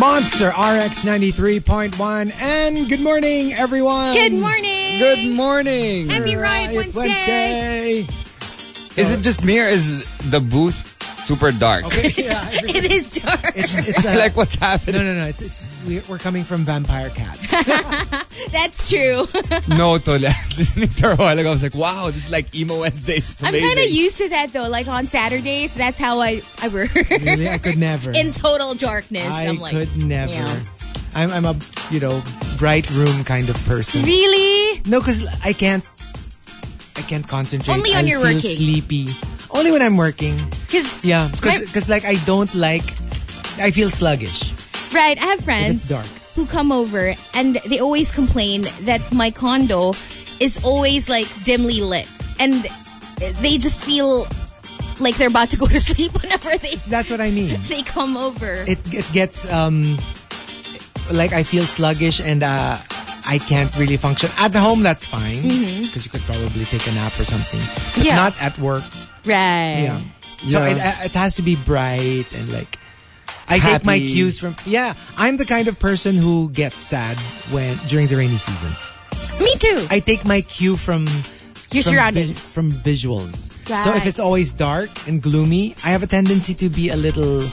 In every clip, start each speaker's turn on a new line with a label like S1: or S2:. S1: Monster RX 93.1. And good morning, everyone.
S2: Good morning.
S1: Good morning.
S2: Happy Riot Wednesday.
S3: Is it just me or is the booth super dark?
S1: Okay, yeah, every-
S2: It is dark.
S1: it's, it's, uh,
S3: like what's happening?
S1: no, no, no. It's, it's we're, we're coming from Vampire Cat.
S2: That's true.
S3: No, totally. I was listening to her a while ago. I was like, wow, this is like emo Wednesdays. It's
S2: I'm
S3: amazing.
S2: kind of used to that though. Like on Saturdays, that's how I I work.
S1: Really, I could never.
S2: In total darkness,
S1: I
S2: am like,
S1: could never.
S2: yeah.
S1: I'm, I'm a you know bright room kind of person.
S2: Really?
S1: No, because I can't. I can't concentrate.
S2: Only when
S1: I'll
S2: you're
S1: feel
S2: working.
S1: Sleepy. Only when I'm working.
S2: Because
S1: Yeah, because like I don't like. I feel sluggish.
S2: right, I have
S1: It's
S2: friends
S1: dark.
S2: who come over and they always complain that my condo is always like dimly lit, and they just feel like they're about to go to sleep whenever they
S1: That's what I mean.
S2: they come over.
S1: It it gets um, like I feel sluggish and uh, I can't really function at home. That's fine because you could probably take a nap or something. But
S2: Mm-hmm. Yeah.
S1: Not at work.
S2: right.
S1: Yeah. So
S3: Yeah.
S1: It, uh, it has to be bright and like I take my
S3: Happy.
S1: cues from yeah. I'm the kind of person who gets sad when during the rainy season.
S2: Me too.
S1: I take my cue from
S2: Your
S1: from
S2: surroundings.
S1: vis- from visuals. So if
S2: Right.
S1: it's always dark and gloomy, I have a tendency to be a little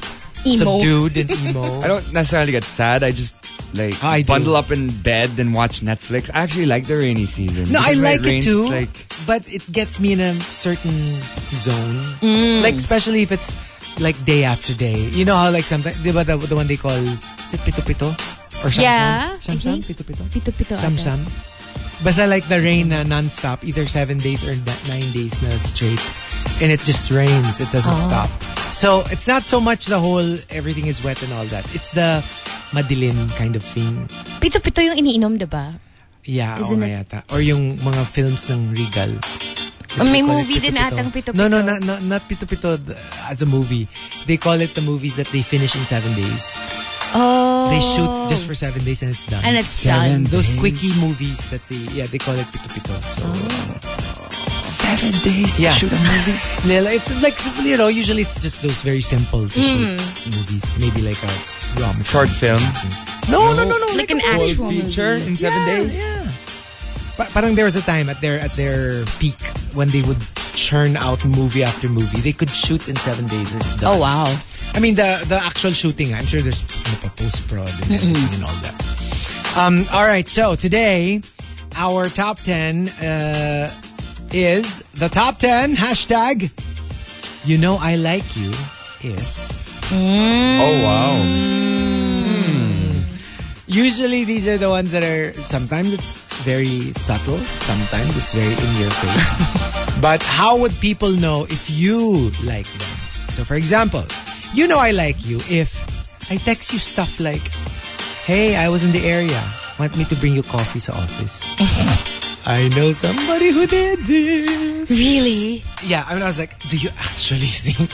S2: Emo.
S1: subdued and emo.
S3: I don't necessarily get sad. Ah, I just like
S1: I do.
S3: bundle up in bed and watch Netflix. I actually like the rainy season.
S1: no, I
S3: Because when
S1: like it
S3: rains,
S1: too,
S3: Like,
S1: but it gets me in a certain zone. Like especially if it's like day after day. You know how like sometimes the, the, the one they call is it pito pito or sham
S2: Yeah, I
S1: sham sham
S2: think.
S1: pito pito
S2: Pito pito.
S1: sham sham. Basta like the rain na non-stop, either seven days or na- nine days na straight. And it just rains. It doesn't stop. So it's not so much the whole everything is wet and all that. It's the madilim kind of thing.
S2: Pito pito yung iniinom, diba?
S1: Yeah,
S2: Isn't
S1: oo nga yata. Or yung mga films ng Regal. They
S2: May
S1: call it
S2: movie din
S1: Pito-Pito.
S2: atang Pito-Pito.
S1: No, no, not, not, not Pito-Pito th- as a movie. They call it the movies that they finish in seven days.
S2: Oh.
S1: They shoot just for seven days and it's done.
S2: And it's Seven done.
S1: Those
S3: days.
S1: quickie movies that they, yeah, they call it Pito-Pito. So,
S2: Oh.
S3: seven days to
S1: Yeah.
S3: shoot a movie.
S1: Lila, it's like, you know, usually it's just those very simple to
S2: Hmm.
S1: shoot movies. Maybe like a rom
S3: Short film. Oh,
S1: No, no, no, no.
S2: Like an
S1: a full
S2: actual
S1: feature
S2: movie.
S1: in seven
S3: Yeah,
S1: days. Yeah. Pa- parang there was a time at their at their peak when they would churn out movie after movie. They could shoot in seven days. It's done.
S2: Oh, wow.
S1: I mean the the actual shooting. I'm sure there's post prod and everything and all that. Um. All right. So today, our top ten uh, is the top ten hashtag. You know I like you is.
S3: Oh wow.
S1: Usually, these are the ones that are sometimes it's very subtle, sometimes it's very in your face. but how would people know if you like them? So, for example, you know I like you if I text you stuff like, Hey, I was in the area. Want me to bring you coffee to office? I know somebody who did this.
S2: Really?
S1: Yeah, I mean, I was like, do you actually think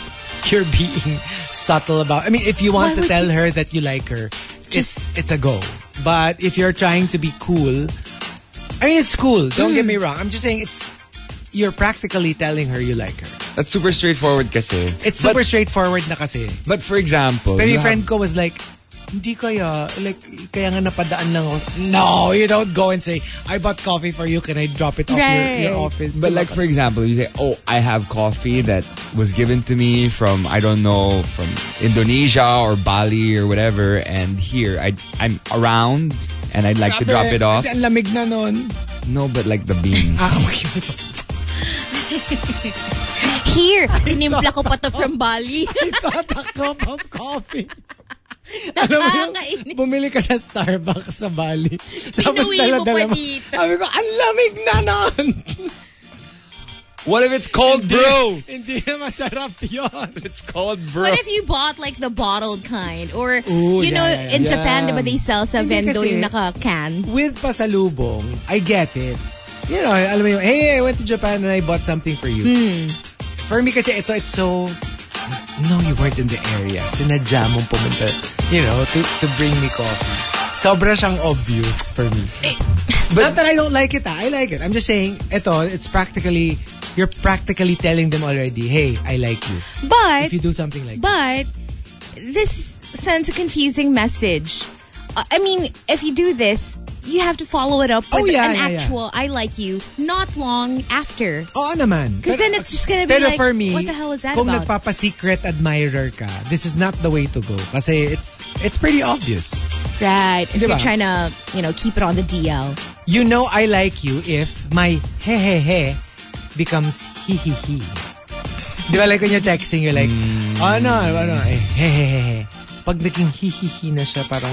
S1: you're being subtle about? I mean, if you want
S2: Why
S1: to
S2: would
S1: tell her that you like her, it's it's a go. But if you're trying to be cool, I mean, it's cool. Don't
S3: Hmm.
S1: get me wrong. I'm just saying it's you're practically telling her you like her.
S3: That's super straightforward kasi.
S1: It's
S3: But- Oh,
S1: super straightforward na kasi.
S3: But, for example,
S1: Pero yung
S3: you have-
S1: friend ko was like, hindi kaya, like, kaya nga napadaan lang ako. No, you don't go and say, I bought coffee for you, can I drop it off
S2: Right.
S1: your, your office?
S3: But like for example, you say, "Oh, I have coffee that was given to me from I don't know from Indonesia or Bali or whatever, and here I I'm around and I'd like to drop it off."
S1: Ang lamig na nun.
S3: No, but like the beans.
S1: Ah, okay.
S2: Here, tinimpla ko pa to from Bali.
S1: Not a cup of coffee. Alam mo yung,
S2: Nakakainis.
S1: bumili ka sa Starbucks sa Bali. Tapos
S2: Pinuwi mo
S1: dala-dala
S2: pa
S1: mo.
S2: dito.
S1: Sabi ko, ang lamig na nun.
S3: what if it's cold brew?
S1: Hindi na masarap yun.
S3: It's cold brew.
S2: What if you bought like the bottled kind? Or,
S1: Ooh,
S2: you
S1: yeah,
S2: know,
S1: yeah,
S2: in
S3: yeah.
S2: Japan, diba they sell sa
S1: Hindi
S2: vendo
S1: kasi-
S2: yung naka-can?
S1: With pasalubong, I get it. You know, alam mo yung, hey, I went to Japan and I bought something for you. For me kasi ito, it's so, no, you weren't in the area. Sinadya mong pumunta, you know, to, to bring me coffee. Sobra siyang obvious for me. Not that I don't like it, ah. I like it. I'm just saying, ito, it's practically, you're practically telling them already, hey, I like you.
S2: But,
S1: If you do something like that.
S2: but, this sends a confusing message. Uh, I mean, if you do this, you have to follow it up with
S1: Oh, yeah, yeah,
S2: an
S1: yeah.
S2: actual "I like you" not long after.
S1: Oo naman.
S2: Because then it's just gonna be
S1: Pero
S2: like,
S1: for me,
S2: what the hell is that
S1: kung
S2: about?
S1: nagpapa-secret admirer ka, this is not the way to go. Kasi it's it's pretty obvious.
S2: right. If
S1: Diba?
S2: you're trying to, you know, keep it on the DL.
S1: You know I like you if my he he he becomes he he he. Di ba like when you're texting, you're like, oh no, ano, eh, he he he he. Pag naging he he he na siya, parang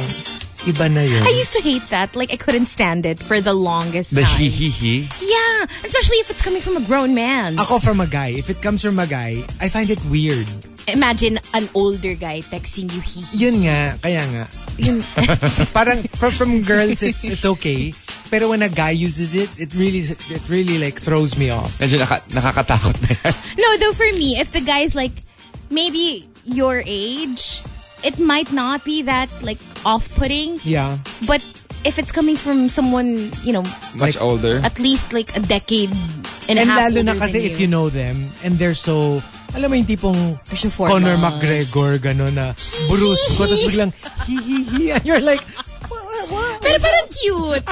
S1: iba na yun.
S2: I used to hate that. Like I couldn't stand it for the longest
S3: The
S2: time.
S3: he he he.
S2: Yeah, especially if it's coming from a grown man.
S1: Ako from a guy, if it comes from a guy, I find it weird.
S2: Imagine an older guy texting you he. he.
S1: Yun nga, kaya nga.
S2: Yun.
S1: Parang from, from girls, it's, it's okay. Pero when a guy uses it, it really, it really like throws me off.
S3: Medyo naka- nakakatakot na yan.
S2: No, though for me, if the guy's like maybe your age, it might not be that like off-putting.
S1: Yeah.
S2: But if it's coming from someone, you know,
S3: Much older.
S2: at least like a decade and, a
S1: And
S2: half
S1: lalo na
S2: older
S1: kasi
S2: than
S1: if you know them and they're so, alam mo yung tipong
S2: They're so formal.
S1: Conor McGregor, gano'n na brusko, tapos biglang hihihi. And you're like, what? what?
S2: Pero parang cute.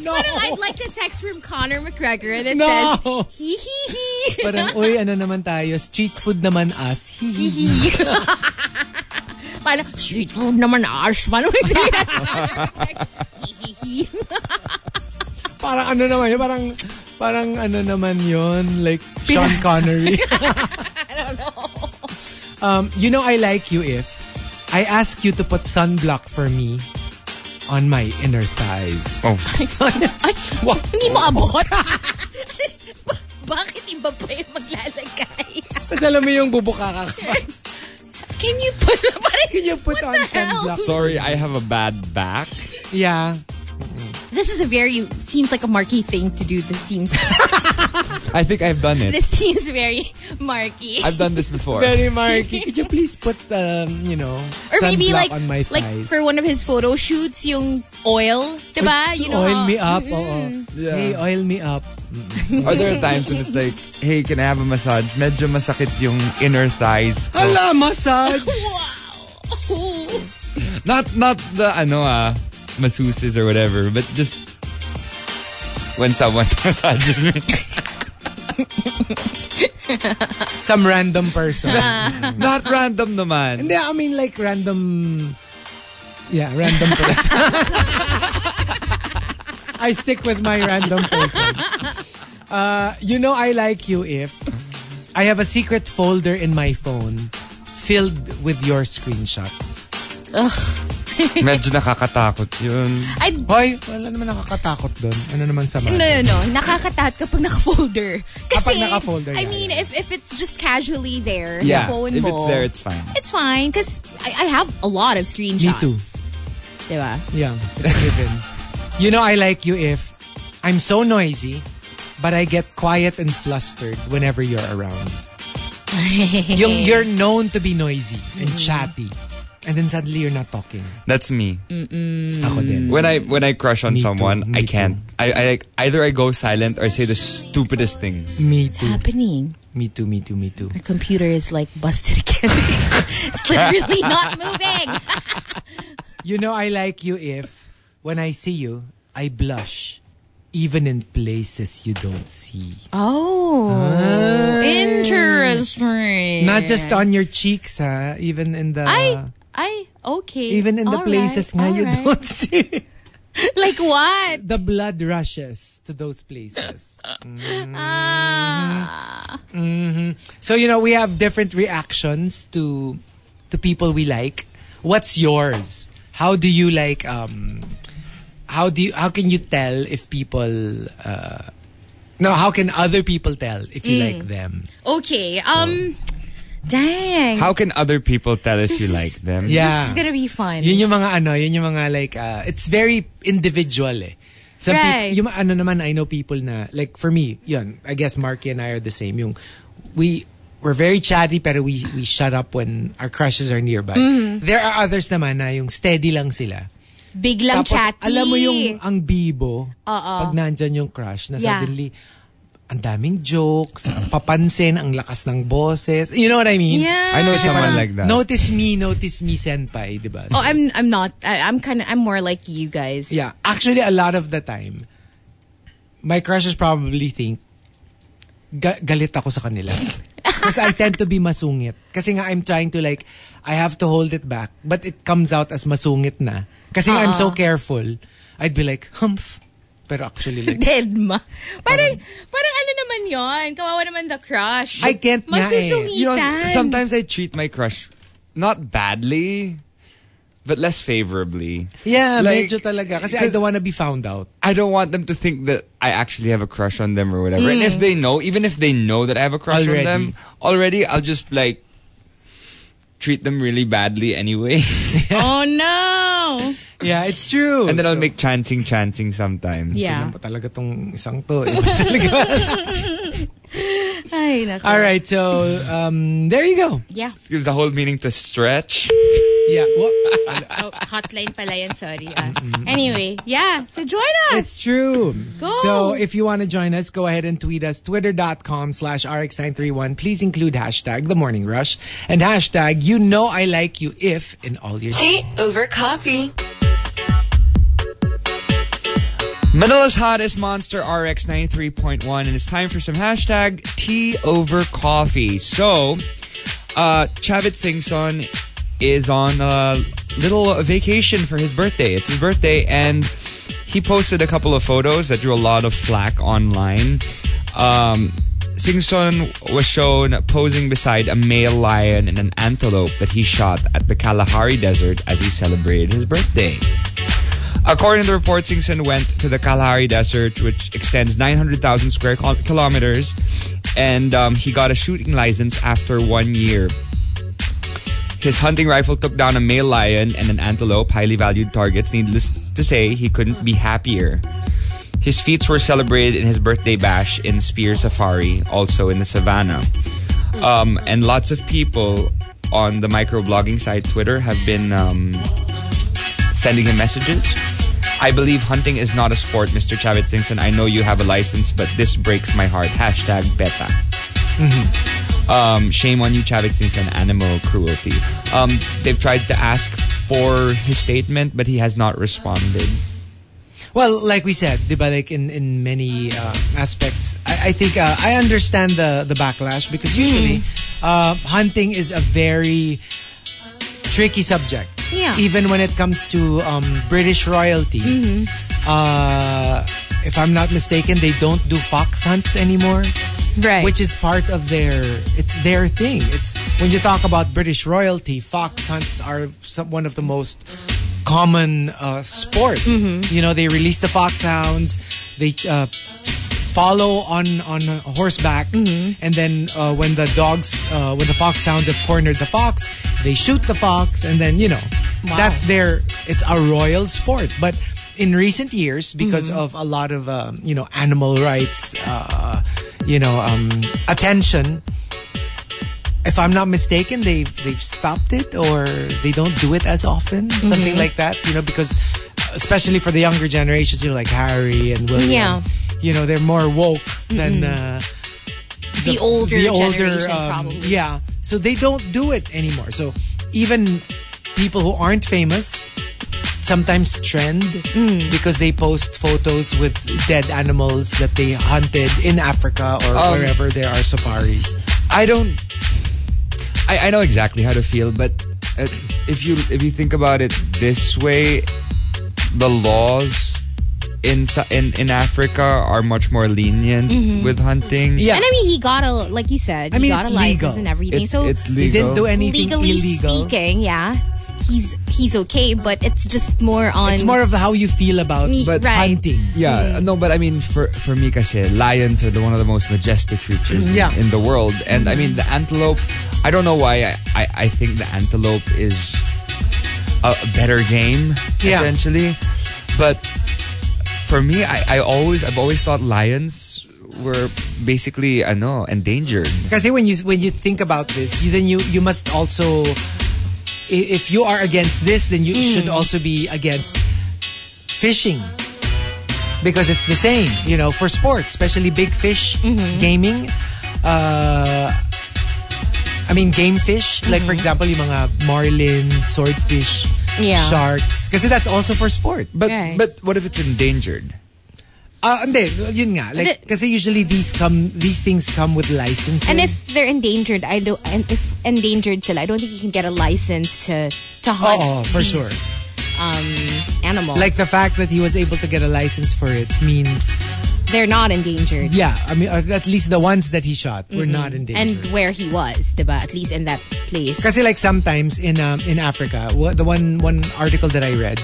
S1: No.
S2: Parang I'd like a text from Conor McGregor that
S1: No.
S2: says, hee hee hee.
S1: Parang, uy, ano naman tayo? Street food naman us. Hihihi.
S2: Parang, street food naman, Ash. Paano hindi that Conor McGregor? Hee hee hee.
S1: Parang ano naman yun? Parang, parang ano naman yun? Like, Sean Connery. um, you know I like you if I ask you to put sunblock for me on my inner thighs.
S3: Oh.
S2: Ay, hindi mo abot. Ba- Bakit iba pa yung maglalagay?
S1: Tapos alam mo yung bubuka ka.
S2: Can you put parang,
S1: Can you put
S2: what
S1: on
S2: the hell?
S1: sunblock?
S3: Sorry, I have a bad back.
S1: Yeah.
S2: This is a very, seems like a marquee thing to do. This seems,
S3: I think I've done it.
S2: this seems very marquee.
S3: I've done this before.
S1: Very marky. Could you please put, um, you know,
S2: Or maybe
S1: sunblock
S2: like,
S1: on my
S2: like
S1: thighs?
S2: for one of his photo shoots, yung oil, diba? You know, Mm-hmm.
S1: oil
S2: how-
S1: me up. Oo.
S3: Yeah.
S1: Hey, oil me up.
S3: Or there are times when it's like, hey, can I have a massage? Medyo masakit yung inner thighs. ko.
S1: Hala, massage.
S2: Wow.
S3: Not not the ano ah, masseuses or whatever, but just when someone massages me.
S1: Some random person.
S3: not random naman.
S1: Hindi, I mean like random... Yeah, random person. I stick with my random person. Uh, you know I like you if I have a secret folder in my phone filled with your screenshots.
S3: Medyo nakakatakot yun.
S2: I,
S1: Hoy, wala naman nakakatakot doon. Ano naman sa
S2: no,
S1: mga?
S2: no, no. Nakakatakot kapag naka-folder. Kasi,
S1: naka-folder, yeah,
S2: I mean, if, if it's just casually there,
S3: Yeah,
S2: sa phone
S3: if
S2: mo.
S3: it's there, it's fine.
S2: It's fine because I, I have a lot of
S1: Me
S2: screenshots.
S1: too.
S2: Diba?
S1: Yeah, it's a given. you know I like you if I'm so noisy, but I get quiet and flustered whenever you're around. Yung you're known to be noisy and
S2: Mm-hmm.
S1: chatty. And then suddenly you're not talking.
S3: That's me.
S2: Mm.
S1: Ako din.
S3: When I when I crush on
S1: Me too,
S3: someone,
S1: me
S3: I can't. I, I like either I go silent or say the stupidest things.
S1: Me
S2: It's
S1: too.
S2: happening.
S1: Me too, me too, me too.
S2: Our computer is like busted again. it's literally not moving.
S1: You know I like you if when I see you, I blush. Even in places you don't see.
S2: Oh. Interesting.
S1: Not just on your cheeks, ha? Even in the...
S2: I I okay.
S1: even in the
S2: All
S1: places
S2: right,
S1: nga
S2: all
S1: you
S2: right.
S1: don't see.
S2: Like what?
S1: the blood rushes to those places. Mm.
S2: Ah.
S1: Mm-hmm. So you know, we have different reactions to to people we like. What's yours? How do you like um how do you how can you tell if people uh no, how can other people tell if you like them?
S2: Okay. Um dang.
S3: How can other people tell if
S2: This
S3: you
S2: is-
S3: like them?
S2: This
S1: Yeah.
S2: is gonna be fun.
S1: Yun yung mga ano, yun yung mga like, uh, it's very individual eh. Some peop-
S2: Right.
S1: yung mga ano naman, I know people na, like for me, yun, I guess Marky and I are the same. Yung, we, we're very chatty pero we, we shut up when our crushes are nearby.
S2: Mm-hmm.
S1: There are others naman na yung steady lang sila.
S2: Biglang
S1: Tapos,
S2: chatty.
S1: alam mo yung ang bibo,
S2: Oo.
S1: pag nandyan yung crush, na
S2: Yeah.
S1: suddenly, ang daming jokes, papansin ang lakas ng boses. You know what I mean?
S2: Yeah.
S3: I know
S1: Kasi
S3: someone
S1: parang,
S3: like that.
S1: Notice me, notice me senpai, di ba?
S2: Oh, I'm I'm not. I, I'm kind of. I'm more like you guys.
S1: Yeah, actually, a lot of the time, my crushes probably think, ga- galit ako sa kanila. Because I tend to be masungit. Kasi nga, I'm trying to like, I have to hold it back. But it comes out as masungit na. Kasi nga, I'm so careful. I'd be like, humph. Pero actually, like,
S2: Dead ma. Parang, parang ano naman yon? Kawawa naman the crush.
S1: I can't nga eh.
S2: Masusungitan.
S3: You know, sometimes I treat my crush not badly, but less favorably.
S1: yeah,
S3: Like,
S1: medyo talaga. Kasi I don't wanna be found out.
S3: I don't want them to think that I actually have a crush on them or whatever. And if they know, even if they know that I have a crush
S1: Already.
S3: on them already, I'll just like treat them really badly anyway.
S2: oh no.
S1: Yeah, it's true.
S3: and then I'll
S1: So,
S3: make chancing chancing sometimes.
S2: Yeah.
S1: tingnan mo talaga tong isang to. Iba talaga.
S2: Ay, nako.
S1: All right, so um, there you go.
S2: Yeah.
S3: It gives the whole meaning to stretch.
S1: Yeah. Wha-
S2: Oh, hotline pala yan. Sorry. ah. anyway, yeah. So join us.
S1: It's true.
S2: Go.
S1: So if you want to join us, go ahead and tweet us twitter.com slash rx931. Please include hashtag the morning rush and hashtag you know I like you if in all your
S4: Tea over coffee.
S3: Manila's hottest monster RX 93.1, and it's time for some hashtag tea over coffee. So, uh, Chavit Singson is on a little vacation for his birthday. It's his birthday, and he posted a couple of photos that drew a lot of flack online. Um, Singson was shown posing beside a male lion and an antelope that he shot at the Kalahari Desert as he celebrated his birthday. According to the report, Singson went to the Kalahari Desert, which extends 900,000 square kil- kilometers, and um, he got a shooting license after one year. His hunting rifle took down a male lion and an antelope, highly valued targets. Needless to say, he couldn't be happier. His feats were celebrated in his birthday bash in Spear Safari, also in the savannah. Um, and lots of people on the microblogging site Twitter have been um, sending him messages. I believe hunting is not a sport, Mr. Chavit Singson. I know you have a license, but this breaks my heart. Hashtag beta. Um, shame on you, Chavit Singson, animal cruelty. Um, they've tried to ask for his statement, but he has not responded.
S1: Well, like we said, di ba, like in, in many uh, aspects, I, I think uh, I understand the, the backlash because usually uh, hunting is a very tricky subject.
S2: Yeah.
S1: Even when it comes to um, British royalty. Uh, if I'm not mistaken, they don't do fox hunts anymore.
S2: Right.
S1: Which is part of their, it's their thing. It's when you talk about British royalty, fox hunts are some, one of the most common uh, sport. You know, they release the foxhounds, they uh, follow on on horseback, and then uh, when the dogs, uh, when the foxhounds have cornered the fox, they shoot the fox, and then you know, that's their. It's a royal sport, but. In recent years, because
S2: Mm-hmm.
S1: of a lot of um, you know animal rights, uh, you know um, attention, if I'm not mistaken, they've they've stopped it or they don't do it as often,
S2: Mm-hmm.
S1: something like that. You know, because especially for the younger generations, you know, like Harry and William,
S2: Yeah.
S1: you know, they're more woke than uh,
S2: the, older
S1: the older,
S2: generation
S1: um,
S2: probably.
S1: yeah. So they don't do it anymore. So even people who aren't famous sometimes trend because they post photos with dead animals that they hunted in Africa or
S3: Um,
S1: wherever there are safaris.
S3: I don't. I, I know exactly how to feel, but uh, if you if you think about it this way, the laws in Sa- in in Africa are much more lenient with hunting.
S1: Yeah.
S2: And I mean, he got a like you said,
S1: I mean,
S2: he got a
S1: it's
S2: license
S1: legal.
S2: and everything.
S3: It's,
S2: so
S3: it's
S1: They
S3: legal.
S1: didn't do anything
S2: legally
S1: illegal.
S2: speaking, yeah, he's he's okay, but it's just more on
S1: It's more of how you feel about
S2: Me-
S1: but
S2: right.
S1: hunting. Mm-hmm.
S3: Yeah, no, but I mean, for for me, kasi lions are the one of the most majestic creatures in-
S1: Yeah. Mm-hmm.
S3: in, the world, and I mean the antelope. I don't know why I I, I think the antelope is a a better game
S1: Yeah.
S3: essentially, but for me, I, I always I've always thought lions were basically I know endangered.
S1: Kasi when you when you think about this, you, then you you must also i- if
S2: Mm.
S1: you are against this, then you should also be against fishing. because it's the same, you know, for sports, especially big fish
S2: Mm-hmm.
S1: gaming. Uh, I mean, game fish, like
S2: Mm-hmm.
S1: for example, yung mga marlin, swordfish,
S2: Yeah.
S1: sharks, kasi that's also for sport.
S3: But
S2: Right.
S3: but what if it's endangered?
S1: Ah, hindi, yun nga. Like,
S2: Hindi.
S1: kasi usually these come, these things come with licenses.
S2: And if they're endangered, I don't. And if endangered sila, I don't think you can get a license to to hunt.
S1: Oo, Oh, for
S2: these,
S1: sure.
S2: Um, animals.
S1: Like the fact that he was able to get a license for it means,
S2: they're not endangered.
S1: yeah, I mean, or at least the ones that he shot were not endangered.
S2: Mm-hmm. And where he was, diba? At least in that place.
S1: Kasi like sometimes in um, in Africa, wha- the one one article that I read,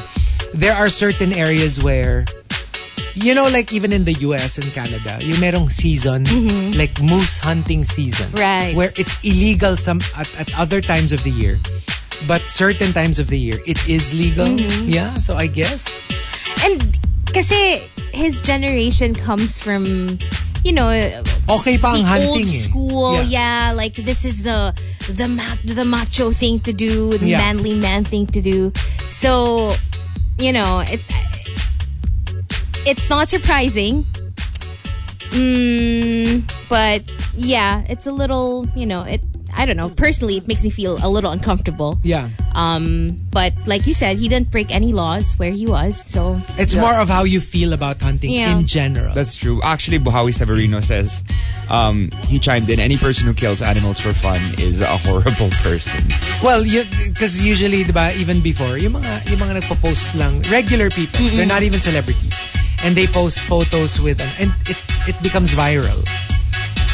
S1: there are certain areas where, you know, like even in the U.S. and Canada, yung merong season, like moose hunting season,
S2: Mm-hmm. Right.
S1: Where it's illegal some at, at other times of the year, but certain times of the year it is legal.
S2: Mm-hmm.
S1: Yeah, so I guess
S2: And kasi his generation comes from, you know,
S1: okay pa ang
S2: the
S1: hunting.
S2: old
S1: eh.
S2: school. Yeah. like this is the the ma- the macho thing to do, the
S1: Yeah.
S2: manly man thing to do. So, you know, it's it's not surprising. Mm, but yeah, it's a little, you know, it I don't know. Personally, it makes me feel a little uncomfortable.
S1: yeah.
S2: Um, but like you said, he didn't break any laws where he was. So
S1: It's more of how you feel about hunting
S2: Yeah.
S1: in general.
S3: That's true. Actually, Buhawi Severino says um, he chimed in. Any person who kills animals for fun is a horrible person.
S1: Well, because usually, di ba, even before, yung mga, yung mga nagpo-post lang, regular people,
S2: Mm-hmm.
S1: they're not even celebrities. And they post photos with, an, and it, it becomes viral.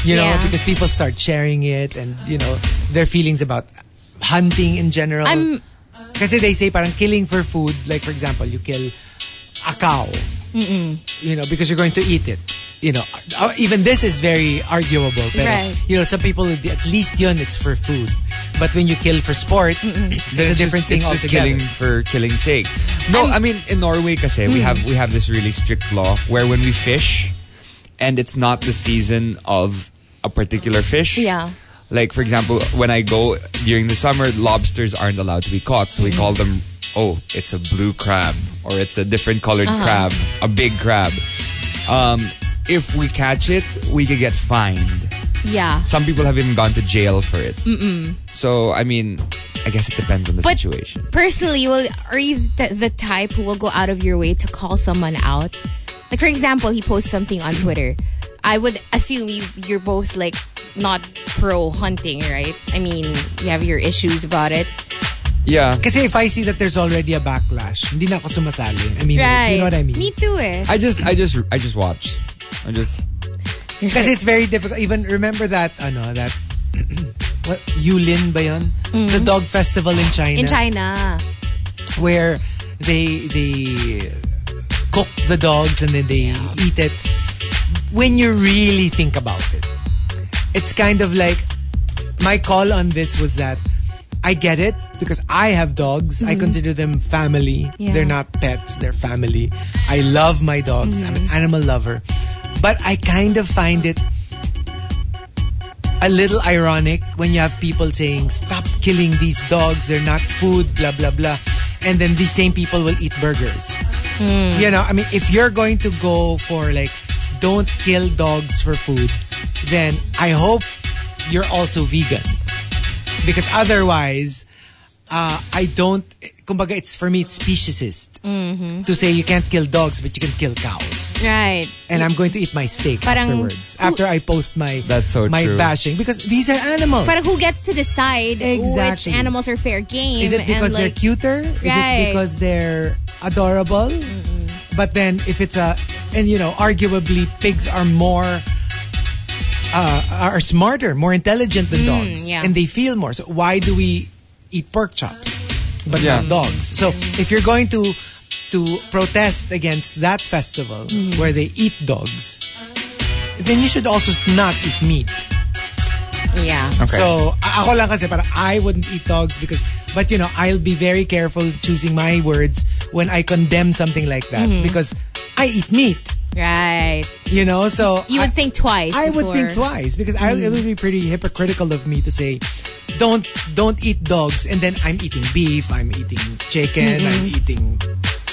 S1: You know,
S2: Yeah.
S1: because people start sharing it and, you know, their feelings about hunting in general.
S2: I'm-
S1: Kasi they say parang killing for food, like for example, you kill a cow, you know, because you're going to eat it. You know, uh, even this is very arguable. Pero,
S2: Right.
S1: You know, some people, would be, at least yun, it's for food. But when you kill for sport, there's a
S3: It's
S1: different
S3: just,
S1: thing
S3: it's just
S1: altogether.
S3: killing for killing's sake. No, I mean in Norway, kasi
S1: Hmm.
S3: we have we have this really strict law where when we fish, and it's not the season of a particular fish.
S2: Yeah.
S3: Like for example, when I go during the summer, lobsters aren't allowed to be caught, so we call them oh, it's a blue crab or it's a different colored
S1: Uh-huh.
S3: crab, a big crab. Um, if we catch it, we could get fined.
S2: yeah.
S3: Some people have even gone to jail for it. So I mean, I guess it depends on the
S2: But-
S3: situation.
S2: Personally, well, are you th- the type who will go out of your way to call someone out? Like for example, he posts something on Twitter. I would assume you you're both like not pro hunting, right? I mean, you have your issues about it.
S3: Yeah.
S1: Kasi if I see that there's already a backlash, hindi na ako sumasali. I mean,
S2: Right.
S1: you know what I mean?
S2: Me too eh.
S3: I just I just I just watch. I just
S1: Because it's very difficult. Even remember that, ano, that, what, Yulin ba yun? The dog festival in China.
S2: Mm-hmm. In China.
S1: Where they, they cook the dogs and then they eat it. When you really think about it, it's kind of like, my call on this was that I get it because I have dogs. I consider them family.
S2: Yeah.
S1: They're not pets, they're family. I love my dogs. I'm an animal lover. But I kind of find it a little ironic when you have people saying, stop killing these dogs, they're not food, blah, blah, blah. And then these same people will eat burgers. You know, I mean, if you're going to go for like, don't kill dogs for food, then I hope you're also vegan. Because otherwise, uh, I don't, kumbaga, it's for me, it's speciesist to say you can't kill dogs, but you can kill cows.
S2: Right.
S1: And I'm going to eat my steak
S2: Parang-
S1: afterwards after I post my
S3: That's so
S1: my
S3: true.
S1: bashing because these are animals.
S2: But who gets to decide
S1: Exactly.
S2: which animals are fair game?
S1: Is it because
S2: and,
S1: they're
S2: like,
S1: cuter? Is it
S2: Right.
S1: because they're adorable? But then if it's a and you know, arguably pigs are more uh, are smarter, more intelligent than dogs,
S2: Mm, yeah.
S1: and they feel more. So why do we eat pork chops but
S3: Yeah.
S1: not dogs? So
S2: Mm.
S1: if you're going to to protest against that festival
S2: Mm.
S1: where they eat dogs, then you should also not eat meat.
S2: Yeah.
S3: okay.
S1: So, a- ako lang kasi para I wouldn't eat dogs because but you know, I'll be very careful choosing my words when I condemn something like that
S2: Mm-hmm.
S1: because I eat meat,
S2: Right.
S1: you know? So
S2: You would
S1: I,
S2: think twice.
S1: I would think
S2: before- Mm-hmm.
S1: twice because I, it would be pretty hypocritical of me to say don't don't eat
S2: Mm-hmm.
S1: dogs and then I'm eating beef, I'm eating chicken, I'm eating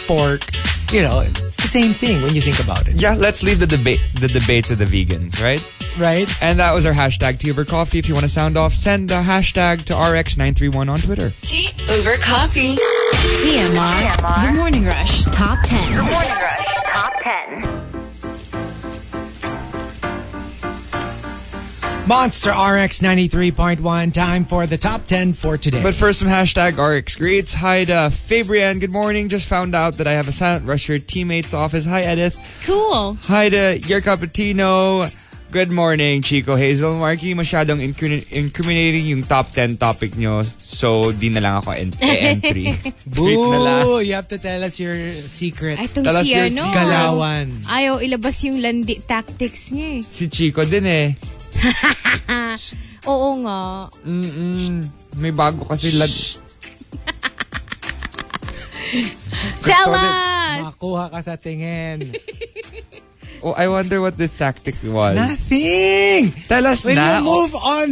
S1: pork. You know, it's the same thing when you think about it.
S3: Yeah, let's leave the debate the debate to the vegans, right?
S1: Right?
S3: And that was our hashtag tea over coffee. If you want to sound off, send the hashtag to RX931 on Twitter.
S4: Tea over coffee.
S5: TMR, The Morning Rush Top 10.
S6: Morning Rush Top 10.
S1: Monster RX 93.1, time for the top 10 for today.
S3: But first, some hashtag RX greats. Hi to Fabrian. Good morning. Just found out that I have a silent rusher teammates office. Hi, Edith.
S2: Cool.
S3: Hi to Yer Cappuccino. Good morning, Chico Hazel. Marky, masyadong incrimin- incriminating yung top 10 topic nyo. So, di na lang ako en- entry. Great na lang.
S1: Boo! You have to tell us your secret.
S2: Ay, itong
S3: Tell us
S2: si
S3: your
S2: ano. ah,
S1: Galawan.
S2: Ayaw ilabas yung landi tactics niya eh.
S3: Si Chico din eh.
S2: Oo nga.
S3: Mm-mm. May bago kasi lag...
S2: Tell us!
S1: Makuha ka sa tingin.
S3: Oh, I wonder what this tactic was.
S1: Nothing!
S3: Tell us
S1: When you
S3: na.
S1: move on,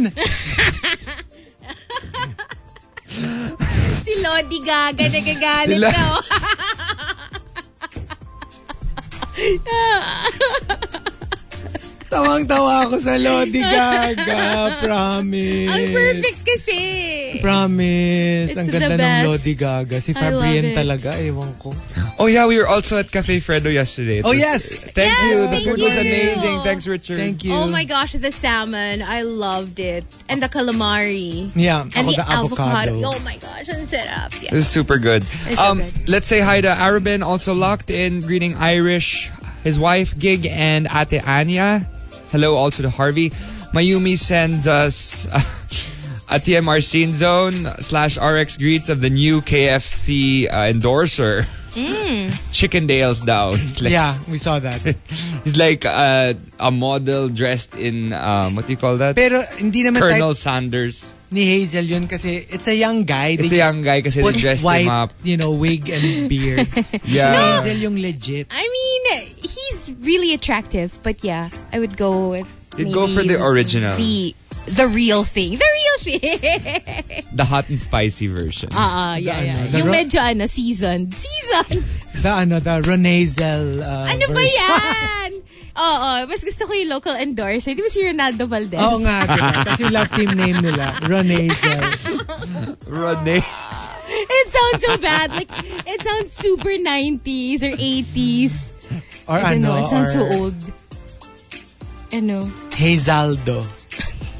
S2: Si Lodi Gaga nagagalit
S3: Sila-
S2: na. oh.
S1: tawang-tawa ako sa Lodi Gaga. Promise.
S2: Ang perfect kasi.
S1: Promise.
S2: It's
S1: Ang
S2: the
S1: ganda ng
S2: best.
S1: Lodi Gaga. Si
S2: I
S1: Fabrian
S2: love it.
S1: talaga. Ewan ko.
S3: Oh yeah, we were also at Cafe Fredo yesterday. It
S1: Oh,
S3: was-
S1: yes.
S3: Thank
S2: Yes,
S3: you. The
S2: thank
S3: food was
S2: you.
S3: amazing. Thanks, Richard.
S1: Thank you.
S2: Oh my gosh, the salmon. I loved it. And the calamari.
S1: Yeah,
S2: And
S1: ako
S2: the,
S1: the avocado.
S2: Oh my gosh, ang sarap. Yeah.
S3: It was super good. Um,
S2: was so good.
S3: Let's say hi to Arabin, also locked in, greeting Irish, his wife, Gig, and Ate Anya. Hello also to Harvey. Mayumi sends us a TMR scene zone slash RX greets of the new KFC uh, endorser. Chicken Dales down. It's like-
S1: Mm. Yeah, we saw that.
S3: He's like uh, a model dressed in um, what do you call that?
S1: Pero hindi naman type
S3: Colonel Sanders.
S1: ni Hazel yun kasi it's a young guy. They
S3: It's a
S1: just
S3: young guy kasi
S1: put
S3: they dressed
S1: white,
S3: him up.
S1: you know, wig and beard.
S3: Yeah.
S1: Si Hazel yung legit.
S2: I mean, he's really attractive, but yeah, I would go with.
S3: You'd go
S2: maybe
S3: for the original.
S2: The, the real thing. The real thing.
S3: The hot and spicy version.
S2: Ah, yeah, yeah.
S1: the
S2: Yung
S1: ro-
S2: medyo ano, seasoned. Seasoned.
S1: The ano, the Renazel uh,
S2: Ano ba
S1: version.
S2: yan? Oo, mas gusto ko yung local endorser. Di ba si Ronaldo Valdez?
S1: Oo nga, diba? Kasi yung love team name nila, Renazel.
S3: Rene.
S2: It sounds so bad. Like, it sounds super 90s or 80s.
S1: Or
S2: I
S1: ano,
S2: don't know. It sounds
S1: or
S2: so old. Ano?
S1: Hazeldo.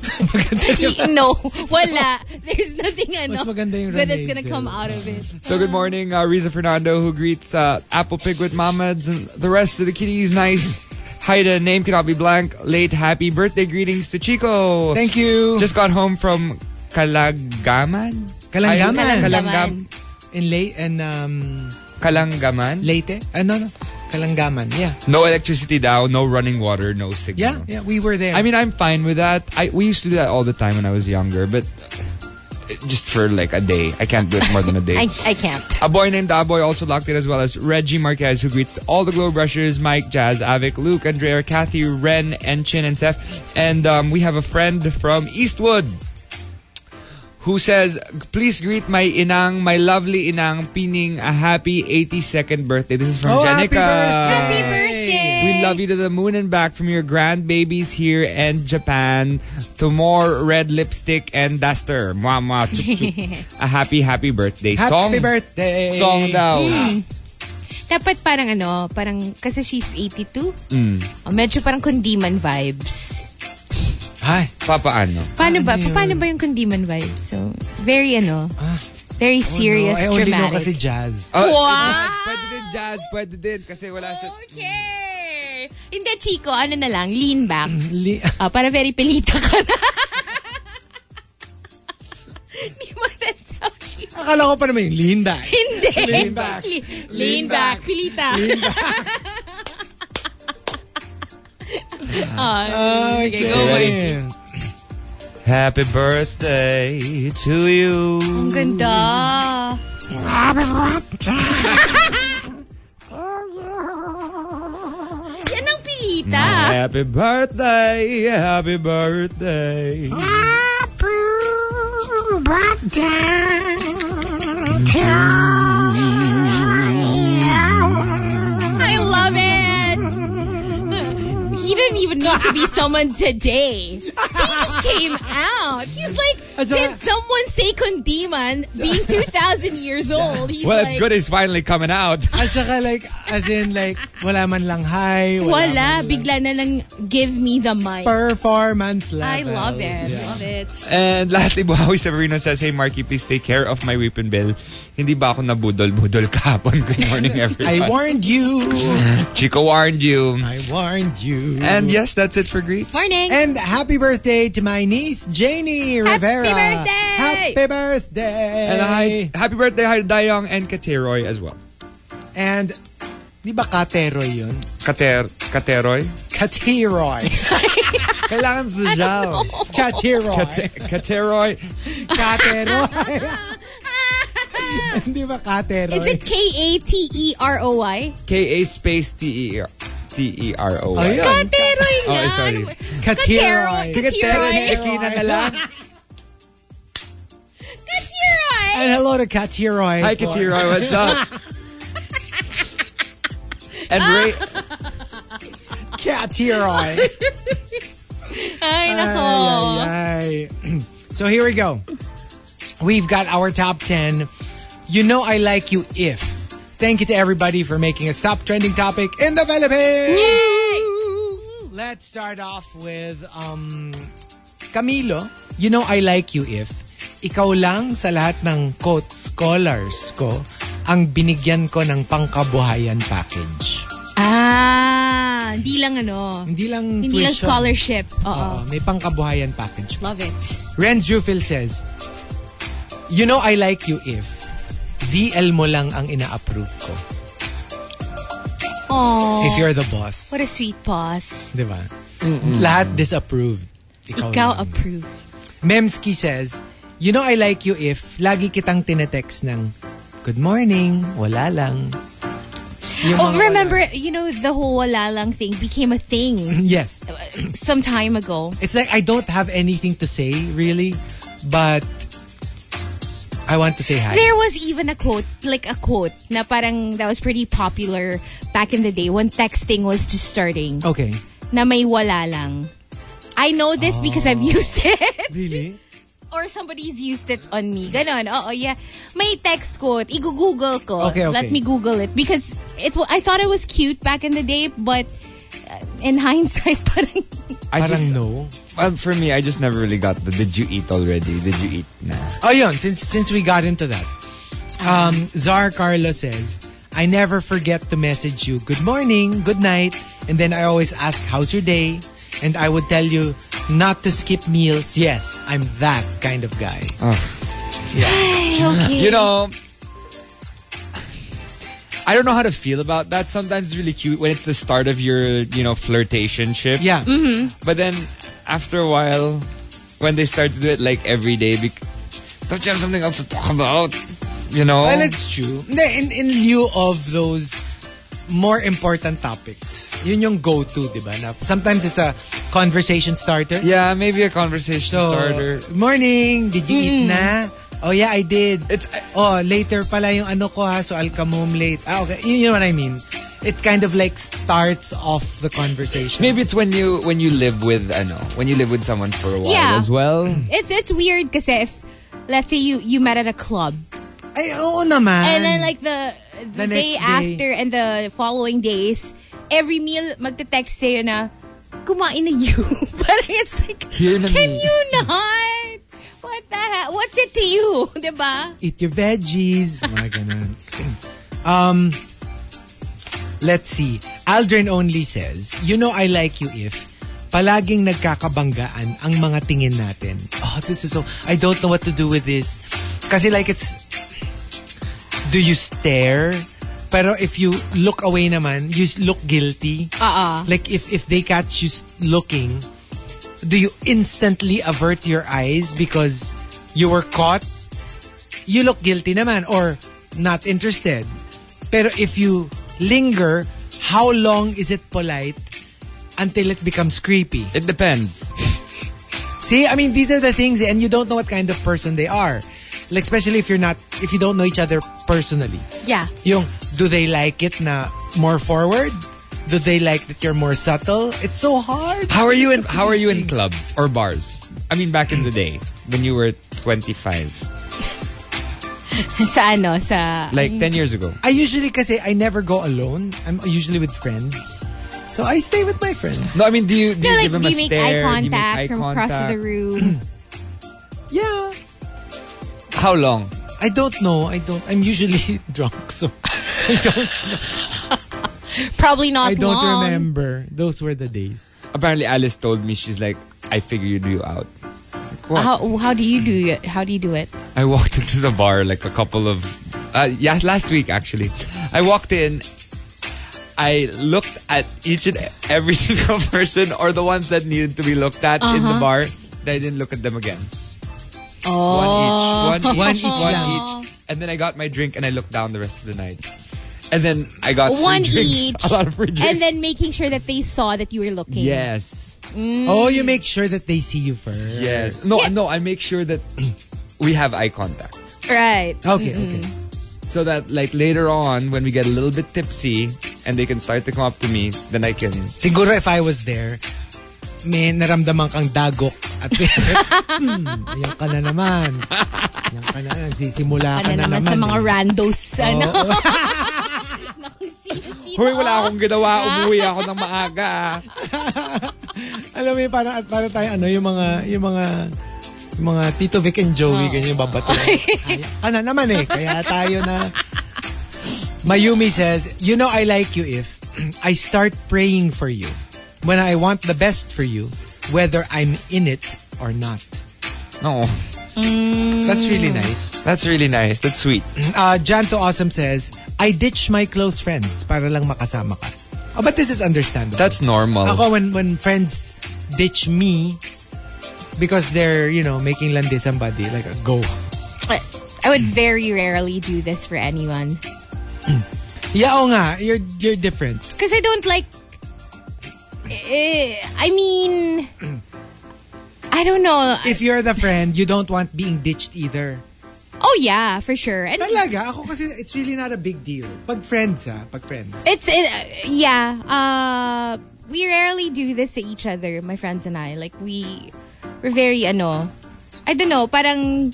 S2: Y- no, wala. There's nothing ano.
S1: Mas maganda yung
S2: good that's gonna
S1: Renazel.
S2: come out of it.
S3: So good morning, uh, Riza Fernando, who greets uh, Apple Piglet Mamads and the rest of the kitties. Nice. Hi to name cannot be blank. Late happy birthday greetings to Chico.
S1: Thank you.
S3: Just got home from Kalagaman.
S1: Kalangaman.
S3: Ay, Kalangam.
S2: Kalangaman.
S1: in late and um
S3: Kalangaman.
S1: Leyte? Ano no? Kalanggaman. Yeah.
S3: No electricity down. No running water. No signal.
S1: Yeah, yeah, we were there.
S3: I mean, I'm fine with that. I we used to do that all the time when I was younger, but just for like a day. I can't do it more than a day.
S2: I, I can't.
S3: a boy named Aboy also locked in as well as Reggie Marquez, who greets all the Globe Rushers, Mike, Jazz, Avik, Luke, Andrea, Kathy, Ren, Enchin, and Seth. And um, we have a friend from Eastwood who says, please greet my inang, my lovely inang, pining a happy 82nd birthday. This is from
S1: Oh, happy
S3: Jenica.
S1: birthday!
S2: Happy birthday!
S3: We love you to the moon and back from your grandbabies here and Japan to more red lipstick and duster. Mwah, mwah, chup, chup. A happy, happy birthday
S1: Happy
S3: song.
S1: birthday.
S3: Song
S2: Eh,
S3: daw.
S2: hmm. Dapat parang ano, parang, kasi she's 82.
S1: Mm.
S2: Oh, medyo parang kundiman vibes.
S1: Hi.
S3: Papaano?
S2: Paano ba?
S1: Ano yun?
S2: Paano ba yung kundiman vibes? So, very ano,
S1: Ah. Oh,
S2: very serious,
S1: I only know
S2: dramatic.
S1: Eh, kasi Ah, jazz.
S3: Oh,
S2: Wow!
S3: Pwede din, Jazz. Pwede din. Kasi wala siya.
S2: Okay! Hindi, Chico, ano na lang, lean back.
S1: Li-
S2: Ah, para very pelita ka na. Di ba that's how she...
S1: Akala ko pa naman yung Linda.
S2: Hindi.
S1: Lean back.
S2: Le- lean,
S1: Lean back.
S2: back. Pilita. Ah,
S1: Okay.
S2: sige, go for it.
S3: Happy birthday to you.
S2: Ang ganda. Yan ang pilita.
S3: Happy birthday. Happy birthday.
S6: Birthday to
S2: claiming to be someone today. He just came out. He's like,
S1: Ajay.
S2: did someone say Kundiman being 2,000 years old? He's
S3: Well,
S2: like,
S3: it's good he's finally coming out.
S1: At saka like, as in like, wala man lang hi. Wala. man
S2: wala,
S1: lang
S2: bigla na lang give me the mic.
S1: Performance level.
S2: I love it.
S1: Yeah.
S2: Love it.
S3: And lastly, Buhawi Severino says, Hey Marky, please take care of my whip and bill. Hindi ba ako nabudol-budol kahapon? Good morning, everyone.
S1: I warned you.
S3: Chico warned you.
S1: I warned you.
S3: And yes, that's it for greets.
S2: Morning.
S1: And happy birthday to my niece, Janie Rivera.
S2: birthday!
S1: Happy birthday!
S3: And hi, happy birthday, hi to Dayong and Kateroy as well.
S1: And, di ba Kateroy yun?
S3: Kater, Kateroy?
S1: Kateroy.
S3: Kailangan sa jaw.
S1: Kateroy.
S3: Kate- Kateroy.
S1: Kateroy. di ba Kateroy?
S2: Is it K A T E R O Y?
S3: K-A space E T-E-R. T-E-R-O.
S1: Ayun.
S2: Kateroy
S3: Oh,
S2: yan.
S3: sorry.
S1: Kateroy.
S2: Kateroy. Kateroy.
S3: Kikina na lang.
S2: Kateroy.
S1: And hello to Kateroy.
S3: Hi,
S1: for-
S3: Kateroy. What's up? and Ray,
S1: Kateroy.
S2: Ay, nako.
S1: Ay, ay, ay. so here we go. We've got our top 10. You know I like you if. Thank you to everybody for making us top trending topic in the Philippines. Let's start off with um, Camilo. You know I like you if. Ikaw lang sa lahat ng quote scholars ko ang binigyan ko ng pangkabuhayan package.
S2: Ah, hindi lang ano.
S1: Hindi lang
S2: Hindi lang
S1: tuition.
S2: scholarship.
S1: Oo,
S2: Oo.
S1: may pangkabuhayan package.
S2: Love it.
S1: Renz Jufil says, You know I like you if DL mo lang ang ina-approve ko.
S2: Oh,
S1: If you're the boss.
S2: what a sweet boss.
S1: Di ba? Lahat disapproved. Ikaw,
S2: Ikaw
S1: lang.
S2: approve.
S1: Memski says, You know I like you if lagi kitang tinetext ng Good morning, wala lang. Yung
S2: Oh,
S1: mga
S2: remember,
S1: wala.
S2: you know, the whole wala lang thing became a thing
S1: Yes.
S2: some time ago.
S1: It's like I don't have anything to say, really. But I want to say hi.
S2: There was even a quote, like a quote, na parang that was pretty popular back in the day when texting was just starting,
S1: Okay.
S2: na may wala lang. I know this because I've
S1: Oh.
S2: used it.
S1: Really?
S2: or somebody's used it on me. Ganon. Oo, yeah. May text quote. Igu-google ko.
S1: Okay, okay.
S2: Let me Google it. Because it. wa- I thought it was cute back in the day, but uh, in hindsight, parang...
S3: I
S1: Parang
S3: just,
S1: no.
S3: um, for me, I just never really got the did you eat already? Did you eat? Nah.
S1: Ayun, since since we got into that. Um, Zar Carlos says, I never forget to message you, good morning, good night, and then I always ask, how's your day? And I would tell you not to skip meals. Yes, I'm that kind of guy.
S2: Okay.
S3: You know, I don't know how to feel about that. Sometimes it's really cute when it's the start of your, you know, flirtationship.
S1: Yeah.
S3: But then after a while, when they start to do it like every day, bec- don't you have something else to talk about? You know?
S1: Well, it's true. Hindi, In, in lieu of those more important topics, yun yung go-to, di ba? Na Sometimes it's a conversation starter.
S3: yeah, maybe a conversation
S1: So,
S3: starter.
S1: morning, did you eat na? Oh yeah, I did.
S3: It's-
S1: oh, later pala yung ano ko ha, so I'll come home late. Ah, okay. You, you know what I mean? It kind of like starts off the conversation.
S3: Maybe it's when you when you live with I know when you live with someone for a while
S2: Yeah.
S3: as well.
S2: It's, it's weird kasi if... Let's say you, you met at a club.
S1: Ay, oo naman.
S2: And then like the, the,
S1: The next
S2: day,
S1: day.
S2: after and the following days, every meal magte-text sa'yo na, kumain na you. Parang it's like,
S3: Here na
S2: can
S3: ni-
S2: you not? What the hell? What's it to you? Diba?
S1: Eat your veggies. Mga ganun. um, let's see. Aldrin only says, you know I like you if palaging nagkakabanggaan ang mga tingin natin. Oh, this is so... I don't know what to do with this. Kasi like it's... Do you stare? Pero if you look away naman, you look guilty.
S2: Uh-uh.
S1: Like if if they catch you s- looking, do you instantly avert your eyes because you were caught? You look guilty naman or not interested. Pero if you linger, how long is it polite until it becomes creepy?
S3: It depends.
S1: See, I mean, these are the things, and you don't know what kind of person they are. Like, especially if you're not, if you don't know each other personally.
S2: Yeah.
S1: Yung, do they like it na more forward? Do they like that you're more subtle? It's so hard.
S3: How are you in How are you in clubs or bars? I mean, back in the day when you were 25,
S2: sa ano, sa...
S3: like 10 years ago.
S1: I usually kasi I never go alone. I'm usually with friends. So I stay with my friends.
S3: No, I mean, do you do
S2: you
S3: you
S2: know, like,
S3: give him
S2: do
S3: a
S2: you make
S3: stare?
S2: eye
S3: do you make
S2: contact
S3: eye
S2: from across the
S3: contact?
S2: room?
S1: Yeah.
S3: How long?
S1: I don't know. I don't. I'm usually drunk, so I don't.
S2: Probably not
S1: I don't
S2: long.
S1: remember. Those were the days.
S3: Apparently, Alice told me she's like, I figured you out. It's like, what?
S2: How, how do you do it? How do you do it?
S3: I walked into the bar like a couple of uh, yeah last week actually. I walked in. I looked at each and every single person or the ones that needed to be looked at in
S2: Uh-huh.
S3: the bar. Then I didn't look at them again.
S2: Oh.
S3: One each, one each,
S1: One each
S3: one
S1: lang.
S3: each. And then I got my drink and I looked down the rest of the night. And then I got free
S2: One
S3: drinks.
S2: each.
S3: a lot of free drinks.
S2: And then making sure that they saw that you were looking.
S3: yes,
S1: Oh, you make sure that they see you first.
S3: yes. No, no. I make sure that we have eye contact.
S2: Right.
S1: Okay. Okay.
S3: so that like later on when we get a little bit tipsy and they can start to come up to me then i can
S1: Siguro if I was there, may naramdaman kang dagok at Hmm, ayun ka na naman. Ayun ka na, nagsisimula ka, na, eh.
S2: Ano naman sa mga randos. Ano?
S3: Hoy, wala akong ginawa. Umuwi ako ng maaga. ah."
S1: Alam mo yung parang, parang tayo ano, yung mga, yung mga, yung mga Tito Vic and
S2: Oh.
S1: Joey, ganyan yung babato. Ayun ka na naman eh. Kaya tayo na. Mayumi says, you know I like you if I start praying for you when I want the best for you, whether I'm in it or not.
S3: No.
S1: That's really
S2: Mm.
S1: nice.
S3: That's really nice. That's sweet.
S1: Uh, Jan to Awesome says, I ditch my close friends para lang makasama ka. Oh, but this is understandable.
S3: That's normal.
S1: Ako, when, when friends ditch me because they're, you know, making landi somebody, like, go.
S2: I would very rarely do this for anyone.
S1: Yeah, oo nga. You're, you're different.
S2: Because I don't like. Eh, I mean. I don't know.
S1: If you're the friend, you don't want being ditched either.
S2: Oh, yeah, for sure. And
S1: Talaga, ako kasi it's really not a big deal. Pag friends, ha? Pag friends.
S2: It's it, yeah. Uh, we rarely do this to each other, my friends and I. Like we, we're very ano. I don't know. Parang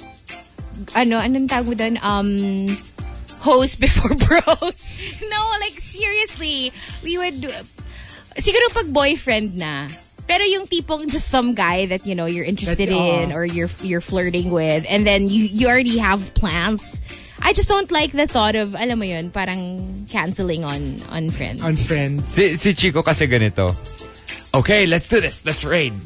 S2: ano anong tawag mo dun? Um, host before bros. no, like seriously, we would. Siguro pag boyfriend na. Pero yung tipong just some guy that you know you're interested
S1: That-
S2: in
S1: oh.
S2: or you're you're flirting with and then you you already have plans. I just don't like the thought of alam mo yun parang canceling on on friends.
S1: On friends.
S3: Si, si Chico kasi ganito. Okay, let's do this. Let's raid.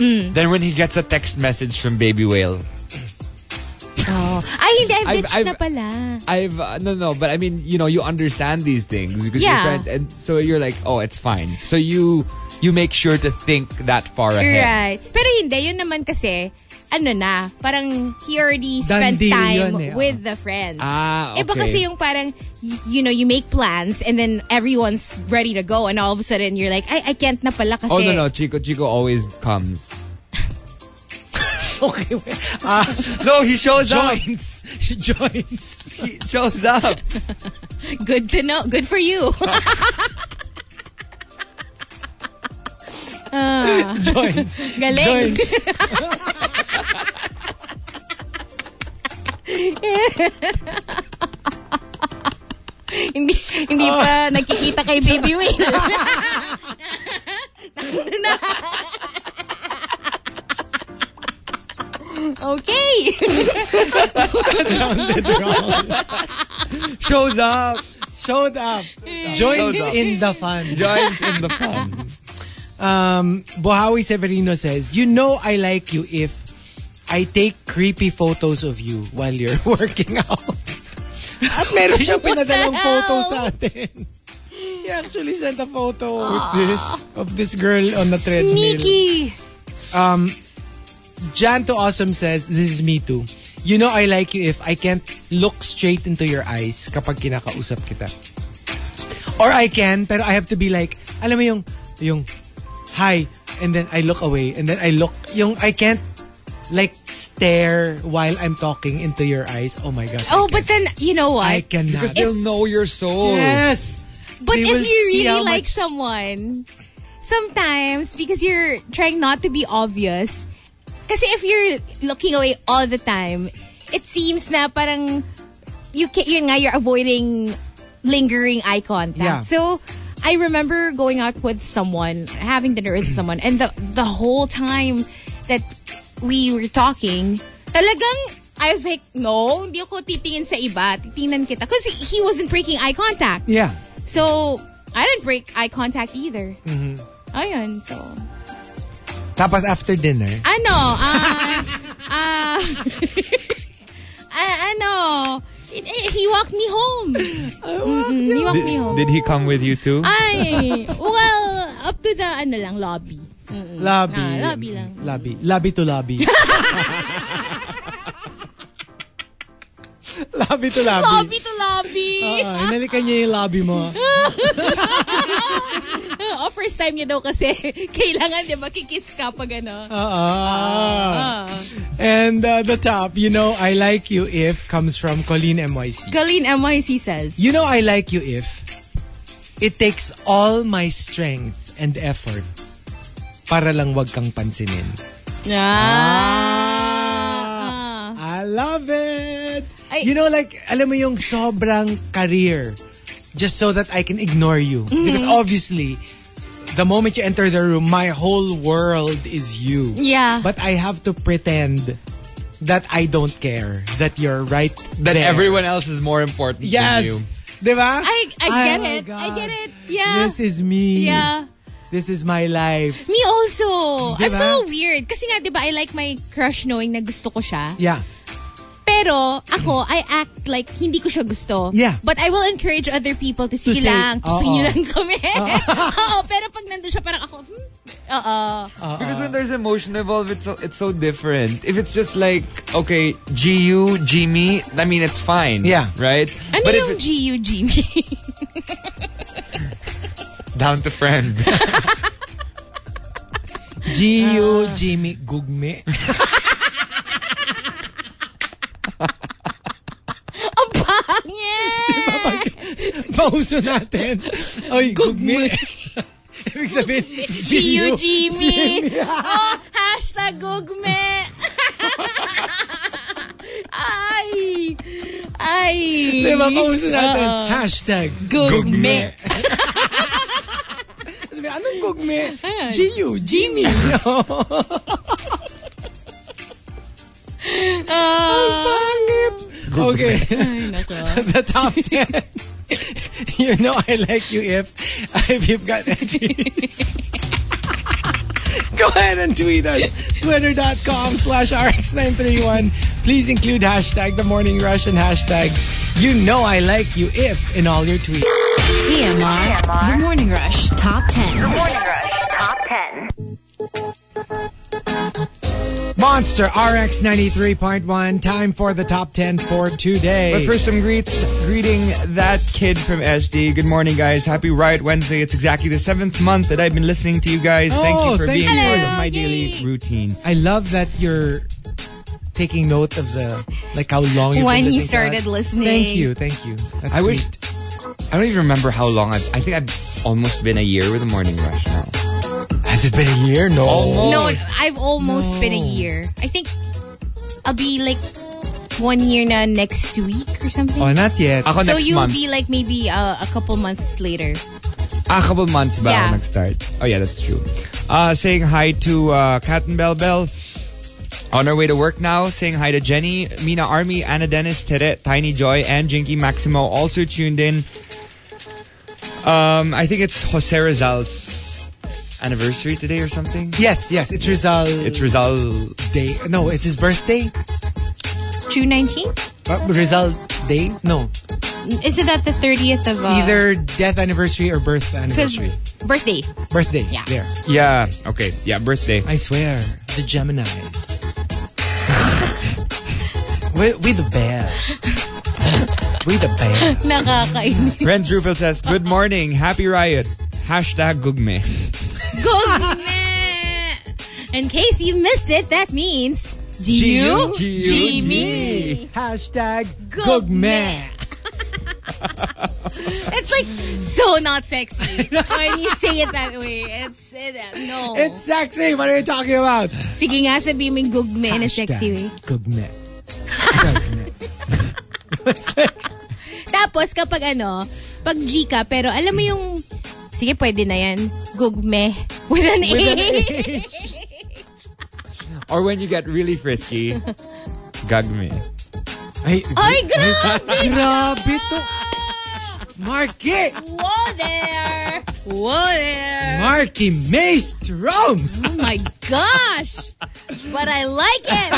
S2: Hmm.
S3: Then when he gets a text message from Baby Whale,
S2: oh. Ay hindi I've
S3: I've-
S2: bitch
S3: I've-
S2: na pala.
S3: I've uh, no no, but I mean you know you understand these things because
S2: Yeah.
S3: you're friends, and so you're like oh it's fine. So you you make sure to think that far ahead.
S2: Right. Pero hindi yun naman kasi ano na, parang he already
S1: Done
S2: spent
S1: deal
S2: time
S1: yun eh, oh.
S2: with the friends.
S3: Ah,
S2: Iba
S3: okay.
S2: kasi yung parang y- you know, you make plans and then everyone's ready to go and all of a sudden you're like, I I can't na pala kasi
S3: Oh no no, Chico Chico always comes.
S1: Okay, well, ah,
S3: No, he shows
S1: joints. joints.
S3: He shows up.
S2: good to know. Good for you.
S1: Joints.
S2: Ah. Galing.
S1: Joints.
S2: hindi hindi
S1: Ah.
S2: pa nakikita kay Baby Whale. Nandun na. okay.
S3: Shows up.
S1: Showed up. Joints
S3: Showed up.
S1: in the fun.
S3: Joins in the fun.
S1: Um, Bohawi Severino says, You know I like you if I take creepy photos of you while you're working out. At meron siyang pinadalang
S2: hell?
S1: photo sa atin. He actually sent a photo with this, of this girl on the treadmill.
S2: Sneaky.
S1: Jan to Awesome says, This is me too. You know I like you if I can't look straight into your eyes kapag kinakausap kita. Or I can, pero I have to be like, alam mo yung, yung, hi, and then I look away, and then I look, yung I can't, like, stare while I'm talking into your eyes. Oh my gosh.
S2: Oh,
S1: I
S2: but then, you know what?
S1: can't. I cannot.
S3: Because they'll know your soul.
S1: Yes!
S2: But
S1: They
S2: if
S1: will
S2: you
S1: see how
S2: really like
S1: much-
S2: someone, sometimes because you're trying not to be obvious, kasi if you're looking away all the time, it seems na parang you can, yun nga, you're avoiding lingering eye contact.
S1: Yeah.
S2: So, I remember going out with someone, having dinner with someone, and the the whole time that we were talking, talagang I was like, no, hindi ako titingin sa iba. Titingnan kita. Because he wasn't breaking eye contact.
S1: Yeah.
S2: So, I didn't break eye contact either. Ayun, so.
S1: Tapos after dinner,
S2: Ano, ah, ah, ah, ano, it- eh, he walked me home. Mm-mm, he walked me home.
S3: Did he come with you too?
S2: Ay, well, up to the, ano lang, lobby.
S1: lobby.
S2: Ah, lobby lang.
S1: Lobby. Lobby to lobby. lobby to lobby. Uh-huh.
S2: Lobby to lobby.
S1: Oo, inalikan niya yung lobby mo.
S2: oh, first time niya daw kasi kailangan, di ba, kikiss ka pag ano.
S1: Oo.
S2: Ah.
S1: And uh, the top, you know, I like you if comes from Colleen MYC.
S2: Colleen MYC says,
S1: You know, I like you if it takes all my strength and effort para lang wag kang pansinin.
S2: ah.
S1: I love it.
S2: Ay.
S1: You know, like, alam mo yung sobrang career just so that I can ignore you.
S2: Mm-hmm.
S1: Because obviously, the moment you enter the room, my whole world is you.
S2: Yeah.
S1: But I have to pretend that I don't care, that you're right
S3: That
S1: there.
S3: everyone else is more important
S1: Yes.
S3: than you.
S1: Diba?
S2: I, I get
S1: Oh my
S2: it. I
S1: God.
S2: get it. Yeah.
S1: This is me.
S2: yeah.
S1: This is my life.
S2: Me also. I'm
S1: Diba?
S2: so weird. Kasi nga, di ba, I like my crush knowing na gusto ko siya.
S1: Yeah.
S2: Pero, ako, I act like hindi ko siya gusto.
S1: Yeah.
S2: But I will encourage other people to, sige
S1: say,
S2: lang, gusto
S1: oo.
S2: niyo lang kami. Oo, pero pag nandun siya, parang ako, hmm, oo.
S3: Because when there's emotion involved, it's so, it's so different. If it's just like, okay, G you, G me, I mean, it's fine.
S1: Yeah.
S3: Right?
S2: Ano
S3: but if
S2: yung
S3: it's
S2: GU, Jimmy?
S3: down to friend.
S1: G.U.
S2: Uh.
S1: Jimmy Gugme.
S2: Ang pangit!
S1: Pauso natin. Oy, Gugme. Ibig sabihin,
S2: GU,
S1: G.U.
S2: Jimmy! oh, hashtag gugme! Ay! Ay!
S1: Diba, pauso natin.
S2: Oo.
S1: Hashtag.
S2: Gugme.
S1: Sabi, anong gugme? G.U. Jimmy.
S2: Ah,
S1: Pangit. Okay.
S2: ay, nako.
S1: The top 10. you know I like you if if you've got entries. Go ahead and tweet us. Twitter.com slash RX931. Please include hashtag the morning rush and hashtag you know I like you if in all your tweets.
S5: TMR. The Morning Rush Top 10.
S6: Morning Rush Top 10.
S1: Monster RX 93.1. Time for the top 10 for today.
S3: But first, some greets. Greeting that kid from SD. Good morning, guys. Happy Riot Wednesday. It's exactly the seventh month that I've been listening to you guys. thank
S1: Oh,
S3: you for
S1: thank
S3: being
S1: you.
S3: part of
S2: Hello,
S3: my
S2: yay.
S3: daily routine.
S1: I love that you're taking note of the like how long you've
S2: When
S1: been
S2: he
S1: listening to
S2: started
S1: us.
S2: listening.
S1: Thank you, thank you. That's
S3: I wish.
S1: sweet.
S3: I don't even remember how long I've. I think I've almost been a year with the morning rush now.
S1: Has it been a year? No.
S2: No, I've almost been a year. I think I'll be like one year na next week or something.
S1: Oh, not yet.
S3: Ako
S2: so
S3: next
S2: you'll
S3: month.
S2: be like maybe uh, a couple months later.
S3: a Ah, couple months ba
S2: Yeah.
S3: ako nag-start? Oh yeah, that's true. Uh, saying hi to uh, Kat and Bell Bell. On our way to work now, saying hi to Jenny, Mina Army, Anna Dennis, Tere, Tiny Joy, and Jinky Maximo also tuned in. Um, I think it's Jose Rizal's anniversary today or something.
S1: Yes, yes. It's Rizal
S3: It's Rizal.
S1: Day. No, it's his birthday.
S2: June 19th?
S1: Uh, Rizal Day? No.
S2: Isn't that the 30th of... Uh,
S1: Either death anniversary or birth
S2: 'cause
S1: anniversary.
S2: birthday.
S1: Birthday.
S2: Yeah.
S1: There.
S3: Yeah. Okay. Yeah. Birthday.
S1: I swear. The Geminis. we, we the best. we the best.
S2: Nakakainis.
S3: Renz Rufel says, "Good morning. Happy riot. Hashtag Gugme.
S2: Gugme! In case you missed it, that means... G-U?
S3: G-U.
S2: G-Me.
S1: Hashtag
S2: Gugme.
S1: Gugme.
S2: It's like so not sexy when you say it that way. It's it, no.
S1: It's sexy. What are you talking about?
S2: Sige nga sabihin mo yung gugme in a sexy way.
S1: Gugme.
S2: Tapos kapag ano, pag G ka, pero alam mo yung, sige pwede na yan, gugme with an A.
S3: Or when you get really frisky, gagme.
S1: Ay,
S2: Ay, grabe!
S1: grabe to. Marky!
S2: Whoa there! Whoa there!
S1: Marky Maystrom!
S2: Oh my gosh! But I like it!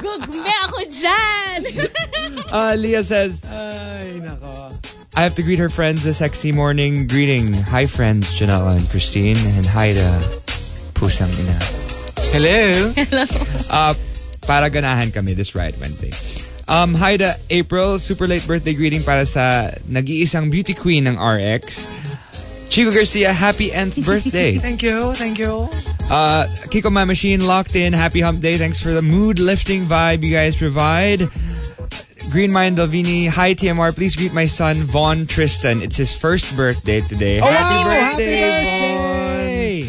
S2: Gugme ako dyan!
S3: Uh, Leah says,
S1: Ay, nako.
S3: I have to greet her friends a sexy morning greeting. Hi, friends, Janella and Christine, and hi to Pusang Ina.
S1: Hello?
S3: Uh, para ganahan kami this ride Wednesday. Um, hi to April, super late birthday greeting para sa nag-iisang beauty queen ng RX. Chico Garcia, happy nth birthday.
S1: Thank you, thank you.
S3: Uh, Kiko My Machine locked in. Happy Hump Day. Thanks for the mood lifting vibe you guys provide. Green Mind Delvini. Hi TMR. Please greet my son Vaughn Tristan. It's his first birthday today.
S1: birthday!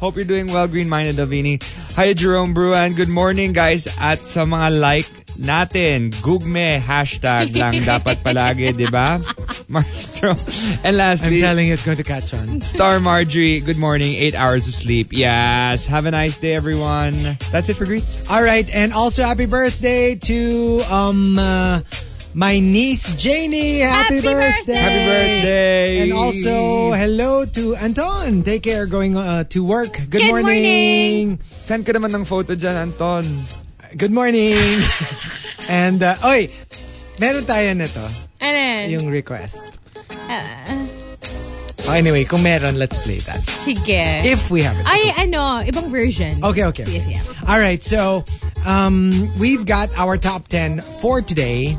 S3: Hope you're doing well, Green Mind and Delvini. Hi Jerome Bruan. Good morning guys. At sa mga like natin, gugme hashtag lang dapat palagi, di ba? Maestro. And
S1: I'm
S3: lastly,
S1: telling you, it's going to catch on.
S3: Star Marjorie, good morning. Eight hours of sleep. Yes. Have a nice day, everyone. That's it for greets.
S1: All right, and also happy birthday to um uh, my niece Janie. Happy,
S2: Happy birthday.
S3: Happy birthday.
S1: And also hello to Anton. Take care going uh, to work. Good,
S2: Good morning.
S3: send ka naman ng photo dyan, Anton.
S1: Good morning. and uh, oy, meron tayo nito,
S2: Ano yan?
S1: yung request.
S2: Ah.
S1: Oh, anyway, kung meron, let's play that.
S2: Sige.
S1: If we have it.
S2: Ay, ano, ibang version.
S1: Okay, okay.
S2: Yes, yeah.
S1: All right, so um, we've got our top 10 for today.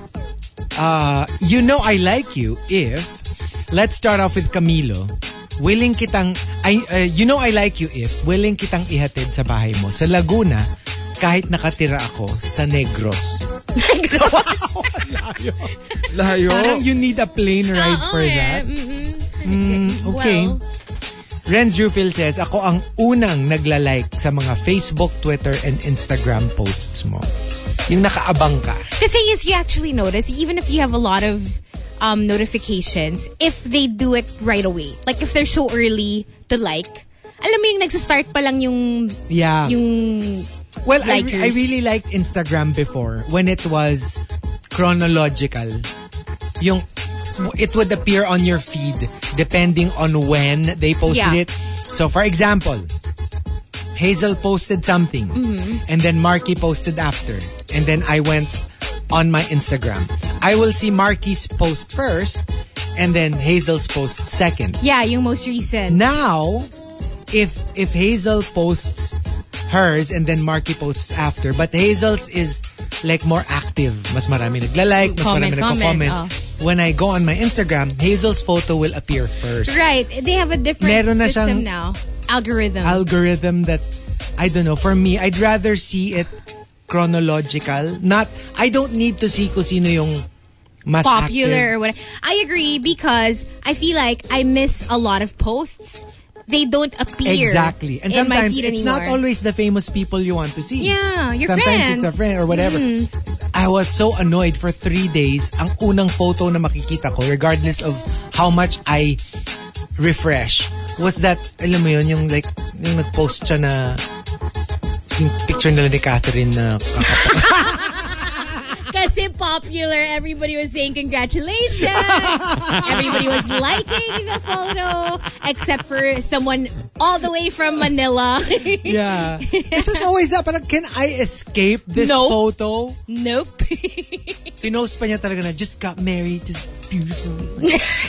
S1: Uh, you know I like you if. Let's start off with Camilo. Willing kitang, I, uh, you know I like you if, willing kitang ihatid sa bahay mo sa Laguna kahit nakatira ako sa
S2: Oh.
S1: Negros.
S3: Layo.
S1: Parang you need a plane ride
S2: Oo,
S1: for
S2: eh.
S1: that. Mm,
S2: Mm-mm.
S1: okay.
S2: Well,
S1: Renz Rufil says, ako ang unang nagla-like sa mga Facebook, Twitter, and Instagram posts mo. Yung nakaabang ka.
S2: the thing is, you actually notice, even if you have a lot of um, notifications, if they do it right away, like if they're so early, the like, alam mo yung nagsistart pa lang yung,
S1: Yeah.
S2: yung,
S1: Well, I,
S2: Likers.
S1: I really liked Instagram before when it was chronological. Yung it would appear on your feed depending on when they posted
S2: Yeah.
S1: it. So, for example, Hazel posted something,
S2: Mm-hmm.
S1: and then Marky posted after, and then I went on my Instagram. I will see Marky's post first, and then Hazel's post second
S2: yeah, yung most recent.
S1: now if if Hazel posts hers and then Marky posts after but Hazel's is like more active mas marami nagla-like mas
S2: Comment, ah.
S1: marami nagko-comment
S2: comment,
S1: when I go on my Instagram Hazel's photo will appear first
S2: Right. They have a different
S1: Meron na siyang-
S2: system now. Algorithm.
S1: algorithm that I don't know for me I'd rather see it chronological not I don't need to see kung sino yung mas active.
S2: popular or whatever. I agree because I feel like I miss a lot of posts. They don't appear
S1: Exactly. And
S2: in my
S1: sometimes
S2: feed
S1: it's
S2: anymore.
S1: not always the famous people you want to see.
S2: Yeah, your
S1: sometimes
S2: friends. Mm.
S1: it's a friend or whatever. I was so annoyed for three days. Ang unang photo na makikita ko, regardless of how much I refresh, was that, alam mo yun, yung like, yung nag-post siya na yung picture nila ni Catherine na
S2: Kasi popular, everybody was saying congratulations. everybody was liking the photo, except for someone all the way from Manila.
S1: yeah it's just always that parang can I escape this
S2: No.
S1: photo
S2: nope.
S1: pinost pa niya talaga na just got married to this beautiful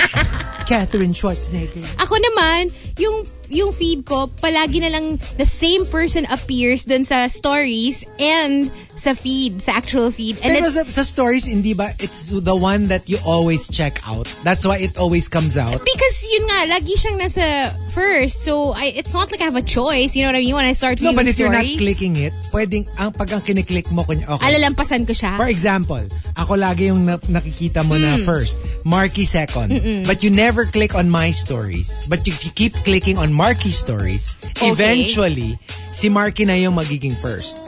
S1: Catherine Schwarzenegger
S2: Ako naman, yung yung feed ko, palagi na lang the same person appears dun sa stories and sa feed, sa actual feed. And
S1: Pero
S2: it's-
S1: sa, sa stories, hindi ba, it's the one that you always check out. That's why it always comes out.
S2: Because yun nga nga, lagi siyang nasa first. So, I, it's not like I have a choice. You know what I mean? When I start
S1: No,
S2: reading
S1: but if you're not
S2: stories,
S1: clicking it, pwedeng, ang pag ang kiniklik mo, kunya, okay.
S2: alalampasan ko siya.
S1: For example, ako lagi yung na- nakikita mo
S2: Hmm.
S1: na first, Marky second. But you never click on my stories. But if you keep clicking on Marky stories,
S2: Okay.
S1: eventually, si Marky na yung magiging first.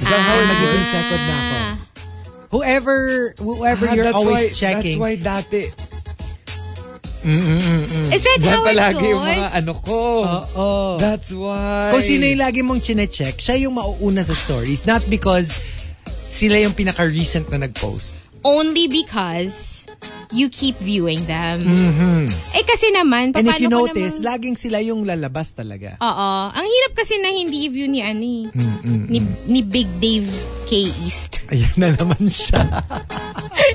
S1: So how
S2: Ah.
S3: Ah.
S1: it magiging second na ako. Whoever, whoever
S3: Ah,
S1: you're
S3: that's
S1: always
S3: why-
S1: checking.
S3: That's why dati.
S2: Is that
S3: Diyan
S2: how it
S3: palagi yung
S2: goes?
S3: mga ano ko. That's why.
S1: Kung sino yung lagi mong chinecheck, siya yung mauuna sa stories. Not because sila yung pinaka-recent na nag-post.
S2: Only because you keep viewing them. Eh kasi
S1: Mm-hmm.
S2: naman,
S1: And
S2: paano
S1: if you
S2: ko
S1: notice,
S2: naman...
S1: laging sila yung lalabas talaga.
S2: Oo. Ang hirap kasi na hindi i-view ni Ani. ni, ni Big Dave K. East.
S1: Ayan na naman siya.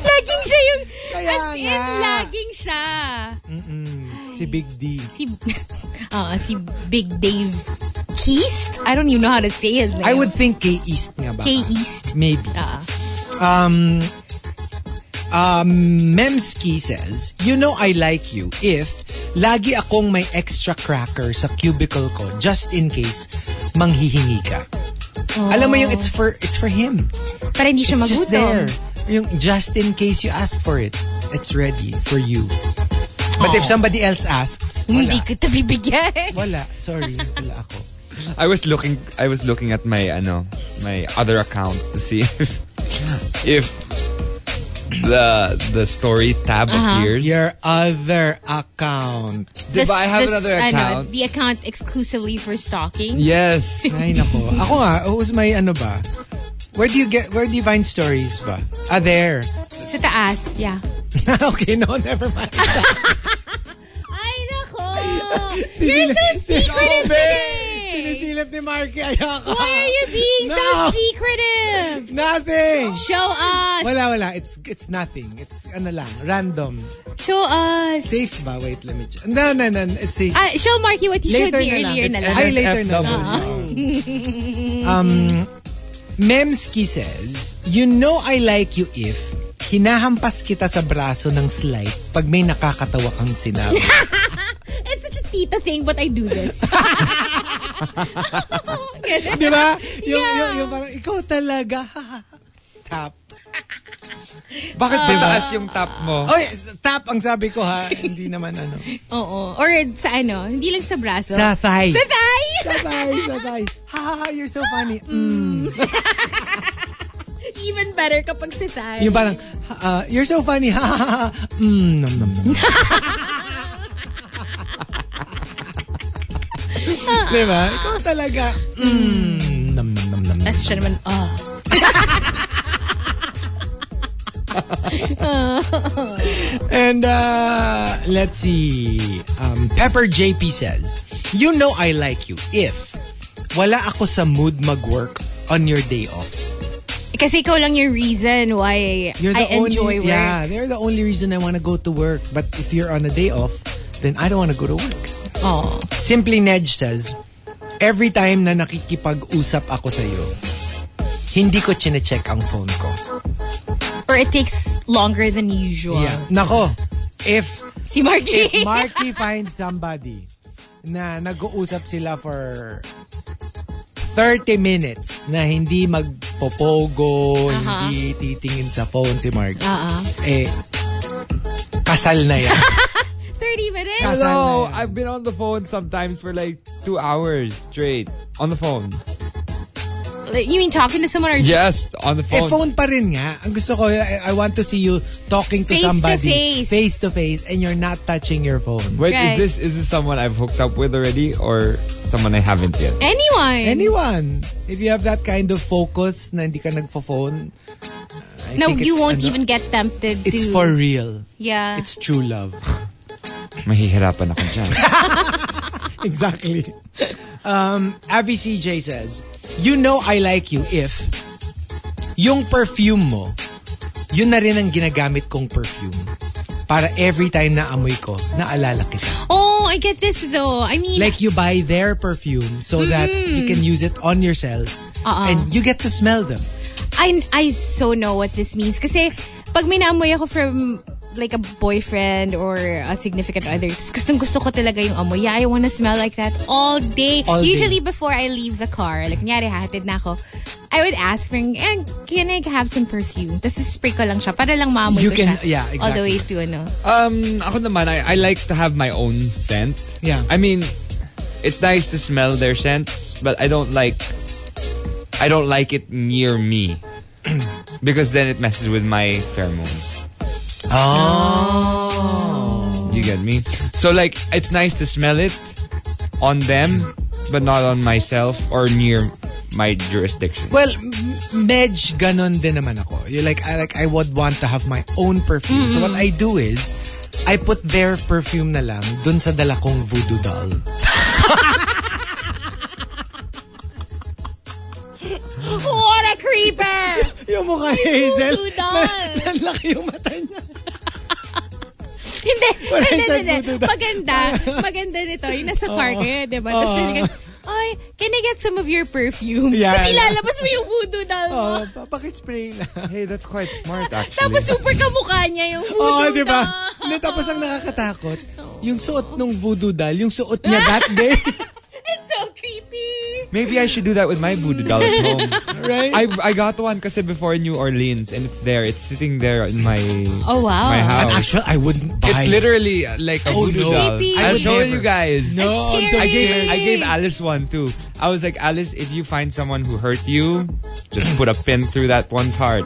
S2: laging siya yung...
S1: Kaya
S2: as in,
S1: nga.
S2: laging siya.
S1: si Big D.
S2: Si... Oo, si Big Dave Keast? I don't even know how to say his name.
S1: I would think K East nga ba?
S2: K. East.
S1: Maybe.
S2: Ah.
S1: Um, um, Memski says, You know I like you if lagi akong may extra cracker sa cubicle ko just in case manghihingi ka. Alam mo yung it's for it's for him.
S2: Para hindi siya
S1: It's just there.
S2: magutom.
S1: Yung just in case you ask for it, it's ready for you. But if somebody else asks,
S2: Oh. Hindi
S1: wala.
S2: kita bibigyan.
S1: Wala. Sorry, wala ako.
S3: I was looking I was looking at my ano my other account to see if, if the the story tab
S2: Uh-huh.
S3: appears.
S1: Your other account.
S3: Diba,
S2: This-
S3: I have
S2: this,
S3: another
S2: ano,
S3: account.
S2: the account exclusively for stalking.
S3: Yes.
S1: Ay, nako. Ako nga, who's my ano ba? Where do you get, where do you find stories ba? Ah, there.
S2: Sa taas, yeah.
S1: okay, no, never mind.
S2: Ay, nako! You're so secretive today!
S1: Oh, Sinisilip ni Marky, ayoko.
S2: Why are you being so
S1: No.
S2: secretive?
S1: Nothing!
S2: Show us!
S1: Wala, wala. It's, it's nothing. It's ano lang, random.
S2: Show us!
S1: Safe ba? Wait, let me check. No, no, no. It's safe.
S2: Ah, show Marky what you showed
S1: later
S2: me
S1: na lang.
S2: earlier na lang.
S1: Ay, later na lang.
S3: Ah.
S1: um, Memski says, You know I like you if hinahampas kita sa braso ng slight pag may nakakatawa kang sinabi.
S2: It's such a tita thing, but I do this. Ganun.
S1: Di ba? Yung,
S2: Yeah.
S1: yung, yung parang, ikaw talaga. tap. Bakit
S3: Diba?
S1: di ba?
S3: Taas yung tap mo.
S1: Oy, tap ang sabi ko ha. Hindi naman ano.
S2: Oo. Or sa ano, hindi lang sa braso.
S1: Sa thigh.
S2: Sa thigh!
S1: Sabay, sabay. Ha ha ha, you're so funny. Mm.
S2: Even better kapag sa thigh.
S1: Yung parang, ha- ah, you're so funny. Ha ha ha. Mm, nom nom nom. di ba? Ikaw talaga. Mm, nom nom nom nom.
S2: Tapos siya naman, oh.
S1: And uh, let's see. Um, Pepper JP says, You know I like you if wala ako sa mood mag-work on your day off.
S2: Kasi ikaw lang yung reason why
S1: You're the
S2: I
S1: only,
S2: enjoy work.
S1: Yeah, they're the only reason I want to go to work. But if you're on a day off, then I don't want to go to work.
S2: Oh.
S1: Simply Nedge says, Every time na nakikipag-usap ako sa'yo, hindi ko chinecheck ang phone ko.
S2: Or it takes longer than usual.
S1: Nako, if
S2: Si Marky.
S1: if Marky finds somebody na nag-uusap sila for 30 minutes na hindi magpopogo, hindi titingin sa phone si Marky, eh, kasal na yan.
S2: 30 minutes?
S1: Kas-
S3: Hello, I've been on the phone sometimes for like two hours straight. On the phone.
S2: Like, you mean talking to someone or just
S3: Yes, on the
S1: eh,
S3: phone.
S1: phone pa rin nga. Ang gusto ko, eh, I, I want to see you talking to
S2: Face to
S1: somebody.
S2: face.
S1: Face to face. And you're not touching your phone.
S3: Wait,
S2: Right.
S3: is this is this someone I've hooked up with already or someone I haven't yet?
S2: anyone?
S1: Anyone. If you have that kind of focus na hindi ka nagpo-phone, I
S2: No,
S1: think
S2: you
S1: it's,
S2: won't
S1: ano,
S2: even Ah. get tempted to.
S1: It's for real.
S2: Yeah.
S1: It's true love.
S3: Mahihirapan ako dyan.
S1: exactly. Um, Abby CJ says, You know I like you if yung perfume mo, yun na rin ang ginagamit kong perfume. Para every time na amoy ko, naalala kita.
S2: oh, I get this though. I mean,
S1: Like you buy their perfume so that you can use it on yourself
S2: Uh-uh.
S1: and you get to smell them.
S2: I, I so know what this means. Kasi pag may naamoy ako from like a boyfriend or a significant other, gustong gusto ko talaga yung amoy. Yeah, I wanna smell like that all day.
S1: All day.
S2: Usually before I leave the car, like nyari hatid na ako, I would ask for, eh, can I have some perfume? Tapos spray ko lang siya para lang maamoy
S1: You
S2: ko
S1: can-
S2: siya.
S1: yeah,
S2: All the way to
S1: exactly.
S2: ano.
S3: Um, ako naman, I, I like to have my own scent.
S1: Yeah.
S3: I mean, it's nice to smell their scents, but I don't like, I don't like it near me. because then it messes with my pheromones. Oh. You get me? So like, it's nice to smell it on them, but not on myself or near my jurisdiction.
S1: Well, m- medj ganon din naman ako. You like I like I would want to have my own perfume. So what I do is I put their perfume na lang dun sa dala kong voodoo doll.
S2: What a creeper!
S1: Yung mukha ni Hazel,
S2: voodoo doll.
S1: na- nanlaki yung mata niya.
S2: Hindi,
S1: Wala
S2: hindi,
S1: isang
S2: hindi.
S1: dududa.
S2: Maganda. Maganda nito. Yung nasa car ka yun, di ba? Tapos
S1: Oo.
S2: nilagay, ay, can I get some of your perfume?
S1: Yeah.
S2: Tapos ilalabas mo yung voodoo doll mo.
S1: Oh, papakispray lang.
S3: hey, that's quite smart actually.
S2: Tapos super kamukha niya yung voodoo
S1: Oo, diba?
S2: doll.
S1: di ba? Hindi, tapos ang nakakatakot, yung suot ng voodoo doll, yung suot niya that day.
S2: It's so creepy.
S3: Maybe I should do that with my voodoo doll at home.
S1: right?
S3: I, I got one kasi before New Orleans and it's there. It's sitting there in my
S2: Oh, wow.
S3: my house.
S1: Actually, I wouldn't buy
S3: It's literally uh, like a
S1: Oh,
S3: voodoo
S1: no.
S3: doll.
S2: Creepy. I
S3: I'll
S2: would
S3: show
S1: never.
S3: you guys.
S1: No, I'm so
S2: That's
S3: I gave
S1: scared.
S3: I gave Alice one too. I was like, Alice, if you find someone who hurt you, just put a pin through that one's heart.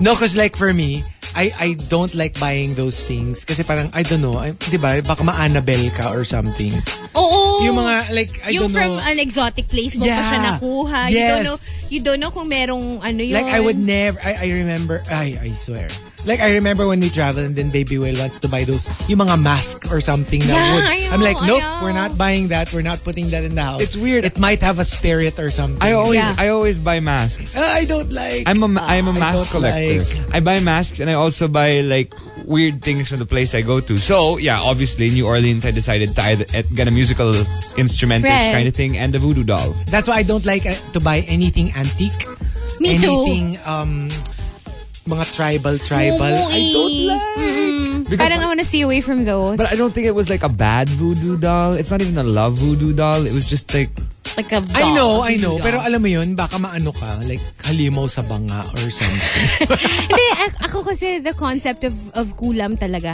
S1: No, because like for me, I I don't like buying those things kasi parang I don't know, I, 'di ba? Baka ma-Annabelle ka or something.
S2: Oo.
S1: Yung mga like I
S2: yung
S1: don't
S2: from ano
S1: know.
S2: an exotic place mo pa
S1: Yeah.
S2: siya nakuha. You
S1: Yes.
S2: don't know, you don't know kung merong ano yun.
S1: like I would never I, I remember I I swear. Like I remember when we traveled and then Baby Whale wants to buy those yung mga mask or something na
S2: Yeah,
S1: wood.
S2: I
S1: I'm
S2: know,
S1: like,
S2: I
S1: nope,
S2: know."
S1: we're not buying that. We're not putting that in the house.
S3: It's weird.
S1: It might have a spirit or something.
S3: I always Uh,
S2: Yeah.
S3: I always buy masks.
S1: Ah, I don't like.
S3: I'm a I'm a mask
S1: don't
S3: collector. I buy masks and I also buy like weird things from the place I go to. So yeah, obviously New Orleans. I decided to either get a musical instrument
S2: Right.
S3: kind of thing and a voodoo doll.
S1: That's why I don't like uh, to buy anything antique.
S2: Me too.
S1: anything, um, mga tribal, tribal. I don't
S2: Mumuhi.
S1: like.
S3: Because-
S2: Parang I wanna stay away from those.
S3: But I don't think it was like a bad voodoo doll. It's not even a love voodoo doll. It was just like
S2: like a
S1: I
S2: doll,
S1: know,
S2: a
S1: I know.
S2: voodoo
S1: Pero
S2: doll.
S1: alam mo yun, baka maano ka, like halimaw sa banga or something.
S2: Hindi, a- ako kasi the concept of, of kulam talaga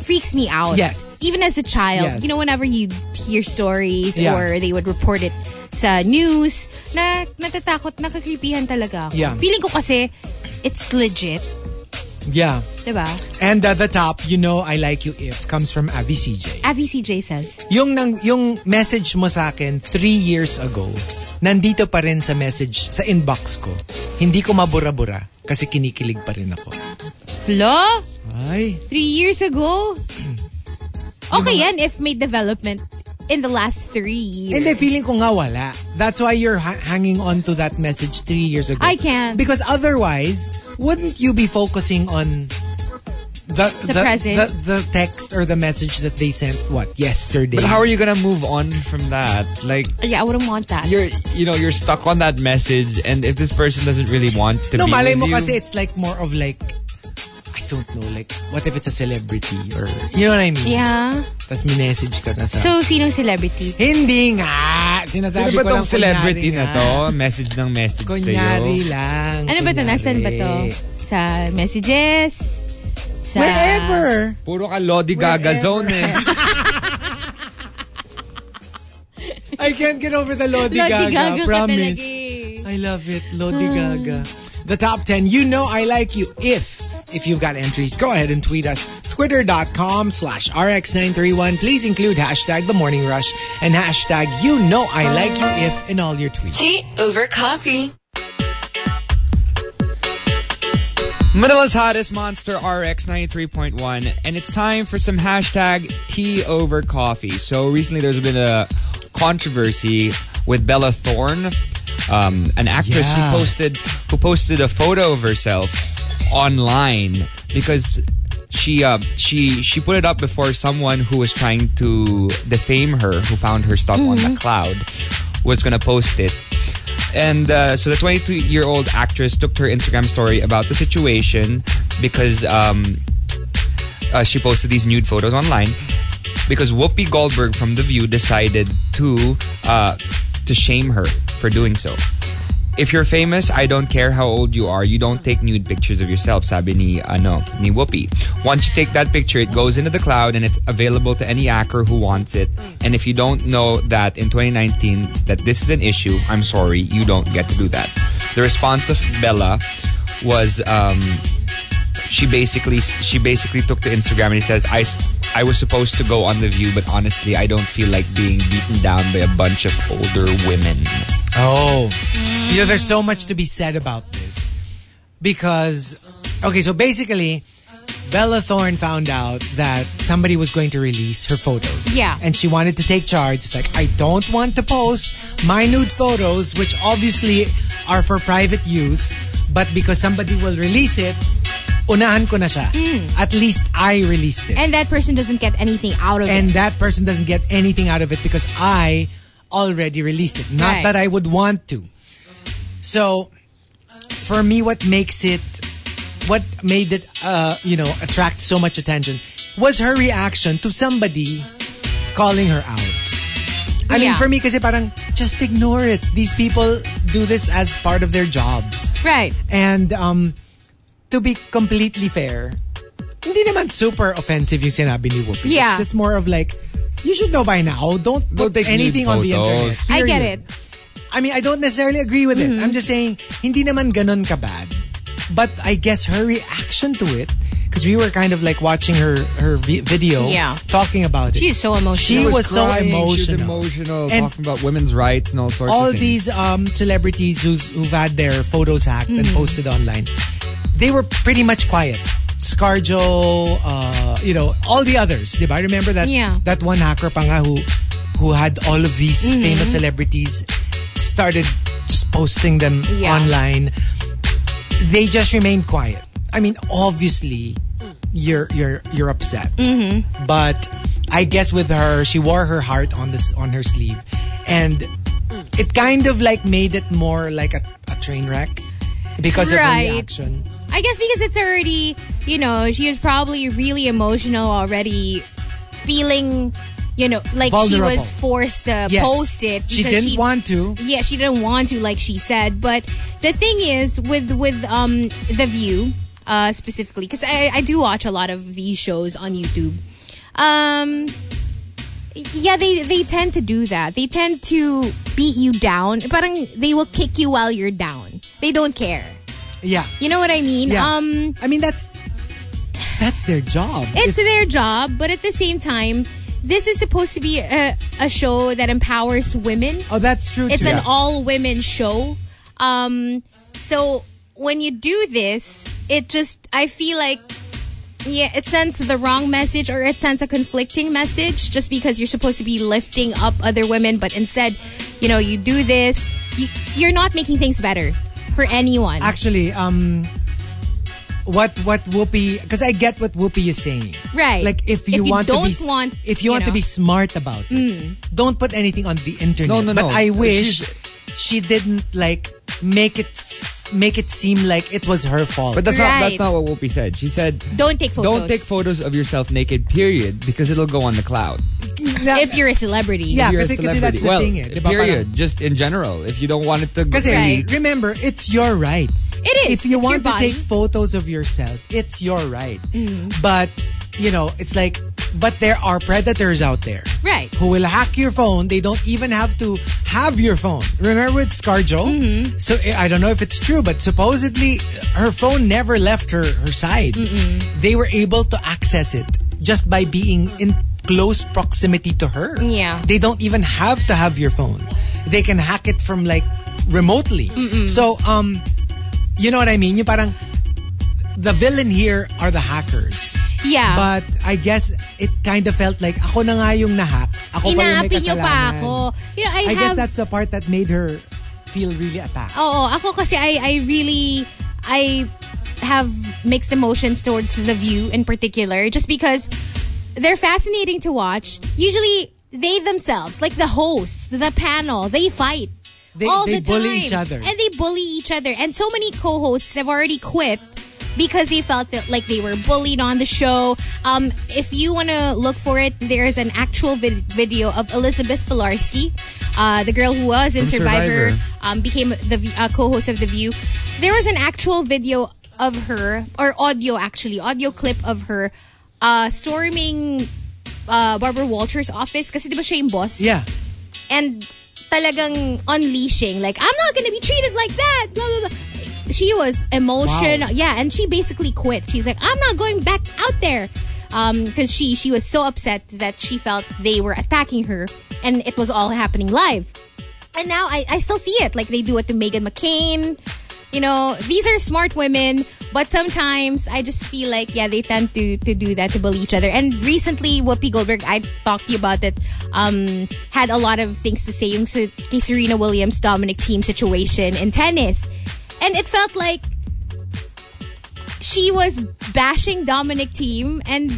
S2: freaks me out.
S1: Yes.
S2: Even as a child.
S1: Yes.
S2: You know, whenever you hear stories
S1: Yeah.
S2: or they would report it sa news, na natatakot, nakakripihan talaga ako.
S1: Yeah.
S2: Feeling ko kasi, it's legit.
S1: yeah.
S2: Diba?
S1: And at the top, you know I like you if comes from Abby CJ.
S2: Abby CJ says,
S1: Yung, nang, yung message mo sa akin three years ago, nandito pa rin sa message, sa inbox ko. Hindi ko mabura-bura kasi kinikilig pa rin ako.
S2: Hello?
S1: Ay,
S2: Three years ago? Okay yan if may development in the last three years.
S1: Hindi, feeling ko nga wala. That's why you're ha- hanging on to that message three years ago.
S2: I can't.
S1: Because otherwise, wouldn't you be focusing on the
S2: The present.
S1: the, the text or the message that they sent what yesterday?
S3: But how are you gonna move on from that? Like
S2: yeah, I wouldn't want that.
S3: you're you know, you're stuck on that message and if this person doesn't really want to
S1: no,
S3: be
S1: malay
S3: with
S1: mo
S3: you,
S1: kasi it's like more of like I don't know, like what if it's a celebrity or you know what I mean?
S2: Yeah.
S1: Tapos minessage ka na sa
S2: So, sinong celebrity?
S1: hindi nga.
S3: Sino
S1: Sinasabi
S3: ba
S1: ko lang
S3: tong celebrity
S1: kunyari
S3: na
S1: nga.
S3: to? Message ng message
S1: Kunyari
S3: sa'yo.
S1: lang.
S2: Ano ba to?
S1: kunyari.
S2: Nasaan ba to? Sa messages? Sa...
S1: Wherever.
S3: Puro ka Lodi Gaga
S1: Wherever.
S3: zone eh.
S1: I can't get over the Lodi, Gaga,
S2: Gaga ka
S1: promise.
S2: talaga eh.
S1: I love it, Lodi Gaga. The top 10, you know I like you if. If you've got entries, go ahead and tweet us. Twitter.com slash RX931. Please include hashtag The Morning Rush and hashtag You Know I Like You If in all your tweets.
S4: Tea over coffee.
S3: Manila's hottest monster RX 93.1, and it's time for some hashtag tea over coffee. So recently there's been a controversy with Bella Thorne, um, an actress
S1: Yeah.
S3: who posted who posted a photo of herself online because she uh, she she put it up before someone who was trying to defame her, who found her stuff on the cloud, was gonna post it. And uh, so the 22 year old actress took to her Instagram story about the situation because um, uh, she posted these nude photos online because Whoopi Goldberg from The View decided to uh, to shame her for doing so. If you're famous, I don't care how old you are. You don't take nude pictures of yourself, sabi ni ano ni Whoopi. Once you take that picture, it goes into the cloud and it's available to any hacker who wants it. And if you don't know that in 2019 that this is an issue, I'm sorry, you don't get to do that. The response of Bella was. Um, she basically she basically took to Instagram and he says I s- I was supposed to go on the View, but honestly, I don't feel like being beaten down by a bunch of older women.
S1: Oh. You know, there's so much to be said about this. Because, okay, so basically, Bella Thorne found out that somebody was going to release her photos.
S2: Yeah.
S1: And she wanted to take charge. It's like, I don't want to post my nude photos, which obviously are for private use, but because somebody will release it, unahan ko na siya. At least I released it.
S2: And that person doesn't get anything out of
S1: and
S2: it.
S1: that person doesn't get anything out of it because I already released it. Not
S2: Right.
S1: that I would want to. So, for me, what makes it, what made it, uh, you know, attract so much attention was her reaction to somebody calling her out. I mean,
S2: Yeah.
S1: for me, kasi parang, just ignore it. These people do this as part of their jobs.
S2: Right.
S1: And um, to be completely fair, hindi naman super offensive yung sinabi ni Whoopi.
S2: Yeah.
S1: It's just more of like, you should know by now. Don't
S3: Don't
S1: put
S3: take nude
S1: anything on the
S3: photos.
S1: internet.
S2: I get
S1: Period.
S2: it. Mm-hmm.
S1: I mean, I don't necessarily agree with it. I'm just saying, hindi naman ganun ka bad. But I guess her reaction to it, because we were kind of like watching her her vi- video,
S2: Yeah.
S1: talking about it.
S2: She is so emotional.
S1: She,
S2: She
S1: was, so
S3: She
S1: emotional.
S3: was emotional,
S1: And
S3: talking about women's rights and all sorts.
S1: all
S3: of
S1: these
S3: things.
S1: um, celebrities who's, who've had their photos hacked and
S2: Mm-hmm.
S1: posted online, they were pretty much quiet. Scarjo, uh, you know, all the others. Diba? I remember that
S2: Yeah.
S1: that one hacker pa nga who, who had all of these
S2: Mm-hmm.
S1: famous celebrities started just posting them
S2: Yeah.
S1: online. They just remained quiet. I mean, obviously, you're you're you're upset. But I guess with her, she wore her heart on this on her sleeve, and it kind of like made it more like a, a train wreck because of
S2: Right.
S1: her reaction.
S2: I guess because it's already, you know, she is probably really emotional already, feeling, you know, like
S1: Vulnerable.
S2: she was forced to
S1: Yes.
S2: post it.
S1: She
S2: because
S1: didn't want to.
S2: Yeah, she didn't want to, like she said. But the thing is, with with um the View, uh, specifically, because I I do watch a lot of these shows on YouTube. Um, yeah, they they tend to do that. They tend to beat you down. Parang they will kick you while you're down. They don't care.
S1: Yeah,
S2: You know what I mean?
S1: yeah.
S2: Um
S1: I mean that's that's their job.
S2: it's their job, but at the same time, this is supposed to be a, a show that empowers women.
S1: oh, that's true.
S2: It's
S1: too.
S2: an all women show. Um, so when you do this, it just, I feel like, yeah, it sends the wrong message or it sends a conflicting message just because you're supposed to be lifting up other women, but instead, you know, you do this, you, you're not making things better for anyone.
S1: actually um what what Whoopi because I get what Whoopi is saying.
S2: Right.
S1: Like if
S2: If
S1: you,
S2: you
S1: want
S2: don't
S1: to be
S2: want,
S1: if you,
S2: you
S1: want to
S2: know. Mm.
S1: be smart about it, don't put anything on the internet.
S3: No, no,
S1: but
S3: no.
S1: I wish
S3: She's-
S1: she didn't like make it make it seem like it was her fault.
S3: But that's not
S2: Right.
S3: that's not what Whoopi said. She said,
S2: Don't take photos.
S3: "Don't take photos of yourself naked, period, because it'll go on the cloud."
S1: Now-
S2: if you're a celebrity.
S1: Yeah,
S3: You're a
S1: Ah, kasi- kasi that's
S3: celebrity.
S1: the
S3: well,
S1: thing eh, di ba,
S3: period. Just in general, if you don't want it to, go
S1: Kasi
S2: Right.
S1: remember, it's your right.
S2: It is.
S1: If you
S2: It's
S1: want
S2: your
S1: to
S2: body. Mm-hmm.
S1: take photos of yourself, it's your right. But you know, it's like but there are predators out there.
S2: Right.
S1: Who will hack your phone. They don't even have to have your phone. Remember with Scarjo?
S2: Mm-hmm.
S1: So eh, I- I don't know if it's true, but supposedly her phone never left her her side. They were able to access it just by being in close proximity to her.
S2: Yeah.
S1: They don't even have to have your phone. They can hack it from like remotely. So um you know what I mean? You parang the villain here are the hackers.
S2: Yeah.
S1: But I guess it kind of felt like ako na nga yung nahack. Ako pa yung may
S2: Inaapi niyo
S1: kasalanan.
S2: pa ako. You know, I,
S1: I
S2: have... Oh.
S1: guess that's the part that made her feel really attacked.
S2: Oo, ako kasi I, I really, I have mixed emotions towards The View in particular just because they're fascinating to watch. Usually, they themselves, like the hosts, the panel, they fight.
S1: They-
S2: all
S1: they
S2: the
S1: bully
S2: time.
S1: each other.
S2: And they bully each other. And so many co-hosts have already quit because he felt that like they were bullied on the show. Um, if you want to look for it, there's an actual vid- video of Elizabeth Filarski, uh, the girl who was in
S1: From
S2: Survivor,
S1: Survivor.
S2: um, became the uh, co-host of The View. There was an actual video of her, or audio actually, audio clip of her uh, storming uh, Barbara Walters' office kasi di ba siya yung boss?
S1: Yeah.
S2: and talagang unleashing like i'm not gonna be treated like that blah blah blah she was emotional yeah and she basically quit she's like i'm not going back out there um because she she was so upset that she felt they were attacking her and it was all happening live and now i, I still see it like they do it to megan mccain you know these are smart women but sometimes i just feel like yeah they tend to to do that to bully each other and recently whoopi goldberg i talked to you about it um had a lot of things to say yung sa- kay serena williams dominic team situation in tennis and it felt like she was bashing Dominic Team and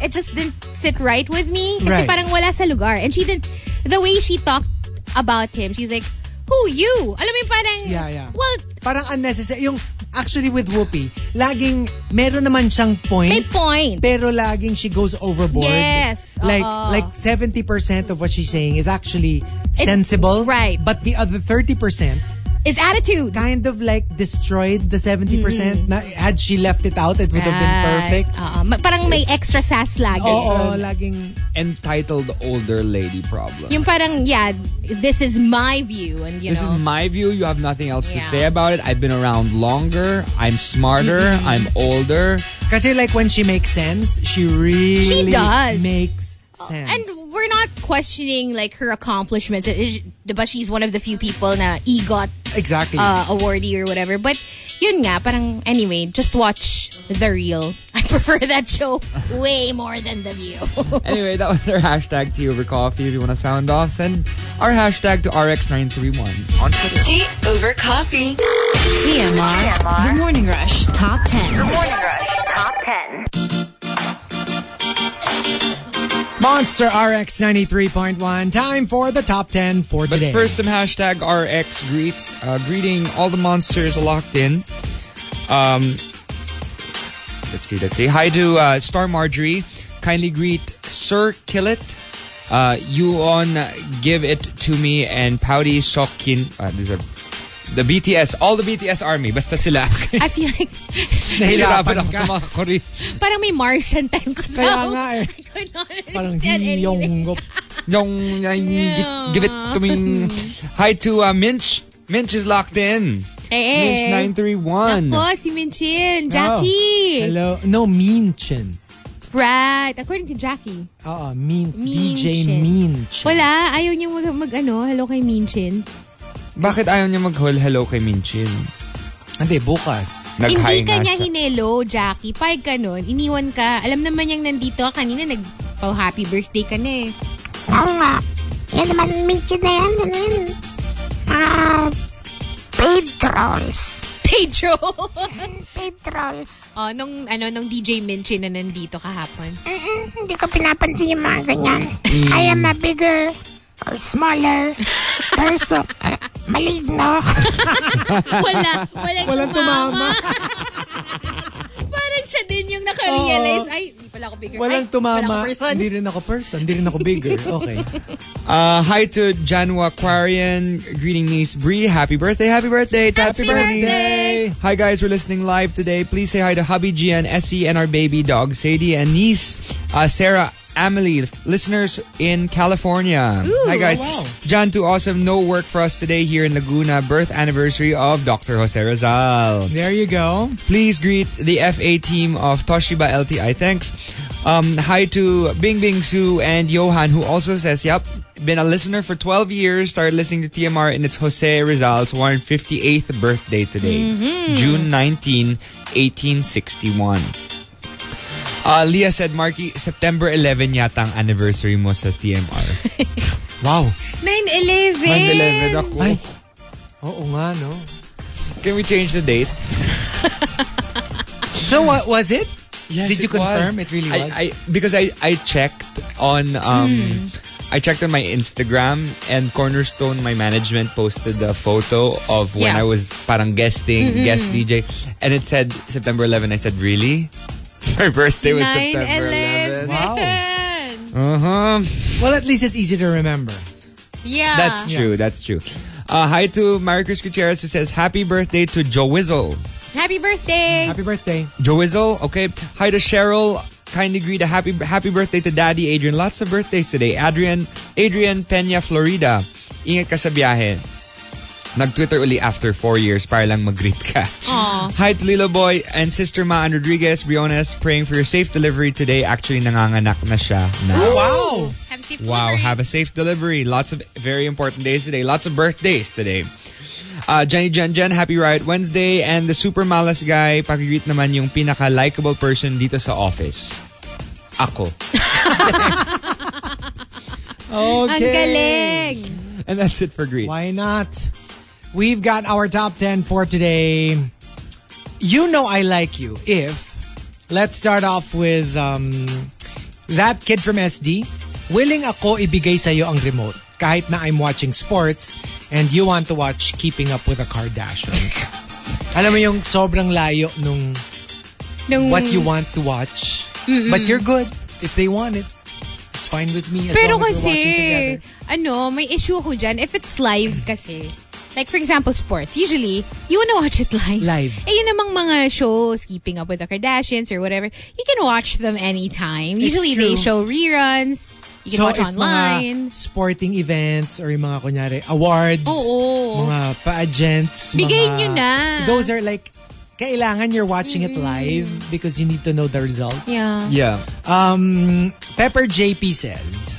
S2: it just didn't sit right with me kasi
S1: Right.
S2: parang wala sa lugar and she didn't the way she talked about him she's like who you alam mo yung parang
S1: Yeah, yeah.
S2: well
S1: Parang unnecessary. Yung, actually with Whoopi, laging, meron naman siyang point.
S2: may point
S1: pero laging she goes overboard.
S2: Yes, uh-uh.
S1: Like
S2: oo.
S1: like 70% of what she's saying is actually sensible.
S2: right.
S1: But the other 30%
S2: it's attitude
S1: kind of like destroyed the 70%
S2: Mm-hmm.
S1: na had she left it out it would have been perfect.
S2: Ah, ma- parang may extra sass lagi
S1: Oo, laging
S3: Entitled older lady problem.
S2: yung parang yeah this is my view and you
S3: this
S2: know
S3: is my view. You have nothing else to
S2: Yeah.
S3: say about it. I've been around longer. I'm smarter. I'm older.
S1: kasi like when she makes sense, she really
S2: does. Uh,
S1: makes sense.
S2: And we're not questioning like her accomplishments. It is- Diba she's one of the few people na EGOT
S1: exactly.
S2: uh, awardee or whatever. But yun nga, parang anyway, just watch The Real. I prefer that show way more than The View.
S3: Anyway, that was our hashtag tea over coffee. If you want to sound off, send our hashtag to RX931 on Twitter.
S4: Tea over coffee.
S5: TMR,
S6: TMR.
S5: The Morning Rush Top 10.
S6: Morning Rush Top 10.
S1: Monster RX 93.1 time for the top 10 for
S3: But
S1: today.
S3: first, some hashtag RX greets. Uh, greeting all the monsters locked in. Um, let's see, let's see. Hi to uh, Star Marjorie. Kindly greet Sir Killit. Uh, you on Give It To Me and Pouty Sokkin. Uh, these are the BTS, all the BTS army. Basta sila.
S2: I feel like
S1: Nahirapan
S3: Hirapan ako
S1: ka.
S3: sa mga Korean.
S2: parang may Martian time kasi
S1: Kaya nga eh.
S2: I could not
S1: Parang
S2: understand anything.
S1: hiyonggop.
S3: Yung, yung, gi- give it to me. Hi to uh, Minch. Minch is locked in.
S2: Hey, hey.
S3: Minch931.
S2: Eh, Ako, si Minchin. Jackie.
S1: Oh. Hello. No, Minchin.
S2: Right. According to Jackie.
S1: Oo, mean,
S2: Mean
S1: DJ
S2: Chin.
S1: Minchin.
S2: Wala. Ayaw niya mag, mag ano, hello kay Minchin.
S3: Bakit ayaw niya mag-hol hello kay Minchin?
S1: Hindi, bukas.
S2: Hindi
S3: Nag-hi
S2: ka
S3: nga
S2: niya
S3: siya.
S2: hinelo, Jackie. Pag ka nun, iniwan ka. Alam naman niyang nandito ka. Kanina nagpaw happy birthday ka na eh.
S7: Oo nga. Yan naman, Mickey na yan. Ano yan? Ah, paid trolls.
S2: Pedro!
S7: Paid trolls.
S2: oh, nung, ano, nung DJ Minchin na nandito kahapon.
S7: Mm-mm, hindi ko pinapansin yung mga ganyan. I am a bigger or smaller person. Uh, maligno.
S2: Wala. Walang,
S1: Walang tumama.
S2: Parang siya din yung nakarealize. Ay, hindi pala ako bigger.
S1: Walang
S2: Ay, Hindi pala
S1: tumama.
S2: ako person.
S1: Hindi rin ako person. Hindi rin ako bigger. Okay.
S3: Uh, hi to Janwa Aquarian. Greeting niece Bree. Happy birthday, happy birthday.
S2: Happy birthday.
S3: Hi guys, we're listening live today. Please say hi to hubby G and Essie and our baby dog Sadie and niece uh, Sarah Amelie, listeners in California. hi
S1: oh,
S3: guys.
S1: wow.
S3: John to awesome. No work for us today here in Laguna. Birth anniversary of Dr. Jose Rizal.
S1: There you go.
S3: Please greet the FA team of Toshiba LTI. Thanks. Um, hi to Bing Bing Su and Johan, who also says, Yep, been a listener for 12 years. Started listening to TMR in its Jose Rizal's 158th birthday today, June 19, 1861. Uh, Leah said, Marky, September 11 yata ang anniversary mo sa TMR.
S1: Wow.
S3: 9-11 ako.
S1: Ay. Oo nga, no?
S3: Can we change the date?
S1: So what was it?
S3: Yes,
S1: Did you
S3: was.
S1: confirm it really
S3: I,
S1: was?
S2: Hmm.
S3: I, because I, I checked on um I checked on my Instagram and Cornerstone, my management, posted a photo of when
S2: Yeah. Mm-hmm.
S3: I was parang guesting, guest DJ. And it said September 11. I said, really? My birthday was September 11. Uh-huh.
S1: Well, at least it's easy to remember.
S2: Yeah.
S3: That's true. That's true. Uh, hi to Marcus Gutierrez who says, happy birthday to Joe Wizzle.
S2: Happy birthday.
S1: Happy birthday.
S3: Joe Wizzle, okay. Hi to Cheryl. Kindly greet a happy happy birthday to Daddy Adrian. Lots of birthdays today. Adrian, Adrian Peña, Florida. Ingat ka sa biyahe. Nag-Twitter uli after four years para lang mag-greet ka. Hi to Lilo Boy and Sister Ma Ann Rodriguez Briones. Praying for your safe delivery today. Actually, nanganganak na siya. Na.
S1: Wow.
S2: Have safe
S3: Wow,
S2: delivery.
S3: have a safe delivery. Lots of very important days today. Lots of birthdays today. Uh, Jenny Jen Jen, happy Riot Wednesday. And the super malas guy, pag-greet naman yung pinaka-likable person dito sa office. Ako.
S1: Oh,
S2: Ang galing.
S3: And that's it for greet.
S1: Why not? We've got our top 10 for today. You know I like you if let's start off with um, that kid from SD. Willing ako ibigay sa'yo ang remote kahit na I'm watching sports and you want to watch Keeping Up with the Kardashians. Alam mo yung sobrang layo nung
S2: Nung-
S1: what you want to watch. But you're good if they want it. It's fine with me as
S2: Pero
S1: long as we're
S2: kasi,
S1: watching together.
S2: ano, may issue ako dyan. If it's live kasi, like for example, sports, usually, you wanna watch it live.
S1: Live.
S2: Eh, yun namang mga shows, Keeping Up with the Kardashians or whatever, you can watch them anytime.
S1: It's
S2: Usually, they
S1: true.
S2: show reruns. You can watch
S1: if mga
S2: online.
S1: sporting events or yung mga kunyari awards,
S2: Oo.
S1: mga pageants,
S2: Bigay
S1: mga-
S2: nyo na. Mm-hmm.
S1: Those are like, kailangan you're watching it live because you need to know the result.
S2: yeah.
S3: Yeah.
S1: Um, Pepper JP says,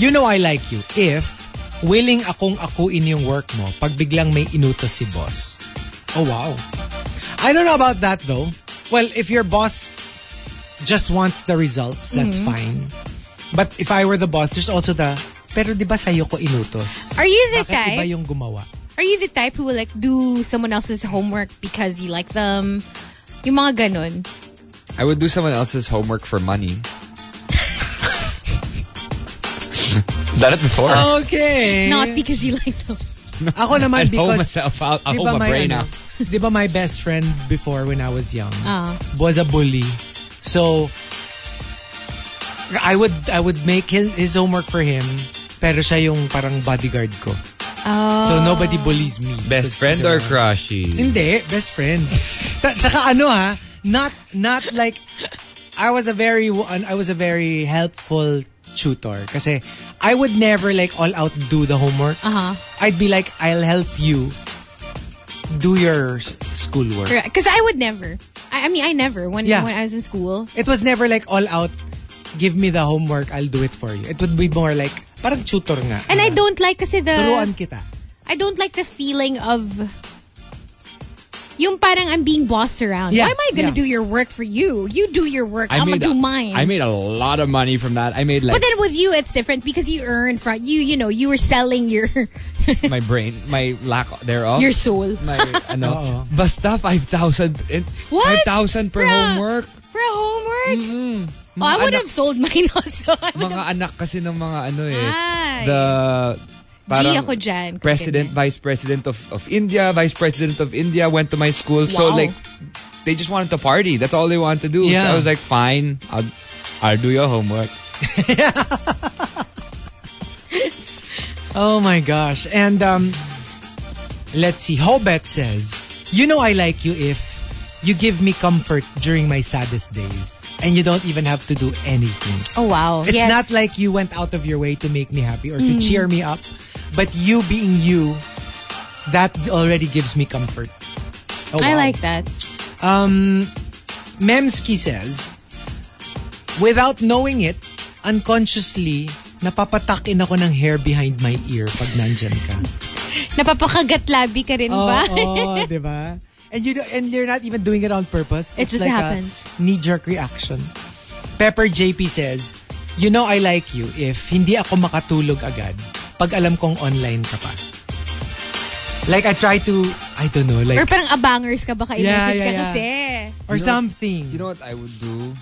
S1: You know I like you if willing akong akuin yung work mo pag biglang may inutos si boss. Oh, wow. I don't know about that though. Well, if your boss just wants the results, that's fine. But if I were the boss, there's also the, pero di ba sa'yo ko inutos?
S2: Are you the
S1: Bakit iba
S2: type?
S1: yung gumawa?
S2: Are you the type who will like do someone else's homework because you like them? Yung mga ganun.
S3: I would do someone else's homework for money. Done it before.
S1: Oh, Okay.
S2: Not because you like them.
S1: Ako naman
S3: I'd hold
S1: because
S3: myself out. I'll
S1: Di
S3: hold
S1: ba
S3: my
S1: my,
S3: brain
S1: ano,
S3: ah. out.
S1: di ba my best friend before when I was young
S2: Ah.
S1: was a bully. So, I would I would make his, his homework for him pero siya yung parang bodyguard ko. So, nobody bullies me. Because
S3: Best friend
S1: he's
S3: or
S1: around.
S3: crushy?
S1: Hindi, best friend. Ta- tsaka ano ha, not not like I was a very I was a very helpful tutor kasi I would never like all out do the homework.
S2: Uh-huh.
S1: I'd be like I'll help you do your s- schoolwork.
S2: Because I would never. I, I mean, I never. When,
S1: Yeah.
S2: when I was in school,
S1: It was never like all out give me the homework, I'll do it for you. It would be more like parang tutor nga.
S2: And I don't like kasi the
S1: turuan kita.
S2: I don't like the feeling of yung parang I'm being bossed around.
S1: Yeah,
S2: Why am I gonna
S1: yeah.
S2: do your work for you? You do your work. I am gonna
S3: made a-
S2: do mine.
S3: I made a lot of money from that. I made
S2: but
S3: like
S2: then with you, it's different because you earn from you. You know, you were selling your
S3: my brain, my lack thereof.
S2: your soul
S3: Oh, my
S1: Oo.
S3: ano basta 5,000 in-
S2: What?
S3: 5,000
S2: Bruh.
S3: per homework
S2: for a homework. Oh,
S3: Mga
S2: I would
S3: anak-
S2: have sold mine also. I would
S3: mga anak kasi ng mga ano eh
S2: Ay.
S3: the parang
S2: ako dyan, kung
S3: president
S2: ganyan.
S3: vice president of of India vice president of India went to my school so
S2: Wow.
S3: like they just wanted to party that's all they wanted to do
S1: Yeah.
S3: so I was like fine I'll, I'll do your homework
S1: Oh my gosh. And um let's see. Hobet says, "You know I like you if you give me comfort during my saddest days and you don't even have to do anything.
S2: oh Mm. wow!
S1: It's not like you went out of your way to make me happy or to cheer me up, but you being you that already gives me comfort." Oh, wow.
S2: I like that.
S1: Memski says, without knowing it, unconsciously, napapatakin ako ng hair behind my ear pag nandyan ka.
S2: Napapakagat labi ka rin
S1: Oo,
S2: ba?
S1: oh, di ba? And, you don't- and you're not even doing it on purpose.
S2: It
S1: It's
S2: just
S1: like
S2: happens.
S1: a knee-jerk reaction. Pepper JP says, You know I like you if hindi ako makatulog agad pag alam kong online ka pa. Like I try to, I don't know, like,
S2: Or parang abangers ka baka
S1: Yeah,
S2: i-message
S1: yeah,
S2: ka
S1: yeah.
S2: kasi.
S1: or
S3: You know-
S1: something.
S3: you know what I would do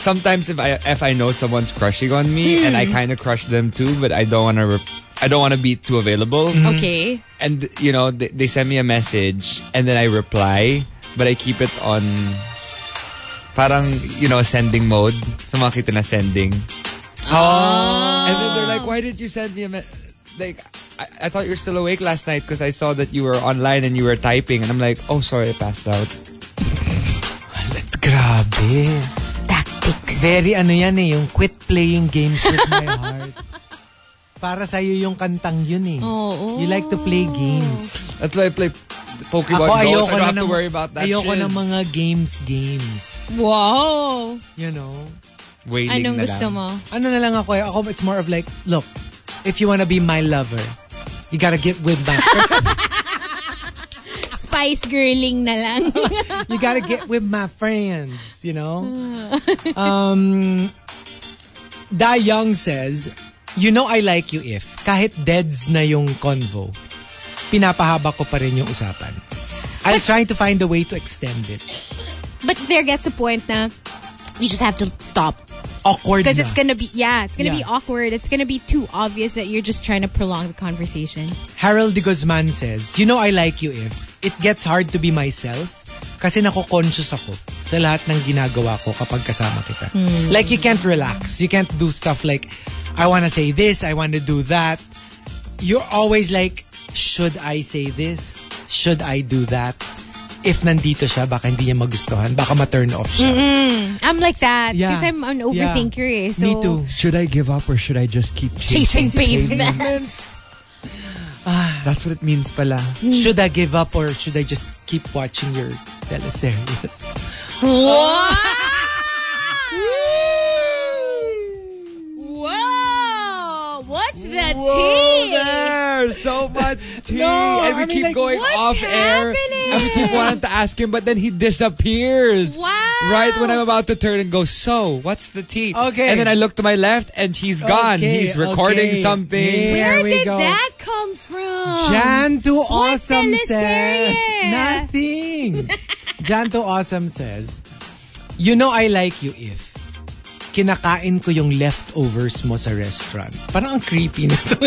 S3: sometimes if I if I know someone's crushing on me and I kind of crush them too, but I don't want to rep- I don't want to be too available.
S2: Hmm. Okay.
S3: And you know they, they send me a message and then I reply, but I keep it on parang you know sending mode. Sa mga kita na sending. Oh. And then they're like, why did you send me a message? Like. I, I thought you were still awake last night because I saw that you were online and you were typing, and I'm like, oh, sorry, I passed out.
S1: Grabe. Tactics. Very ano yan eh, yung quit playing games with my heart. Para sa'yo yung kantang yun eh.
S2: Oo.
S1: You like to play games.
S3: That's why I play Pokemon
S1: Ako
S3: Go,
S1: ayoko
S3: so I don't
S1: na
S3: have
S1: ng,
S3: to worry about that
S1: ayoko
S3: shit.
S1: ng mga games games.
S2: Wow.
S1: You know?
S3: Wailing
S2: Anong
S3: na
S2: gusto
S3: lang.
S2: mo?
S1: ano na lang ako eh. Ako, it's more of like, look, if you wanna be my lover, you gotta get with my,
S2: Spice girling na lang.
S1: you gotta get with my friends, you know? Um, Da Young says, you know I like you if, kahit deads na yung convo, pinapahaba ko pa rin yung usapan. I'll try to find a way to extend it.
S2: but there gets a point na you just have to stop.
S1: Awkward
S2: Because
S1: na.
S2: it's gonna be, yeah, it's gonna be
S1: Yeah.
S2: awkward. It's gonna be too obvious that you're just trying to prolong the conversation.
S1: Harold de Guzman says, You know I like you if it gets hard to be myself kasi nako-conscious ako sa lahat ng ginagawa ko kapag kasama kita.
S2: Hmm.
S1: Like you can't relax. You can't do stuff like, I wanna say this, I wanna do that. You're always like, should I say this? Should I do that? If nandito siya, baka hindi niya magustuhan. Baka ma-turn off siya.
S2: I'm like that
S1: Yeah.
S2: because I'm an
S1: Yeah.
S2: overthinker. eh, so
S1: Me too.
S3: Should I give up or should I just keep
S2: Chasing pavements.
S3: That's what it means pala.
S1: Should I give up or should I just keep watching your teleseries?
S2: Whoa! What's the tea?
S3: There's so much tea.
S1: No,
S3: and we
S1: I mean,
S3: keep
S1: like,
S3: going
S2: what's
S3: off air.
S2: happening?
S3: And we keep wanting to ask him, but then he disappears.
S2: Wow.
S3: Right when I'm about to turn and go, so what's the tea?
S1: Okay.
S3: And then I look to my left and he's gone.
S1: Okay,
S3: he's recording
S1: okay.
S3: something.
S1: Here
S2: Where
S1: we
S2: did
S1: go.
S2: that come from?
S1: Jan to Awesome
S2: teleserye?
S1: says nothing. Jan to Awesome says, You know I like you if kinakain ko yung leftovers mo sa restaurant. Parang ang creepy na to.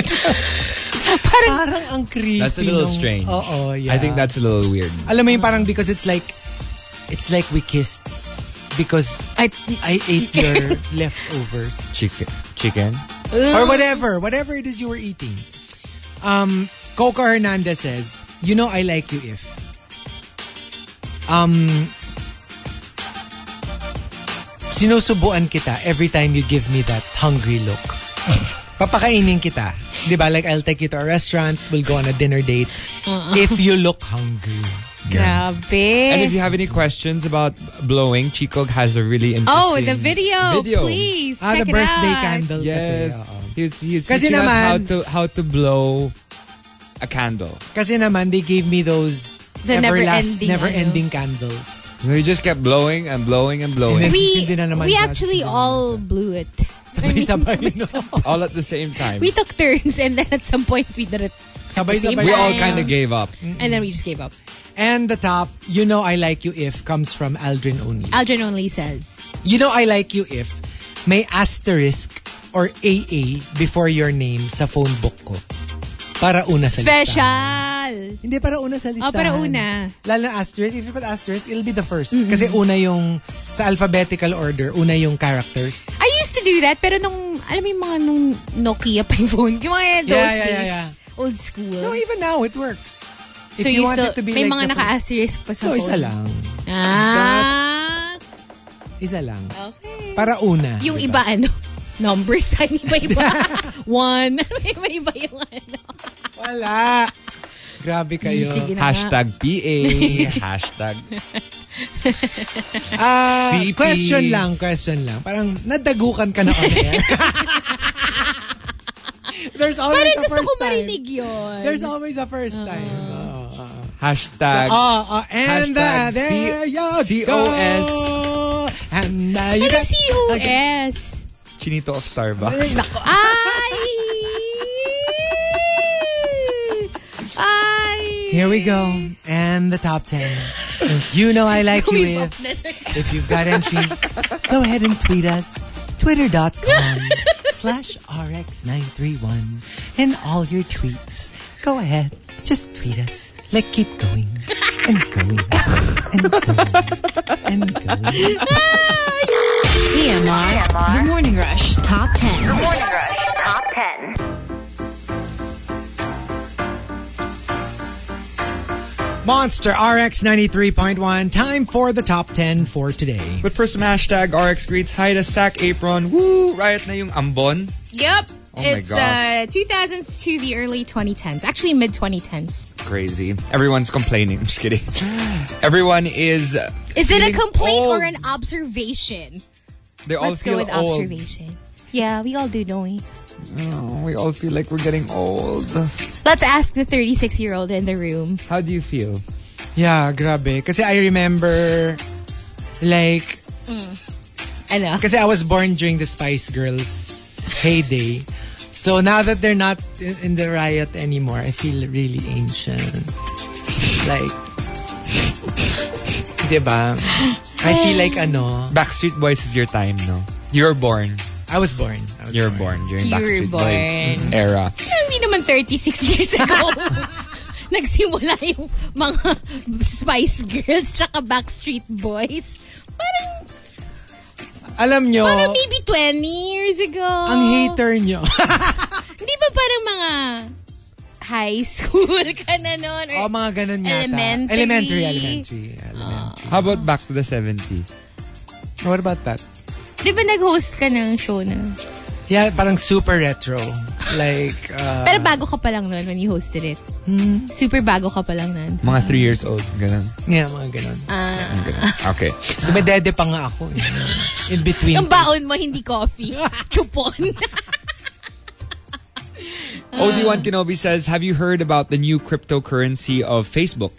S1: parang, ang creepy.
S3: That's a little
S1: nung-
S3: strange.
S1: Oo, yeah.
S3: I think that's a little weird.
S1: Alam mo yung parang because it's like, it's like we kissed because
S2: I,
S1: I ate your leftovers.
S3: Chicken. Chicken?
S1: Or whatever. Whatever it is you were eating. Um, Coca Hernandez says, You know I like you if um, sinusubuan kita every time you give me that hungry look. Papakainin kita. Di ba? Like, I'll take you to a restaurant, we'll go on a dinner date.
S2: Uh-uh.
S1: If you look hungry.
S3: And if
S2: grabe.
S3: you have any questions about blowing, Chico has a really interesting
S2: Oh, the video. Please
S1: Ah,
S2: check
S1: the
S2: it
S1: birthday
S2: out.
S1: candle
S3: Yes.
S1: kasi. oo.
S3: He's, he's
S1: Kasi
S3: teaching
S1: naman-
S3: us how to how to blow a candle.
S1: Kasi naman, they gave me those
S2: The
S1: everlast,
S2: never-ending,
S1: never-ending candles.
S3: So he just kept blowing and blowing and blowing
S1: Yes,
S2: We
S1: hindi na naman
S2: we
S1: yan.
S2: actually
S1: Hindi na
S2: all blew it.
S1: Sabay-sabay, no?
S3: all at the same time.
S2: We took turns and then at some point we did it.
S1: Sabay-sabay.
S3: We all
S2: Wow.
S3: kind of gave up.
S2: And then we just gave up.
S1: And the top, You Know I Like You If comes from Aldrin Only.
S2: Aldrin only says.
S1: You know I like you if may asterisk or AA before your name sa phone book ko. Para una sa listahan.
S2: Special!
S1: Hindi, para una sa listahan.
S2: Oh, para una.
S1: Lalo na asterisk. If you put asterisk, it'll be the first. Kasi una yung, sa alphabetical order, una yung characters.
S2: I used to do that, pero nung, alam mo yung mga nung Nokia pa yung phone. Yung mga those
S1: Yeah, yeah,
S2: days.
S1: yeah,
S2: Old school.
S1: No, even now, it works.
S2: so you, still, may mga naka-asterisk pa sa
S1: No,
S2: phone.
S1: isa lang.
S2: Ah,
S1: Isa lang.
S2: okay.
S1: Para una.
S2: Yung iba, ano? Numbers, ano iba iba? One. iba iba yung ano.
S1: Wala. Grabe kayo.
S2: Sige na nga.
S3: Hashtag PA. hashtag.
S1: Ah,
S3: CP.
S1: question lang, question lang. Parang nadagukan ka na on air. There's always
S2: Parang
S1: a
S2: gusto
S1: first
S2: ko
S1: time.
S2: marinig Ah. yun.
S1: There's always a first time. Oo, oo.
S3: Hashtag.
S1: Oo, oo. and uh,
S3: Hashtag
S1: there
S3: C-
S1: you
S3: COS.
S1: go. And uh, you
S2: Ano
S1: got-
S2: si
S1: Okay.
S2: US?
S3: Chinito of Starbucks.
S1: Nako.
S2: Ay! Ay!
S1: Here we go. And the top 10. You know I like you
S2: Kumibot
S1: if,
S2: na.
S1: if you've got entries, go ahead and tweet us. Twitter.com slash RX931 and all your tweets. Go ahead. Just tweet us. Like keep going and going and going and going.
S5: TMR, The Morning Rush Top 10.
S6: Morning Rush Top 10.
S1: Monster RX 93.1. Time for the top 10 for today.
S3: But for some hashtag RX greets, hi to Sack Apron. Woo! Riot na yung ambon.
S2: Yep.
S3: Oh my
S2: it's
S3: gosh.
S2: uh 2000s to the early 2010s. Actually mid 2010s.
S3: Crazy. Everyone's complaining. I'm just kidding. Everyone is.
S2: Is it a
S3: feeling
S2: complaint or
S3: old.
S2: an observation?
S3: They all
S2: Let's
S3: feel
S2: go with
S3: old.
S2: observation. Yeah, we all do, don't we?
S3: Oh, we all feel like we're getting old.
S2: Let's ask the 36 year old in the room.
S3: How do you feel?
S1: Yeah, grabe. Kasi I remember, like,
S2: Ano?
S1: kasi I was born during the Spice Girls heyday. So now that they're not in, in the riot anymore, I feel really ancient. Like, diba? I feel like ano,
S3: Backstreet Boys is your time, no? You're born.
S1: I was born. I was
S3: You're born during
S2: You were
S3: Backstreet Boys era.
S2: Hindi naman 36 years ago. Nagsimula yung mga Spice Girls tsaka Backstreet Boys. Parang,
S1: Alam nyo,
S2: parang maybe 20 years ago.
S1: ang hater nyo.
S2: Hindi ba parang mga high school ka na nun?
S1: o
S2: Or
S1: mga ganun yata.
S2: Elementary.
S1: Elementary, elementary. elementary.
S3: How about back to the 70s?
S1: What about that?
S2: Di ba nag-host ka ng show na?
S1: Yeah, parang super retro. Like, uh,
S2: Pero bago ka pa lang nun when you hosted it.
S1: Hmm.
S2: Super bago ka pa lang nun.
S3: Mga three years old. Ganun.
S1: yeah, mga ganun.
S2: Ah.
S3: Okay.
S1: Dumedede pa nga ako. eh. In between.
S2: Yung baon mo, hindi coffee. Chupon.
S3: OD1 Kenobi says, Have you heard about the new cryptocurrency of Facebook?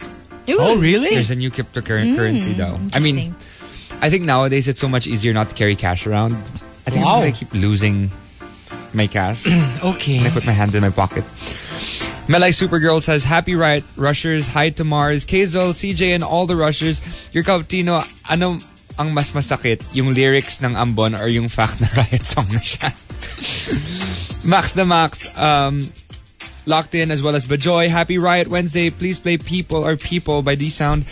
S1: Oh, really?
S3: There's a new cryptocurrency though. I mean,
S2: Eh. Hmm. Interesting.
S3: I think nowadays it's so much easier not to carry cash around. I think
S1: Wow.
S3: because I keep losing my cash.
S1: Okay.
S3: I put my hand in my pocket. Melai Supergirl says, Happy Riot Rushers, hi to Mars, Kazel, CJ, and all the Rushers. Your Tino, ano ang mas masakit? Yung lyrics ng Ambon or yung fact na Riot song na siya? Max the Max, um, locked in as well as Bajoy. Happy Riot Wednesday. Please play People or People by D Sound.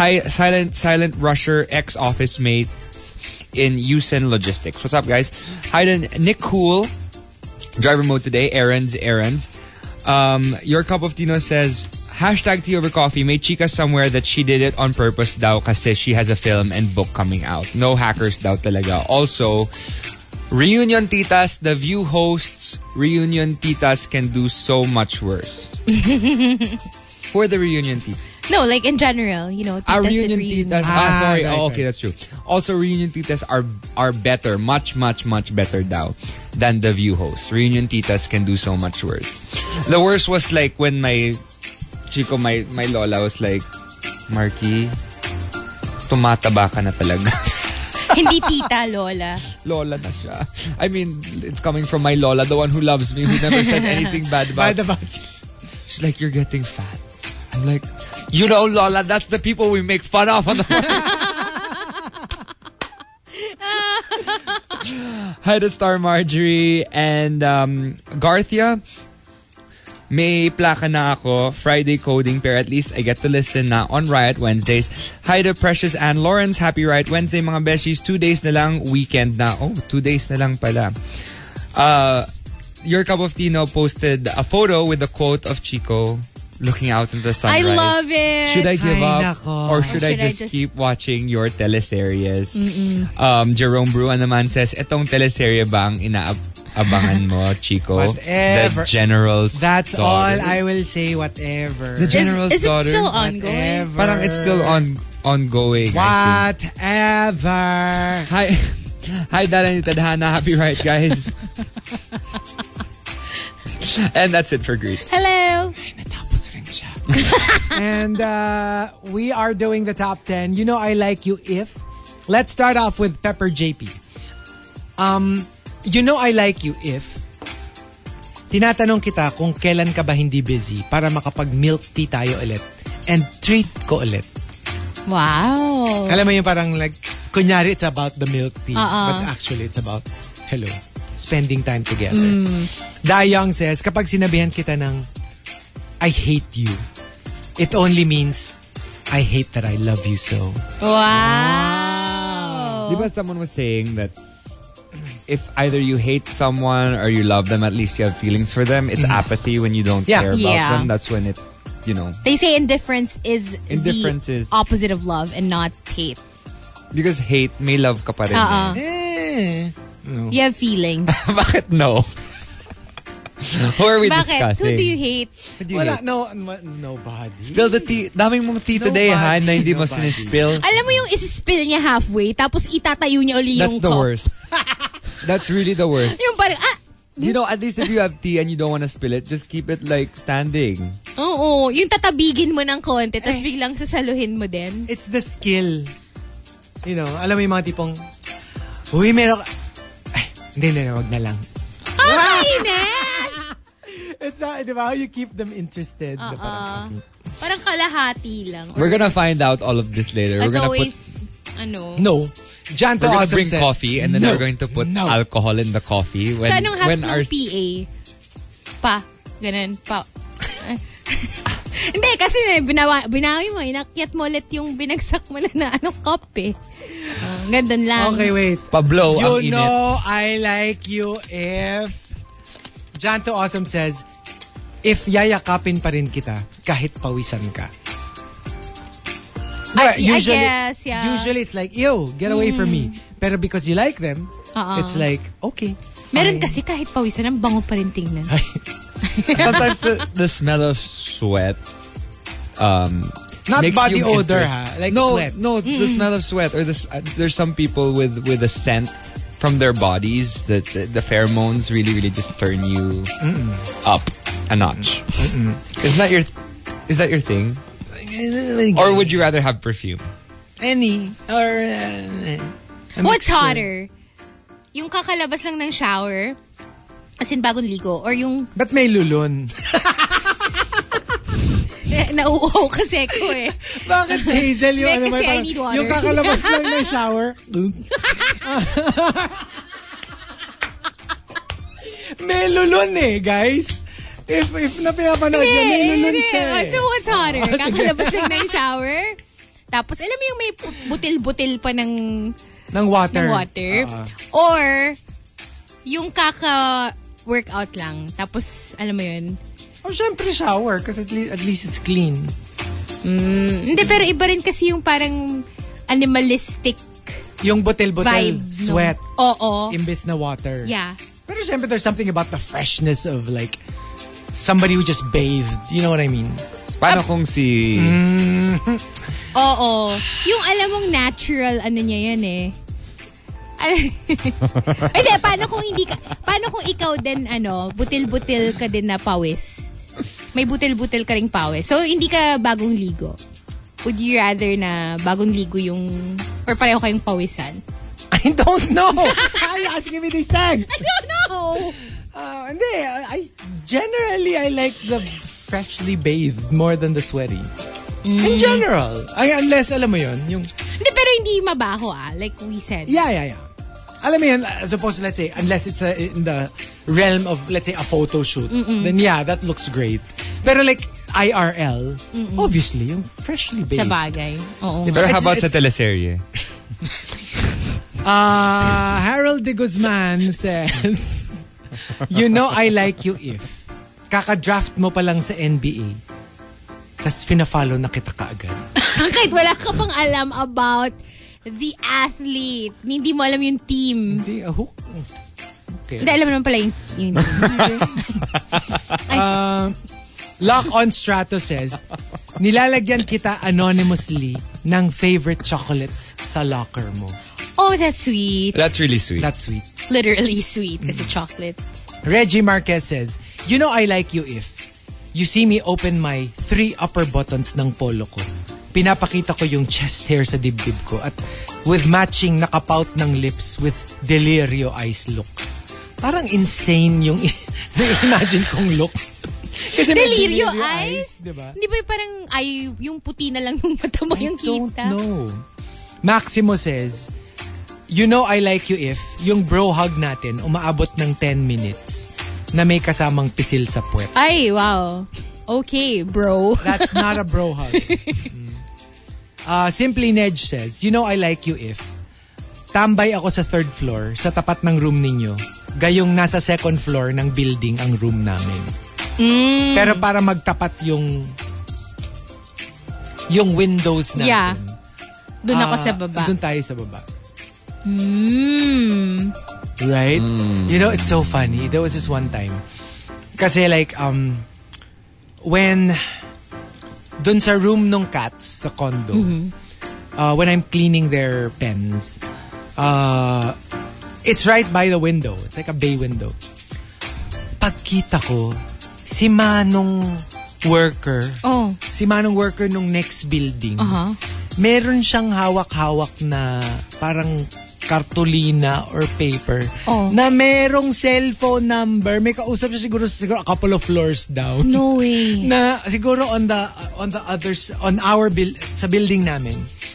S3: Hi, Silent Silent Rusher, ex office mates in Usen Logistics. What's up, guys? Hi to Nick Cool, driver mode today. Errands, errands. Um, your cup of Tino says hashtag tea over coffee. May chica somewhere that she did it on purpose daw kasi she has a film and book coming out. No hackers daw talaga. Also, Reunion Titas, the View hosts Reunion Titas can do so much worse. For the Reunion Titas.
S2: No, like in general, you know,
S3: Ah,
S2: titas
S3: Reunion
S2: and reunion.
S3: Titas. Ah,
S1: Ah,
S3: sorry.
S1: right,
S3: Oh, okay,
S1: right.
S3: that's true. Also, Reunion Titas are are better, much, much, much better now than the View hosts. Reunion Titas can do so much worse. The worst was like when my chico, my, my lola was like, Marky, tumataba ka na talaga.
S2: hindi tita, lola.
S3: Lola na siya. I mean, it's coming from my Lola, the one who loves me, who never says anything bad about
S1: Bad about you.
S3: She's like, you're getting fat. I'm like, you know, Lola, that's the people we make fun of on the morning. Hi to Star Marjorie and um, Garthia. May plaka na ako, Friday coding, pero at least I get to listen na on Riot Wednesdays. Hi to Precious and Lawrence. Happy Riot Wednesday, mga beshies. Two days na lang, weekend na. Oh, two days na lang pala. Uh, Your Cup of Tino posted a photo with the quote of Chico looking out into the
S2: I
S3: sunrise.
S2: love it.
S3: Should I
S1: Ay,
S3: give up
S1: nako.
S3: or should, I, just keep watching your teleseries? Um, Jerome Bruan naman says, etong teleserye ba ang inaabangan mo, Chico?
S1: Whatever.
S3: The General's
S1: That's all
S3: Daughter.
S1: I will say, whatever.
S3: The General's
S2: is, is it
S3: Daughter.
S2: still ongoing?
S1: Whatever.
S3: Parang it's still on ongoing. I think.
S1: Whatever.
S3: Hi. Hi, Dara ni Tadhana. Happy right, guys. and that's it for greets.
S2: Hello.
S1: and uh, we are doing the top 10. You know I like you if. Let's start off with Pepper JP. Um, you know I like you if. Tinatanong kita kung kailan ka ba hindi busy para makapag-milk tea tayo ulit and treat ko ulit.
S2: Wow.
S1: Alam mo yung parang like, kunyari it's about the milk tea.
S2: Uh-uh.
S1: But actually it's about, hello, spending time together. Dayang says, kapag sinabihan kita ng, I hate you, it only means, I hate that I love you so.
S2: Wow. Oh.
S3: Di ba someone was saying that if either you hate someone or you love them, at least you have feelings for them. It's apathy when you don't
S1: Mm. Yeah.
S3: care about
S2: Yeah.
S3: them. That's when it, you know,
S2: They say indifference is
S3: Indifference
S2: the
S3: is-
S2: opposite of love and not hate.
S3: because hate may love ka pa rin.
S2: Uh-uh.
S1: Eh.
S2: You have feelings.
S3: Bakit no? Who are we eh.
S2: Bakit?
S3: discussing?
S2: Who do you hate?
S1: Wala, no, no- nobody.
S3: Spill the tea. Daming mong tea today, ha?
S1: Nobody,
S3: Na hindi mo
S1: nobody.
S3: sinispill.
S2: Alam mo yung isi-spill niya halfway tapos itatayo niya uli
S3: That's
S2: yung
S3: the
S2: cup.
S3: worst. That's really the worst.
S2: Yung parang, ah,
S3: You know, at least if you have tea and you don't want to spill it, just keep it like standing.
S2: oo. Yung tatabigin mo ng konti
S3: Eh.
S2: tapos biglang sasaluhin mo din.
S1: It's the skill. You know, alam mo yung mga tipong, uy, meron ka- Ay, hindi, hindi, hindi, wag na lang.
S2: Ah, Ines!
S1: It's not, di ba? How you keep them interested. Na parang,
S2: Ah. Parang kalahati lang.
S3: We're gonna find out all of this later.
S2: As
S3: We're gonna
S2: always,
S3: put
S2: ano?
S1: No. Jan to
S3: We're gonna
S1: awesome
S3: bring
S1: said,
S3: coffee and then
S1: eh. "No,
S3: we're going to put
S1: no.
S3: alcohol in the coffee when
S2: so, anong half
S3: when
S2: ng
S3: our
S2: PA? Pa. Ganun, pa. Hindi, kasi eh, binawa, binawi mo, inakyat mo ulit yung binagsak mo na, na ano, cup eh. Uh, ganun lang.
S1: Okay, wait.
S3: Pablo Oh, ang
S1: You
S3: init.
S1: know I like you if... Jan to awesome says, if yayakapin pa rin kita kahit pawisan ka. Diba,
S2: I guess, yeah. Mm.
S1: Usually it's like, yo, get away from me. Pero because you like them,
S2: Uh-uh.
S1: it's like, okay.
S2: Meron
S1: fine.
S2: kasi kahit pawisan, ang bango pa rin tingnan.
S3: sometimes the, the smell of sweat um
S1: Not
S3: makes
S1: body
S3: you
S1: odor,
S3: interest-
S1: ha? Like
S3: no
S1: sweat.
S3: no the smell of sweat or this uh, there's some people with with a scent from their bodies that the, the pheromones really really just turn you up a notch is that your is that your thing or would you rather have perfume
S1: Any. Or... Uh, a
S2: What's
S1: mixture.
S2: hotter? Yung kakalabas lang ng shower, as in bagong ligo, or yung
S1: Ba't may lulon?
S2: eh, nauuhaw kasi ko eh.
S1: Bakit Hazel yung
S2: Hindi,
S1: ano may
S2: kasi I
S1: parang,
S2: need water.
S1: yung kakalabas lang ng shower. may lulon eh, guys. If if na pinapanood niya, may lulon
S2: Hindi,
S1: siya
S2: hindi.
S1: eh.
S2: So what's hotter?
S1: sige.
S2: Kakalabas lang ng shower, tapos alam mo yung may pu- butil-butil pa ng,
S1: Ng water.
S2: ng water,
S1: Ah.
S2: or yung kaka-workout lang, tapos alam mo yun,
S1: Oh, syempre shower kasi at least, at least it's clean. Mm.
S2: hindi pero iba rin kasi yung parang animalistic
S1: Yung butil-butil,
S2: vibe. nung-
S1: sweat,
S2: Oo.
S1: imbes na water.
S2: Yeah.
S1: Pero syempre there's something about the freshness of like somebody who just bathed. You know what I mean?
S3: paano kung si
S1: Mm.
S2: Oo. Yung alam mong natural, ano niya yan eh. Al- Ay, di, paano kung hindi ka, paano kung ikaw din, ano, butil-butil ka din na pawis? May butil-butil ka ring pawis. So, hindi ka bagong ligo. Would you rather na bagong ligo yung, or pareho kayong pawisan?
S1: I don't know. ah, Why are you asking me these things?
S2: I don't know!
S1: Uh, hindi, I, I- generally I like the freshly bathed more than the sweaty. In general, Mm. ay unless alam mo 'yon, yung
S2: Hindi, pero hindi mabaho ah, like we said.
S1: yeah, yeah, yeah. Alam mo 'yan, as opposed to, let's say unless it's uh, in the realm of let's say a photo shoot, then yeah, that looks great. Pero like IRL, obviously yung freshly
S2: Sa
S1: bathed.
S2: bagay. Oo.
S1: Diba?
S3: pero how
S1: It's-
S3: about sa
S1: it's-
S3: teleserye
S1: Uh, Harold de Guzman says, You know I like you if kaka-draft mo pa lang sa NBA tas fina-follow na kita kaagad.
S2: Kahit wala ka pang alam about the athlete, hindi mo alam yung team.
S1: Hindi, ah, who? Okay.
S2: Hindi, alam naman pala yung, yung
S1: Lock on Strato says, Nilalagyan kita anonymously ng favorite chocolates sa locker mo.
S2: Oh, that's sweet.
S3: that's really sweet
S1: That's sweet.
S2: Literally sweet kasi chocolate.
S1: Reggie Marquez says, You know I like you if you see me open my three upper buttons ng polo ko. Pinapakita ko yung chest hair sa dibdib ko at with matching nakapout ng lips with delirio eyes look. Parang insane yung i- na-imagine kong look. Kasi may
S2: Delirio
S1: delirio
S2: eyes?
S1: eyes, diba? di ba?
S2: Hindi ba yung parang ay, yung puti na lang yung mata mo yung
S1: don't
S2: kita?
S1: know. Maximo says, You know I like you if yung bro hug natin umaabot ng 10 minutes na may kasamang pisil sa puwet.
S2: Ay, wow. Okay, bro.
S1: That's not a bro hug. Mm. Uh, Simply Nedge says, You know I like you if tambay ako sa third floor sa tapat ng room ninyo gayong nasa second floor ng building ang room namin.
S2: Mm.
S1: Pero para magtapat yung yung windows natin.
S2: Yeah. Doon ako
S1: Ah,
S2: sa baba.
S1: Doon tayo sa baba.
S2: Mm.
S1: Right? You know, it's so funny. There was this one time. Kasi like, um, when, dun sa room nung cats, sa condo, uh, when I'm cleaning their pens, uh, it's right by the window. It's like a bay window. Pagkita ko, si Manong worker,
S2: Oh.
S1: si Manong worker nung next building,
S2: Aha.
S1: meron siyang hawak-hawak na parang kartolina or paper
S2: Oh.
S1: na merong cellphone number. May kausap siya siguro, siguro a couple of floors down.
S2: No way.
S1: Na siguro on the on the others on our build sa building namin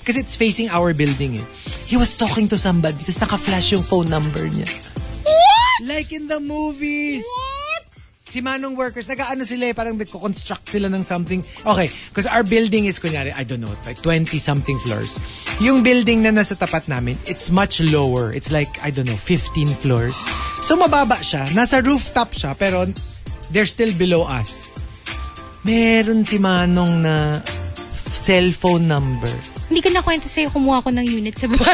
S1: kasi it's facing our building eh. He was talking to somebody tapos naka-flash yung phone number niya. What? Like in the movies si Manong Workers, nag-ano sila eh, parang nagko-construct sila ng something. Okay, because our building is, kunyari, I don't know, like 20-something floors. Yung building na nasa tapat namin, it's much lower. It's like, I don't know, 15 floors. So mababa siya. Nasa rooftop siya, pero they're still below us. Meron si Manong na cellphone number.
S2: Hindi ko na kwento sa'yo, kumuha ko ng unit sa baba.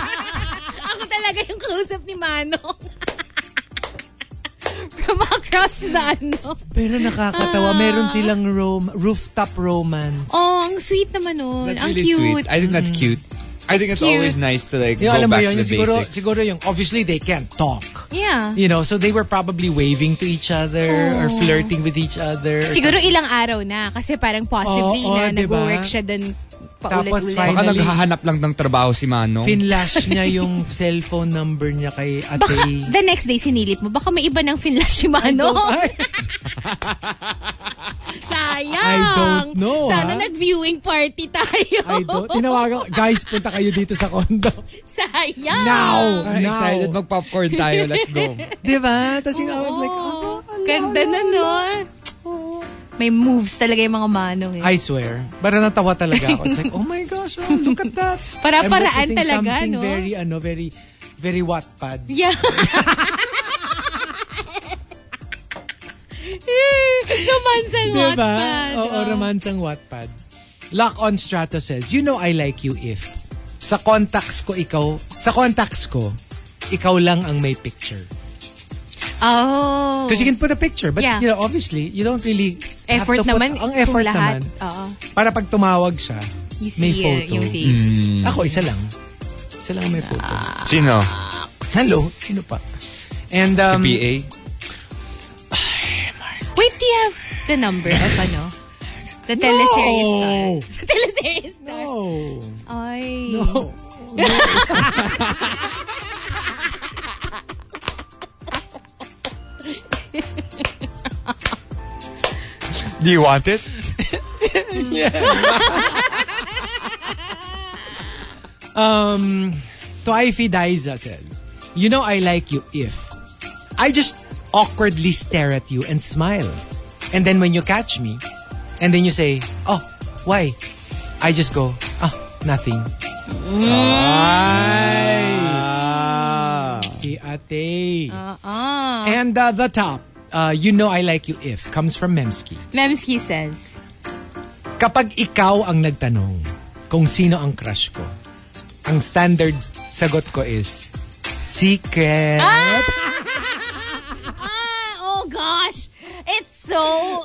S2: Ako talaga yung kausap ni Manong. From across the ano.
S1: Pero nakakatawa,
S2: Ah.
S1: meron silang rom- rooftop romance.
S2: Oh, ang sweet naman nun.
S3: That's
S2: ang
S3: really
S2: cute.
S3: sweet. I think that's cute. I think it's
S2: Cute.
S3: always nice to like
S1: Yung
S3: go
S1: alam mo
S3: back
S1: yun,
S3: to
S1: yung
S3: the
S1: siguro,
S3: basics.
S1: siguro yung, obviously they can't talk.
S2: Yeah.
S1: You know, so they were probably waving to each other or flirting with each other.
S2: Siguro ilang araw na kasi parang possibly
S1: Oo,
S2: na
S1: diba?
S2: nag-work siya dun
S1: Tapos
S2: paulit-ulit.
S1: finally-
S3: Baka naghahanap lang ng trabaho si Manong.
S1: Finlash niya yung cellphone number niya kay
S2: Baka
S1: Ate.
S2: the next day sinilip mo, baka may iba ng finlash si Manong.
S1: Ay,
S2: Sayang!
S1: I don't know,
S2: Sana
S1: ha?
S2: nag-viewing party tayo.
S1: I don't. Tinawagan, guys, punta kayo dito sa condo.
S2: Sayang!
S1: Now!
S3: Parang
S1: Now!
S3: excited mag-popcorn tayo. Let's go.
S1: Diba? Tapos yun, I was
S2: Oo.
S1: like, oh, ala,
S2: "Ah, Ganda
S1: ala,
S2: na
S1: ala.
S2: no. May moves talaga yung mga manong eh.
S1: I swear. Parang natawa talaga ako. It's like, oh my gosh, oh, look at that. I'm
S2: Para-paraan
S1: witnessing
S2: talaga,
S1: something
S2: no?
S1: very, ano, very, very Wattpad.
S2: Yeah. Romansang
S1: Diba?
S2: Wattpad.
S1: Oo,
S2: Oh.
S1: romansang Wattpad. Lock on Strato says, You know I like you if sa contacts ko ikaw, sa contacts ko, ikaw lang ang may picture.
S2: Oh.
S1: Because you can put a picture, but
S2: Yeah.
S1: you know, obviously, you don't really have
S2: effort
S1: to put-
S2: naman.
S1: ang effort
S2: kung lahat.
S1: naman.
S2: Oo.
S1: Para pag tumawag siya,
S2: You
S1: may
S2: see uh,
S1: photo. Mm.
S2: yung face.
S1: Ako, isa lang. Isa lang ang may photo.
S3: Sino?
S1: Hello? Sino pa? And, um,
S3: PA?
S2: Wait, do you have the number of ano? The teleseries star.
S1: No!
S2: The teleseries star.
S1: Oh.
S2: Ay.
S1: No.
S3: Do you want it?
S1: Um, Toifi Daiza says, You know I like you if I just awkwardly stare at you and smile. And then when you catch me, and then you say, Oh, why? I just go, Ah, nothing. Si Ate.
S2: Ah.
S1: And uh, the top, uh, You know I like you if comes from Memski.
S2: Memski says,
S1: Kapag ikaw ang nagtanong kung sino ang crush ko, ang standard sagot ko is, Secret.
S2: Ah, oh gosh. It's so,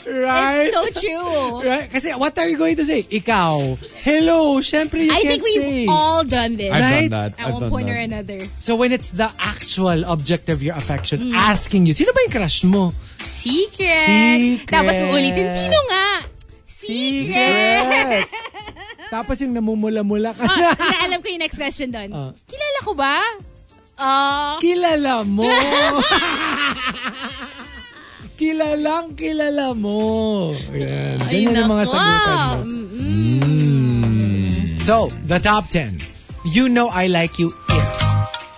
S1: Right?
S2: it's so true.
S1: Right? Kasi what are you going to say? Ikaw. Hello. Siyempre, you
S2: I
S1: can't
S2: think
S1: say.
S2: we've all done this.
S3: I've
S1: Right?
S3: done that.
S2: at
S3: I've
S2: one
S3: done
S2: point
S3: that.
S2: or another.
S1: so when it's the actual object of your affection
S2: Mm.
S1: asking you, sino ba yung crush mo?
S2: Secret.
S1: Secret.
S2: Tapos ulitin, sino nga? Secret.
S1: Tapos yung namumula-mula ka na.
S2: Ah, naalam ko yung next question doon. Kilala ko ba? Ah,
S1: Kilala mo. kilalang kilala mo. Yan. Ganyan yung mga
S2: nako.
S1: sagutan mo. So, the top 10. You know I like you if.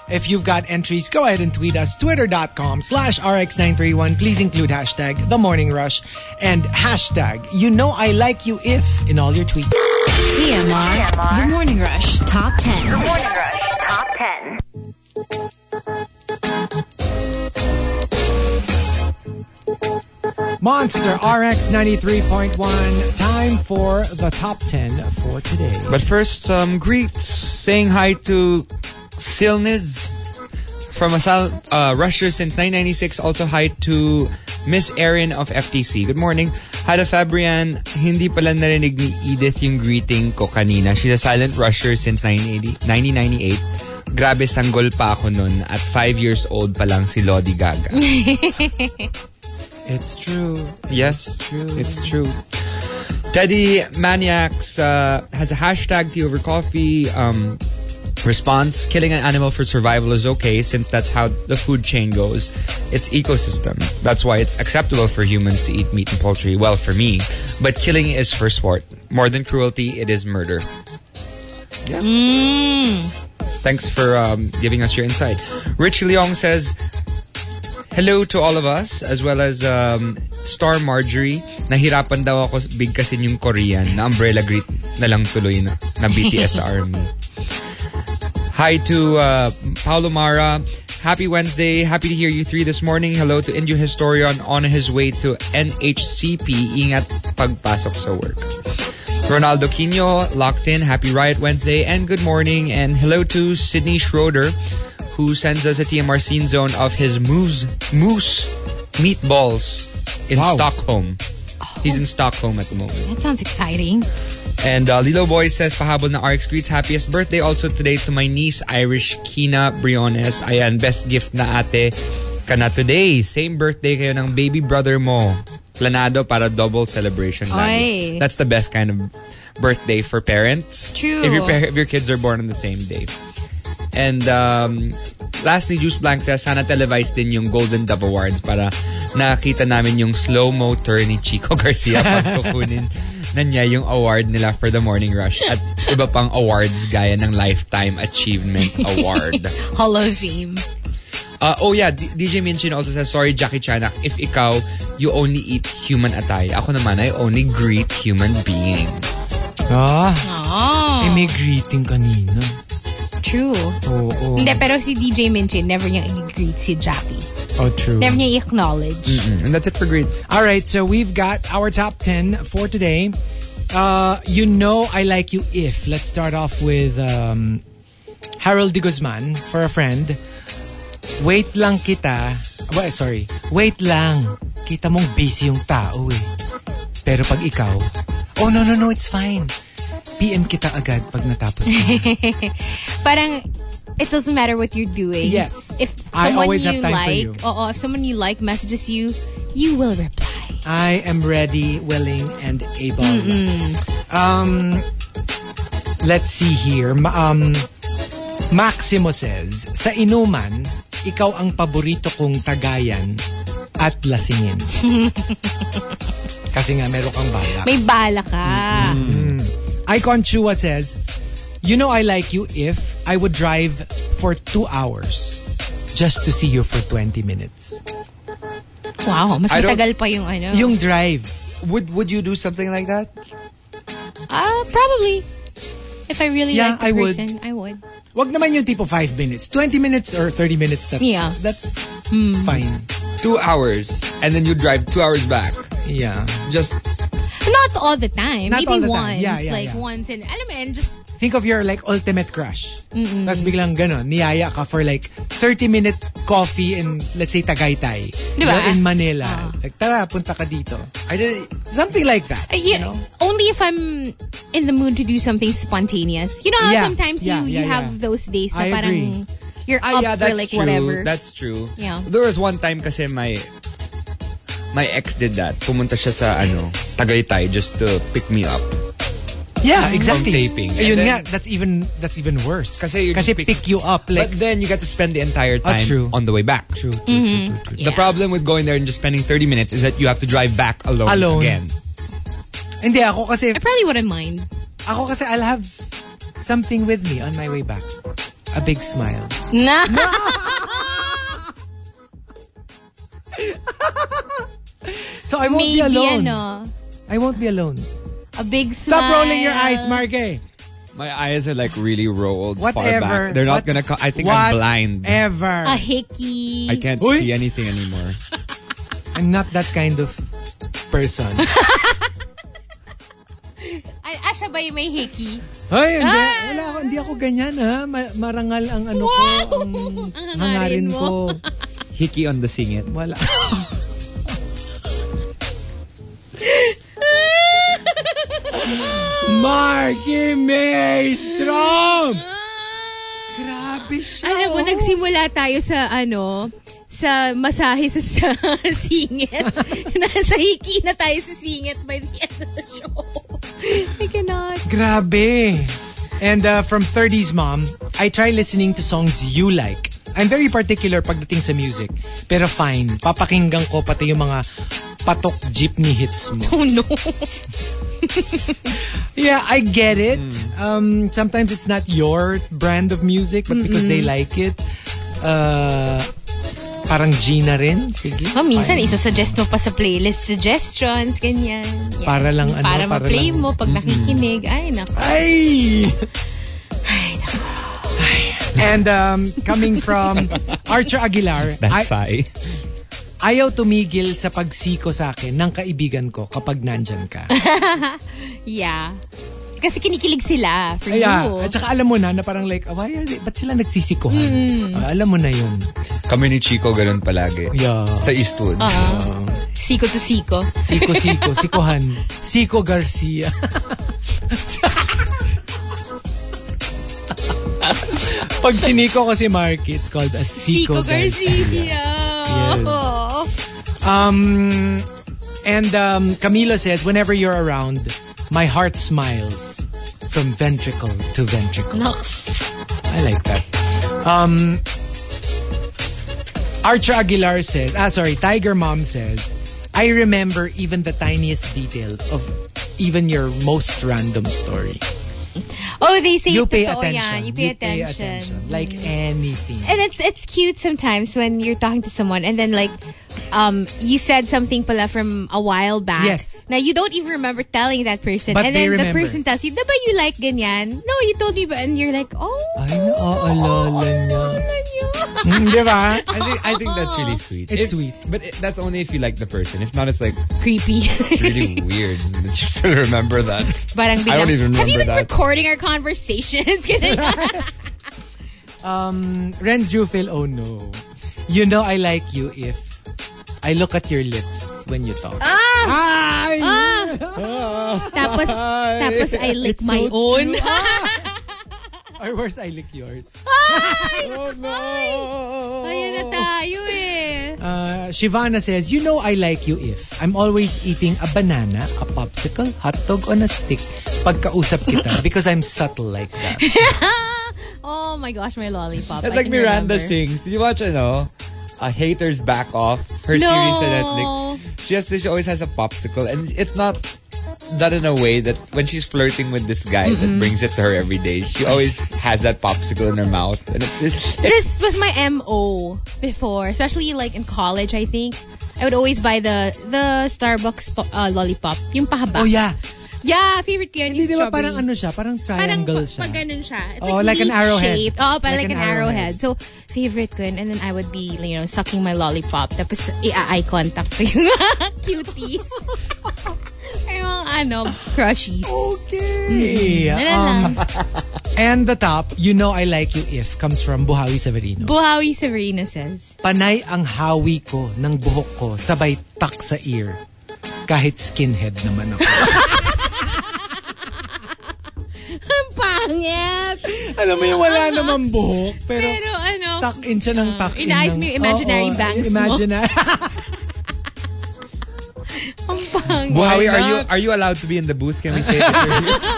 S1: If you've got entries, go ahead and tweet us twitter.com slash rx931. Please include hashtag the morning rush and hashtag you know I like you if in all your tweets.
S5: TMR. The Morning Rush Top 10.
S6: Morning Rush Top 10.
S1: Monster RX 93.1. Time for the top 10 for today.
S3: But first, um, greets. Saying hi to Silniz from Asal, uh, Russia since 996. Also hi to Miss Erin of FTC. Good morning. Hi to Fabrian. Hindi pala narinig ni Edith yung greeting ko kanina. She's a silent rusher since 1980 1998. Grabe, sanggol pa ako nun. At 5 years old pa lang si Lodi Gaga.
S1: It's true.
S3: Yes, It's true. Teddy Maniacs uh, has a hashtag tea over coffee. Um, response killing an animal for survival is okay since that's how the food chain goes it's ecosystem that's why it's acceptable for humans to eat meat and poultry well for me but killing is for sport more than cruelty it is murder yeah thanks for um, giving us your insight rich leong says hello to all of us as well as um, Star Marjorie. Nahirapan daw ako bigkasin yung Korean na umbrella greet na lang tuloy na, na BTS Army. Hi to uh, Paolo Mara. Happy Wednesday. Happy to hear you three this morning. Hello to Indio Historian on his way to NHCP. Ingat pagpasok sa work. Ronaldo Quino, locked in. Happy Riot Wednesday and good morning. And hello to Sydney Schroeder, who sends us a TMR scene zone of his moose, moose meatballs in
S1: Wow.
S3: Stockholm. He's in Stockholm at the moment.
S2: That sounds exciting.
S3: And uh, Lilo Boy says, pahabol na RX greets. Happiest birthday also today to my niece, Irish Kina Briones. Ayan, best gift na ate ka na today. Same birthday kayo ng baby brother mo. Planado para double celebration lagi.
S2: Oy.
S3: That's the best kind of birthday for parents.
S2: True.
S3: If your, par- if your kids are born on the same day. And um, lastly, Juice Blank says, sana televised din yung Golden Dove Awards para nakita namin yung slow-mo turn ni Chico Garcia pag kukunin na niya yung award nila for The Morning Rush at iba pang awards gaya ng Lifetime Achievement Award.
S2: Holozim.
S3: Uh, oh yeah, D- DJ Minchin also says, sorry Jackie Chanak, if ikaw, you only eat human atay. Ako naman, I only greet human beings.
S1: Ah, eh,
S2: Oh,
S1: may greeting kanina. Oh,
S2: true.
S1: Oo, oo.
S2: Hindi, pero si DJ Minchin, never niya i-greet si Jappy.
S1: Oh, true.
S2: Never niya i-acknowledge.
S3: Mm, And that's it for greets.
S1: All right, so we've got our top 10 for today. Uh, you know I like you if. Let's start off with um, Harold de Guzman for a friend. Wait lang kita. Well, sorry. Wait lang. Kita mong busy yung tao eh. Pero pag ikaw, oh no, no, no, it's fine. PM kita agad pag natapos ka.
S2: Parang, it doesn't matter what you're doing.
S1: Yes.
S2: If
S1: I
S2: someone
S1: always
S2: you
S1: have time for
S2: like,
S1: you.
S2: oo, if someone you like messages you, you will reply.
S1: I am ready, willing, and able. Um, let's see here. Ma- um, Maximo says, sa inuman, ikaw ang paborito kong tagayan at lasingin. Kasi nga, meron kang bala.
S2: May bala ka.
S1: Icon Chua says, You know I like you if I would drive for two hours just to see you for 20 minutes.
S2: Wow, mas
S3: I don't-
S2: matagal pa yung ano.
S1: Yung drive,
S3: Would would you do something like that?
S2: Ah, probably. If I really
S1: Yeah,
S2: like the
S1: I would.
S2: person, I would.
S1: Wag naman yung tipo 5 minutes. 20 minutes or 30 minutes, that's,
S2: Yeah. Hmm.
S1: that's fine.
S3: Two hours. And then you drive two hours back.
S1: Yeah.
S3: Just
S2: Not all the time.
S1: Not
S2: Maybe
S1: all the
S2: once.
S1: time. Yeah, yeah,
S2: like
S1: yeah.
S2: once and alam mo yun, just
S1: Think of your like ultimate crush. Tapos biglang ganun, niyaya ka for like 30 minute coffee in let's say Tagaytay.
S2: Di ba? Ah.
S1: You're in Manila. Like, tara, punta ka dito. I did, something like that.
S2: uh, you,
S1: you know?
S2: only if I'm in the mood to do something spontaneous. You know how
S1: Yeah,
S2: sometimes
S1: yeah,
S2: you, you
S1: yeah,
S2: have
S1: yeah.
S2: those days na
S1: I
S2: parang
S1: agree.
S2: you're
S3: ah,
S2: up
S3: yeah,
S2: for
S3: that's
S2: like
S3: true.
S2: whatever.
S3: That's true.
S2: Yeah.
S3: There was one time kasi my my ex did that. Pumunta siya sa ano, Tagaytay just to pick me up.
S1: Yeah,
S2: Mm-hmm.
S1: exactly.
S3: taping. And
S1: Ayun
S3: then-
S1: nga, that's even that's even worse.
S3: Kasi you
S1: Kasi pick,
S3: just pick-
S1: you up like Ah,
S3: but then you got to spend the entire time
S1: true.
S3: on the way back.
S1: true, true, true,
S2: Mm-hmm.
S1: true, true.
S3: The problem with going there and just spending 30 minutes is that you have to drive back alone,
S1: Alone.
S3: again.
S1: Hindi ako kasi
S2: I probably wouldn't mind.
S1: ako kasi I'll have something with me on my way back. A big smile.
S2: Nah.
S1: So I won't
S2: Maybe
S1: be alone.
S2: ano,
S1: I won't be alone.
S2: a big
S1: Stop
S2: smile.
S1: rolling your eyes, Marque.
S3: My eyes are like really rolled far
S1: Whatever.
S3: back. They're not
S1: What-
S3: gonna. Co- I think I'm blind.
S1: Ever.
S2: A hickey.
S3: I can't
S1: Uy.
S3: see anything anymore.
S1: I'm not that kind of person.
S2: Ay, Asha ba yung may hickey?
S1: Ay, hindi, wala ako, hindi ako ganyan ha. Ma- marangal ang ano ko,
S2: Wow!
S1: ang
S2: Ang hangarin
S1: hangarin
S2: mo.
S1: ko.
S3: Hickey on the singit.
S1: Wala. Marky May Strong! Grabe siya.
S2: Alam mo,
S1: oh.
S2: nagsimula tayo sa ano, sa masahe sa, sa singit. Nasa hiki na tayo sa singit by the end of the show. I cannot.
S1: Grabe. And uh, from 30s Mom, I try listening to songs you like. I'm very particular pagdating sa music. Pero fine, papakinggan ko pati yung mga patok jeepney hits mo.
S2: Oh no.
S1: Yeah, I get it.
S2: Hmm.
S1: Um, sometimes it's not your brand of music, but because they like it, uh, parang Gina rin. Sige.
S2: Oh, minsan isa-suggest mo pa sa playlist suggestions, ganyan. Yeah.
S1: Para lang ano,
S2: Para,
S1: para
S2: ma-play
S1: lang-
S2: mo pag nakikinig. Ay, nako.
S1: Ay! And um, coming from Archer Aguilar, I,
S3: That's I,
S1: ayaw tumigil sa pagsiko sa akin ng kaibigan ko kapag nandyan ka.
S2: Yeah. Kasi kinikilig sila for
S1: Kaya,
S2: you.
S1: at saka alam mo na na parang like, oh, why are they, ba't sila nagsisikohan? Ah, alam mo na yun.
S3: Kami ni Chico ganun palagi.
S1: Yeah.
S3: Sa Eastwood.
S2: Uh-huh. Siko to siko.
S1: Siko-siko, sikohan. Siko Garcia. Pag siniko ko si Mark, it's called a Siko,
S2: Siko Garcia. Oh.
S1: Um, and um, Camilo says, whenever you're around, my heart smiles from ventricle to ventricle. I like that. Um, Archer Aguilar says, ah, sorry, Tiger Mom says, I remember even the tiniest detail of even your most random story.
S2: Oh, they say
S1: You pay
S2: totoo
S1: attention.
S2: yan. You pay attention. Eh.
S1: Like anything.
S2: And it's it's cute sometimes when you're talking to someone and then like um you said something pala from a while back.
S1: Yes.
S2: Now you don't even remember telling that person.
S1: But
S2: and
S1: they
S2: then the
S1: remember.
S2: person tells you, "Diba you like ganyan?" No, you told me ba? and you're like, "Oh."
S1: Ay, naaalala niya.
S2: ganyan."
S1: Mm, Di ba?
S3: I think, I think that's really Uh-huh. sweet.
S1: It's
S3: If-
S1: sweet.
S3: But it- that's only if you like the person. If not, it's like
S2: Creepy.
S3: really weird. You still remember that.
S2: Parang
S3: I don't
S2: biglang,
S3: even
S2: Have you
S3: remember
S2: been
S3: that."
S2: recording our conversations? Ganyan.
S1: Renz Jufil, oh no. You know I like you if I look at your lips when you talk.
S2: Ah!
S1: Ay!
S2: tapos tapos I lick
S1: It's
S2: my
S1: so
S2: own.
S1: true. Ah. Or worse, I lick yours. oh no!
S2: Ayan na tayo eh.
S1: Uh, Shivana says, You know I like you if I'm always eating a banana, a popsicle, hot dog on a stick pagkausap kita because I'm subtle like that.
S2: oh my gosh, my lollipop.
S3: That's
S2: I
S3: like
S2: can remember.
S3: Miranda sings. Did you watch, you know, a Haters Back Off? Her
S2: No.
S3: series on Netflix. She, has, she always has a popsicle, and it's not done in a way that when she's flirting with this guy
S2: Mm-hmm.
S3: that brings it to her every day, she always has that popsicle in her mouth. And it's, it's,
S2: This was my MO before, especially like in college, I think. I would always buy the the Starbucks po- uh, lollipop. Yung pahaba.
S1: Oh yeah.
S2: Yeah, favorite ko yun.
S1: Hindi
S2: yung
S1: di ba
S2: strawberry.
S1: parang ano siya? Parang
S2: Parang
S1: triangle
S2: pa-
S1: siya.
S2: pag ganun siya. It's
S1: Oh,
S2: like,
S1: like an arrowhead.
S2: Shaped. Oh, parang
S1: Like
S2: like,
S1: an
S2: an, arrowhead. So, favorite ko yun. And then I would be, you know, sucking my lollipop. Tapos, i-eye contact ko yung mga cuties. Ay, mga ano, crushies.
S1: Oh, Okay. Uh,
S2: Ano lang.
S1: um, And the top, you know I like you if comes from Buhawi Severino.
S2: Buhawi Severino says.
S1: Panay ang hawi ko ng buhok ko sabay tak sa ear. Kahit skinhead naman ako.
S2: Ang pangit!
S1: Alam mo yung wala
S2: Ano?
S1: naman buhok, pero,
S2: Pero ano,
S1: tak in siya ng tak in.
S2: inaayos
S1: ng-
S2: mo yung imaginary
S1: Oo,
S2: bangs mo.
S1: Imaginary.
S2: ang pangit.
S3: Buhawi, are you
S1: not?
S3: are you allowed to be in the booth? Can we say that?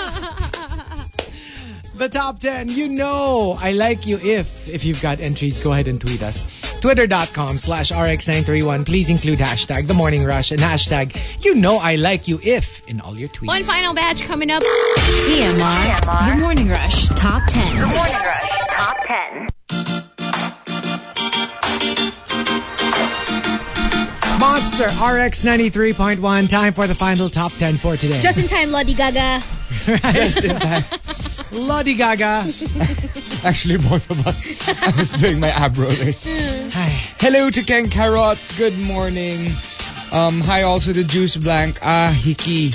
S1: the top 10. You know I like you if. If you've got entries, go ahead and tweet us. Twitter.com slash RX931. Please include hashtag The Morning Rush and hashtag You know I like you if in all your tweets.
S2: One final batch coming up.
S5: TMR,
S6: TMR.
S5: The Morning Rush Top 10.
S6: Morning Rush Top 10.
S1: Monster RX 93.1. Time for the final top 10 for today.
S8: Just in time, Lodi Gaga.
S1: Lodi Gaga.
S3: Actually, both of us. I was doing my ab rollers. Hello to Ken Carrots. Good morning. Um, hi also to Juice Blank. Ah, hiki.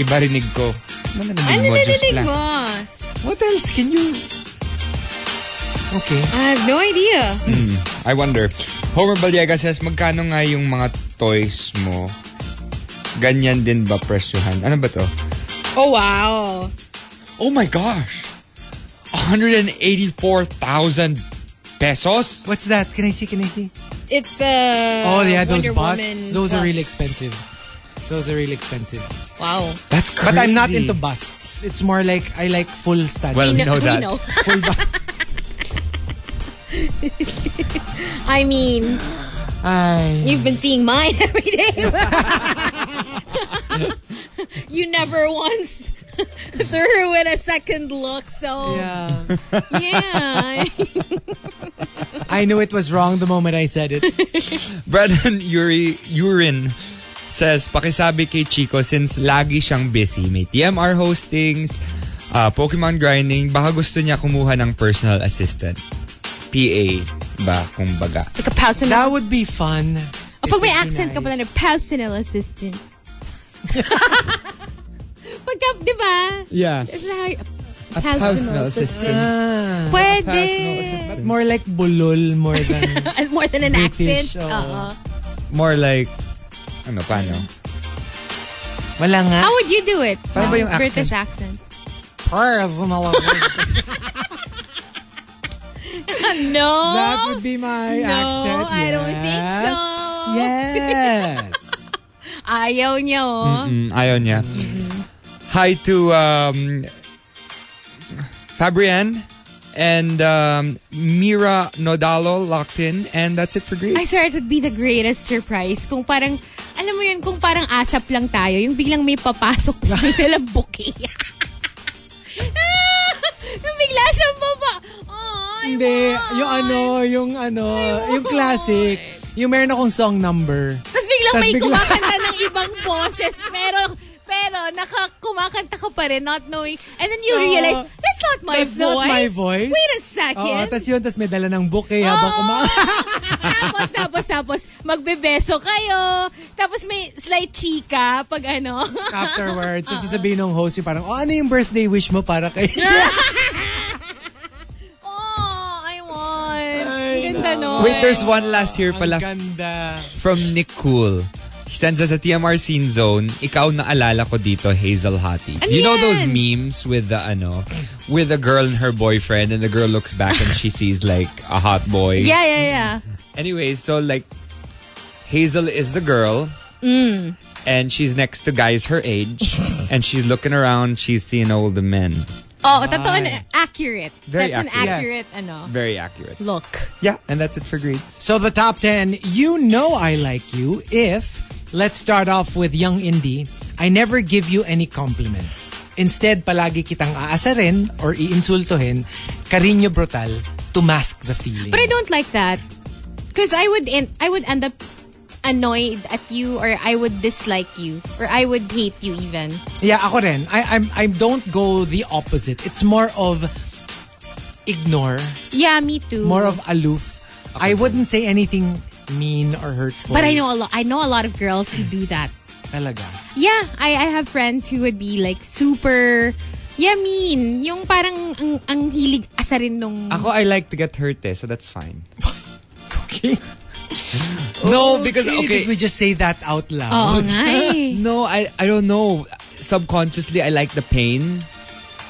S3: Iba rinig ko. Ano narinig
S2: Ano
S3: mo, Juice
S2: narinig
S3: Blank?
S2: mo?
S1: What else can you... Okay.
S2: I have no idea.
S3: I wonder. Homer Baliega says, magkano nga yung mga toys mo? Ganyan din ba presyohan? Ano ba to?
S2: Oh, wow.
S3: Oh my gosh! 184,000 pesos?
S1: What's that? Can I see? Can I see?
S2: It's, uh,
S1: oh, they had those
S2: Wonder
S1: busts.
S2: Woman
S1: Those are
S2: bust.
S1: really expensive. Those are really expensive.
S2: Wow.
S3: That's crazy.
S1: But I'm not into busts. It's more like I like full statue.
S3: Well,
S2: We
S3: We
S2: know,
S3: know that.
S2: We know. I mean,
S1: Ay.
S2: you've been seeing mine every day. you never once threw in a second look, so
S1: Yeah.
S2: yeah. I-
S1: I knew it was wrong the moment I said it.
S3: Brandon Yuri Urin says, pakisabi kay Chico since lagi siyang busy. May TMR hostings, uh, Pokemon grinding, baka gusto niya kumuha ng personal assistant. PA ba, kumbaga.
S2: Like a personal.
S1: That would be fun.
S2: Pag may
S1: It would be
S2: accent ka pala
S1: nice.
S2: na personal assistant. Pagka, di ba?
S3: Yeah.
S2: It's like,
S3: A personal assistant.
S2: Pwede.
S1: Ah. But more like bulol, more than
S2: And more than an
S1: British, oh.
S2: accent. Uh-uh.
S1: oo.
S2: Oo.
S3: More like, ano, paano?
S1: wala nga.
S2: How would you do it?
S3: Paano ba yung
S2: British accent.
S1: Personal.
S2: No.
S1: that would be my
S2: no,
S1: accent.
S2: I don't think so.
S1: Yes.
S2: Ayaw niya, oh.
S3: Mm, ayaw niya. Hi to um, Fabrienne and um, Mira Nodalo locked in. And that's it for Greece.
S2: I swear it would be the greatest surprise kung parang, alam mo yun, kung parang asap lang tayo, yung biglang may papasok sa nila bouquet. Ah! yung bigla siyang papa. Oh,
S1: Hindi, yung ano, yung ano, yung classic. Yung meron akong song number.
S2: Tapos biglang
S1: Tas
S2: may
S1: bigla-
S2: kumakanta ng ibang boses, pero pero naka kumakanta ka pa rin not knowing and then you
S1: Oo.
S2: realize that's not
S1: Uh,
S2: my
S1: That's
S2: voice
S1: not my voice.
S2: wait Oh! a
S1: Oo,
S2: second
S1: tas yun, tas may dala ng bouquet habang
S2: Oo.
S1: kuma...
S2: tapos, tapos, tapos, magbebeso kayo. Tapos may slight chika pag ano.
S1: afterwards. Tapos sasabihin ng host yung parang, oh, ano yung birthday wish mo para kay
S2: oh, I want.
S1: Ay,
S2: Ganda no.
S3: Wait, there's one last here
S1: Ang
S3: pala
S1: ganda.
S3: from Nick Cool. He sends us a TMR scene zone. Ikaw naalala ko dito, Hazel Hottie.
S2: Ano
S3: you know
S2: yan?
S3: those memes with the ano, with the girl and her boyfriend and the girl looks back and she sees like a hot boy.
S2: Yeah, yeah, yeah.
S3: Anyway, so like Hazel is the girl.
S2: Mm.
S3: And she's next to guys her age. and she's looking around. She's seeing all the men.
S2: Oh, totoo na- accurate.
S3: Very
S2: That's an accurate,
S3: accurate.
S2: ano,
S3: Very accurate.
S2: look.
S3: Yeah, and that's it for greets.
S1: So the top 10, you know I like you if, let's start off with Young Indie, I never give you any compliments. Instead, palagi kitang aasarin or iinsultuhin, cariño brutal, to mask the feeling.
S2: But I don't like that. Because I would end, I would end up annoyed at you or I would dislike you or I would hate you even.
S1: Yeah, ako rin. I, I'm, I don't go the opposite. It's more of ignore,
S2: Yeah, me too.
S1: more of aloof. I wouldn't say anything mean or hurtful.
S2: But I know a lot I know a lot of girls who do that.
S1: Talaga.
S2: Yeah, I, I have friends who would be like super yeah, mean. Yung parang ang, ang hilig asarin nung...
S3: Ako, I like to get hurt eh, so that's fine.
S1: Okay.
S3: No, because, okay.
S1: Did we just say that out
S2: Oo
S1: loud?
S2: nga eh.
S3: No, I I don't know. Subconsciously, I like the pain.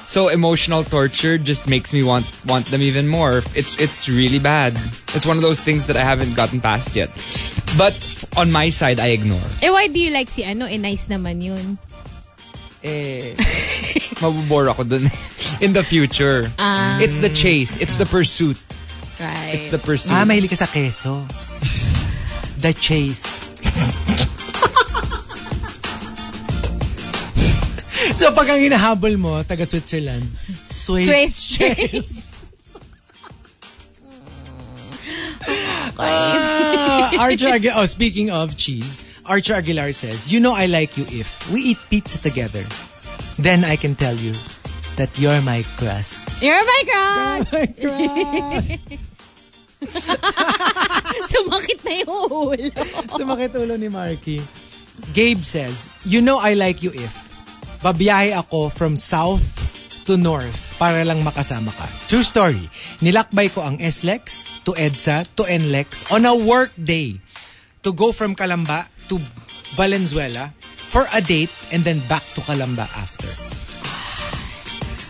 S3: So emotional torture just makes me want want them even more. It's it's really bad. It's one of those things that I haven't gotten past yet. But on my side, I ignore.
S2: Eh, why do you like si ano? Eh, nice naman yun.
S3: Eh, mabubore ako dun. in the future.
S2: Ah.
S3: it's the chase. It's the pursuit.
S2: Right.
S3: It's the pursuit.
S1: Ah, mahilig ka sa keso. The chase. so pag ang hinahabol mo, taga Switzerland, Swiss.
S2: Swiss cheese.
S1: Ah, Archer Aguilar, oh, speaking of cheese, Archer Aguilar says, You know I like you if we eat pizza together. Then I can tell you that you're my crust.
S2: You're my God!
S1: My crust.
S2: Sumakit na yung ulo.
S1: Sumakit ulo ni Marky. Gabe says, You know I like you if babiyahe ako from south to north para lang makasama ka. True story. Nilakbay ko ang SLEX to EDSA to NLEX on a work day to go from Calamba to Valenzuela for a date and then back to Calamba after.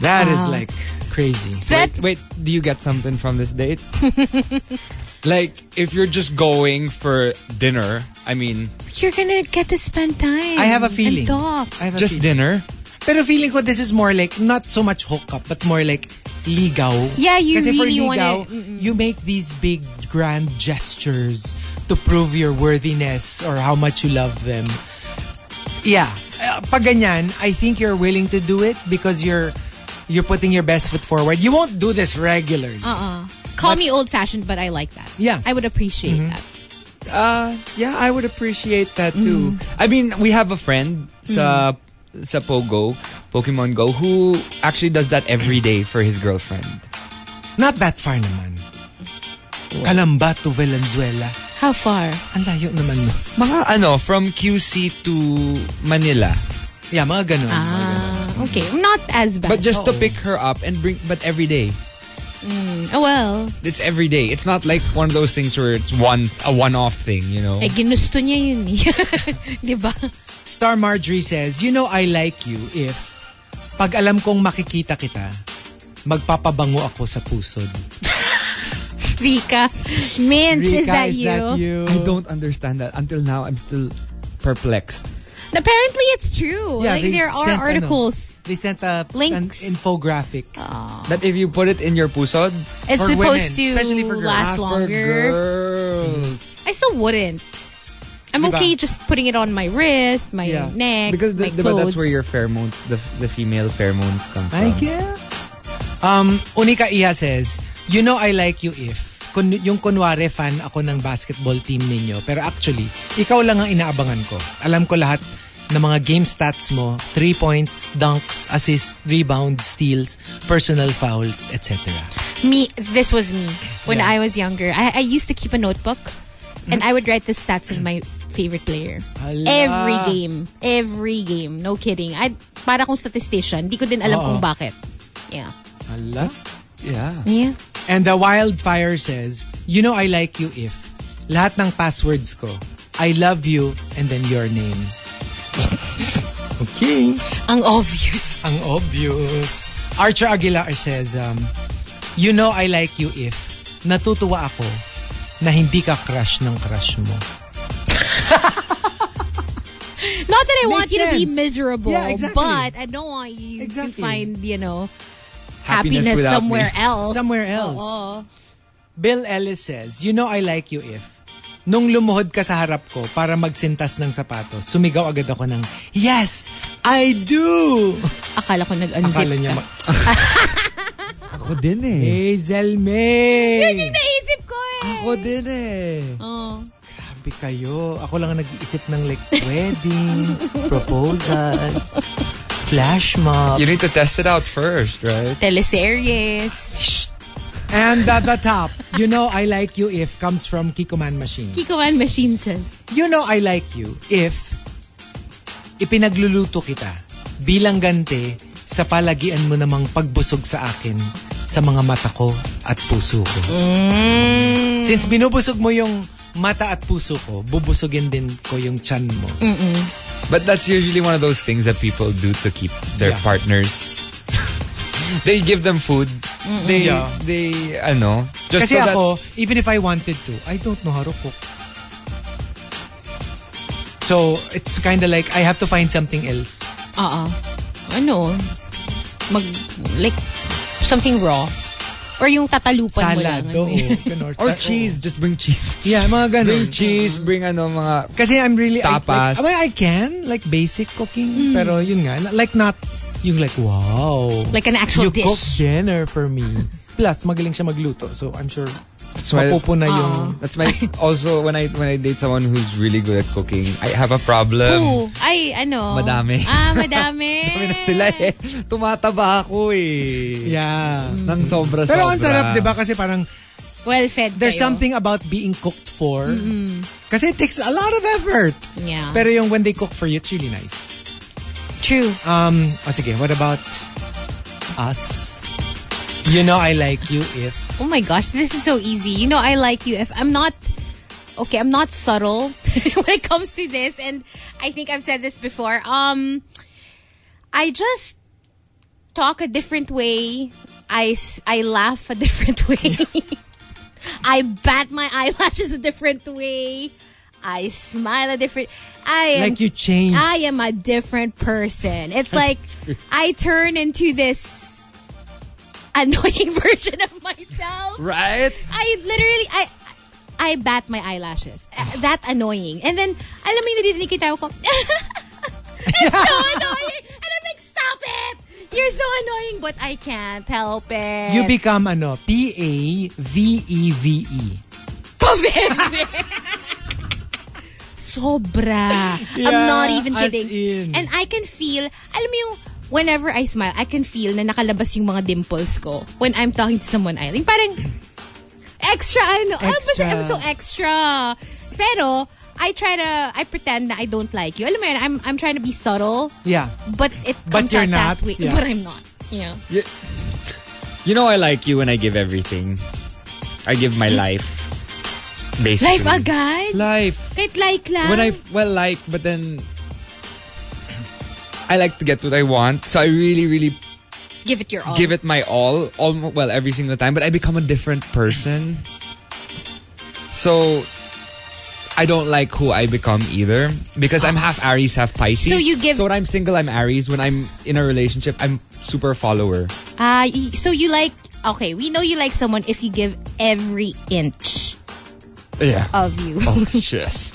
S1: That is
S3: Ah.
S1: like crazy.
S2: Ah. That,
S3: Wait, do you get something from this date? like, if you're just going for dinner, I mean,
S2: you're gonna get to spend time.
S1: I have a feeling.
S2: And talk.
S1: I have a
S3: just
S1: feeling.
S3: dinner.
S1: Pero feeling ko this is more like, not so much hookup, but more like ligaw.
S2: Yeah, you
S1: Kasi
S2: really
S1: for ligaw,
S2: wanna- mm-mm.
S1: you make these big grand gestures to prove your worthiness or how much you love them. Yeah. Uh, pag ganyan, I think you're willing to do it because you're you're putting your best foot forward. You won't do this regularly.
S2: Uh-uh. Call me old-fashioned, but I like that.
S1: Yeah. Mm-hmm.
S2: I would appreciate that.
S3: Uh, Yeah, I would appreciate that too. I mean, we have a friend sa sa Pogo, Pokemon Go, who actually does that every day for his girlfriend.
S1: Not that far naman. Calamba to Valenzuela.
S2: How far?
S1: Ang layo naman no.
S3: Mga ano, from QC to Manila.
S1: Yeah, mga ganun. mga ganun.
S2: Uh, okay, not as bad.
S3: But just to
S2: Oo.
S3: pick her up and bring but every day.
S2: Oh, well.
S3: It's every day. It's not like one of those things where it's one a one-off thing, you know.
S2: Eh, ginusto niya yun eh. diba?
S1: Star Marjorie says, You know I like you if pag alam kong makikita kita, magpapabango ako sa pusod.
S2: Rika. Minch, is that you?
S3: I don't understand that. Until now, I'm still perplexed.
S2: Apparently, it's true.
S1: Yeah,
S2: like,
S1: they
S2: there are
S1: sent, ano,
S2: articles.
S1: they sent a, an
S2: Links. Oh.
S1: infographic.
S3: That if you put it in your pusod,
S2: It's
S1: for
S2: supposed
S1: women, especially
S2: to
S1: for girls.
S2: last
S3: for
S2: longer.
S3: girls.
S2: I still wouldn't. I'm
S1: Diba?
S2: okay just putting it on my wrist, my
S1: Yeah.
S2: neck,
S3: Because
S2: my
S3: the, diba,
S2: clothes.
S3: that's where your pheromones, the, the female pheromones come from.
S1: I guess. Um, Unika Iha says, You know I like you if kun, yung kunwari fan ako ng basketball team ninyo. Pero actually, ikaw lang ang inaabangan ko. Alam ko lahat ng mga game stats mo, 3 points, dunks, assists, rebounds, steals, personal fouls, etc.
S2: me this was me when I was younger. I, I used to keep a notebook and I would write the stats of my favorite player.
S1: Mm-hmm. Hala.
S2: Every game. Every game. No kidding. I para kung statistician, di ko din alam
S1: Oo.
S2: kung bakit. Yeah.
S1: Hala.
S3: Yeah.
S2: Yeah.
S1: And the wildfire says, You know I like you if lahat ng passwords ko, I love you and then your name. okay.
S2: Ang obvious.
S1: Ang obvious. Archer Aguilar says, um, You know I like you if natutuwa ako na hindi ka crush ng crush mo.
S2: Not that I want
S1: Makes
S2: you to be
S1: sense.
S2: miserable,
S1: Yeah, exactly.
S2: but I don't want you to
S1: Exactly.
S2: find, you know,
S3: Happiness
S2: happiness,
S3: without
S2: somewhere else.
S1: Somewhere else.
S2: Oo.
S1: Bill Ellis says, You know I like you if nung lumuhod ka sa harap ko para magsintas ng sapatos, sumigaw agad ako ng, Yes! I do!
S2: Akala ko nag-unzip
S1: Akala niya,
S2: ka.
S1: ma-
S3: Ako din eh.
S1: Hazel May!
S2: Naisip ko eh.
S3: Ako din eh.
S2: Oo.
S1: Grabe kayo. Ako lang ang nag-iisip ng like wedding, proposal, flash mob.
S3: You need to test it out first, right?
S2: Teleseries.
S1: And at the top, you know I like you if comes from Kikoman Machine.
S2: Kiko Man Machine says.
S1: You know I like you if ipinagluluto kita bilang gante sa palagian mo namang pagbusog sa akin sa mga mata ko at puso ko. Since binubusog mo yung mata at puso ko, bubusogin din ko yung chan mo.
S3: But that's usually one of those things that people do to keep their
S1: Yeah.
S3: partners. they give them food. They,
S1: Yeah.
S3: they, ano, just
S1: Kasi
S3: so that-
S1: ako, even if I wanted to, I don't know how to cook. So, it's kind of like I have to find something else.
S2: Oo. Ano? mag, like, something raw. Or yung tatalupan mo lang. ano eh.
S1: Salad, oo. Ganun.
S3: Or
S1: Oo.
S3: cheese. Just bring cheese.
S1: Yeah, mga ganun.
S3: Bring cheese. Bring ano mga...
S1: Kasi I'm really I-
S3: Tapas.
S1: like, well, I can like basic cooking,
S2: Mm.
S1: pero yun nga, like not yung like wow.
S2: Like an
S1: you
S2: actual dish.
S1: cook dinner for me. Plus, magaling siya magluto. So, I'm sure
S3: why-
S1: mapupuna yung...
S2: Ah.
S3: That's my... Also, when I when I date someone who's really good at cooking, I have a problem.
S2: Ooh, ay, ano?
S3: Madami.
S2: Ah, madami.
S3: Kami na sila eh. Tumataba ako eh.
S1: Yeah.
S3: Nang sobra-sobra.
S1: Mm-hmm. Pero ang sarap, di ba? Kasi parang
S2: Well-fed
S1: there's
S2: kayo.
S1: something about being cooked for. Kasi it takes a lot of effort.
S2: Yeah.
S1: Pero yung when they cook for you, it's really nice.
S2: True.
S1: Um, oh, sige, what about us? You know I like you if...
S2: Oh my gosh, this is so easy. You know, I like you. If I'm not okay, I'm not subtle when it comes to this, and I think I've said this before. Um, I just talk a different way. I s- I laugh a different way. I bat my eyelashes a different way. I smile a different. I am
S1: Like you change.
S2: I am a different person. It's like I turn into this annoying version of myself.
S3: Right?
S2: I literally I I bat my eyelashes. Uh, that annoying. And then alam mo yung nadidinig kita ko. It's so annoying. And I'm like, stop it. You're so annoying, but I can't help it.
S1: You become ano, E P-A-V-E-V-E.
S2: Pavembe. Sobra. I'm not even
S1: as
S2: kidding.
S1: in.
S2: And I can feel, alam mo yung, whenever I smile, I can feel na nakalabas yung mga dimples ko when I'm talking to someone I think. Parang, extra ano. Ah, basta
S1: Extra.
S2: I'm so extra. Pero, I try to, I pretend na I don't like you. Alam mo yun, I'm, I'm trying to be subtle,
S1: Yeah.
S2: but it
S1: But
S2: comes
S1: you're
S2: out
S1: not.
S2: that way.
S1: Yeah.
S2: But I'm not. Yeah.
S3: You know I like you when I give everything. I give my life. Basically.
S2: Life agad?
S3: Life.
S2: Kahit like lang?
S3: when I well like, but then I like to get what I want, so I really, really
S2: give it your all.
S3: give it my all, all well every single time. But I become a different person, so I don't like who I become either because I'm half Aries, half Pisces.
S2: So you give-
S3: So when I'm single, I'm Aries. When I'm in a relationship, I'm super follower.
S2: Ah, y- so you like okay, we know you like someone if you give every inch
S3: Yeah.
S2: of you.
S3: Oh, yes.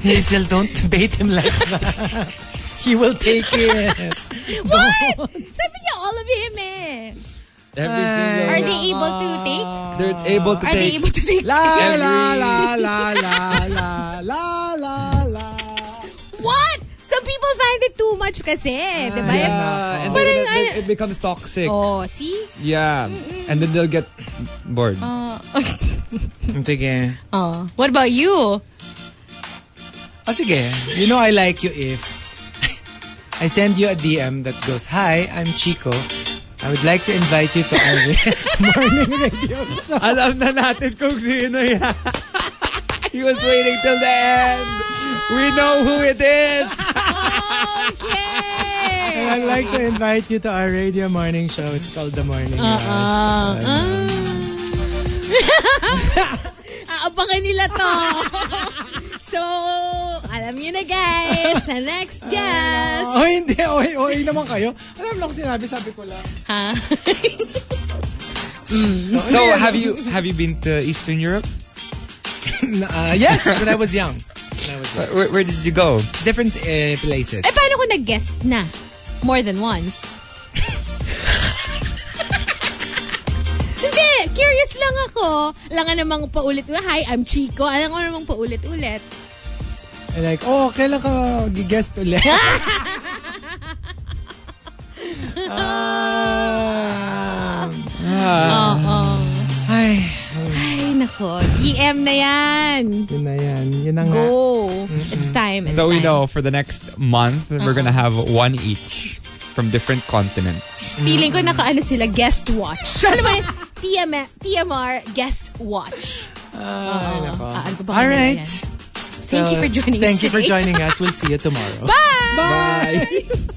S1: Hazel, don't bait him like that. he will take it.
S2: what? Sabi niya all of him eh.
S3: Every
S2: Uh, Are
S3: single.
S2: they able to take?
S3: They're able to
S2: Are they
S3: take.
S2: able to take?
S1: La
S3: Every-
S1: la la la la la la la la.
S2: What? Some people find it too much kasi, di ba?
S3: Ah, Yeah, and
S2: But
S3: then
S2: I-
S3: it, it becomes toxic.
S2: Oh, see?
S3: Yeah, and then they'll get bored.
S1: Sige.
S2: Oh. What about you?
S1: Oh, sige. You know I like you if I send you a DM that goes, Hi, I'm Chico. I would like to invite you to our morning radio show.
S3: Alam na natin kung sino yan. He was waiting till the end. We know who it is.
S2: Okay.
S1: I'd like to invite you to our radio morning show. It's called The Morning Rush.
S2: Aabangan nila to. so, alam niyo na guys, the next guest.
S1: Oh, hindi. Oy, oy naman kayo. Alam lang sinabi, sabi ko lang.
S2: Ha?
S3: So have you have you been to Eastern Europe?
S1: Uh, yes, when I was young. When I was young.
S3: Where, where did you go?
S1: Different uh, places.
S2: Eh, paano kung nag-guest na? More than once? Hindi, curious lang ako. Alam nga namang paulit-ulit. Hi, I'm Chico. Alam ko namang paulit-ulit.
S1: And like, oh, kailan ka gigest ulit? Ah.
S2: Uh-huh.
S1: Ay,
S2: Ay, nako. EM na yan.
S1: yun na yan. Yun na nga.
S2: Go. It's time. It's
S3: So we
S2: time.
S3: know for the next month we're gonna
S2: Uh-huh.
S3: have one each from different continents.
S2: Feeling ko nakaano sila, guest watch. Alam mo yun? TMR, TMR guest watch.
S1: Ay, nako.
S2: Ah, ano ba
S1: All
S2: kanila
S1: right.
S2: yan? Thank you for joining us
S1: Thank you for
S2: today.
S1: joining us. We'll see you tomorrow.
S2: Bye!
S3: Bye.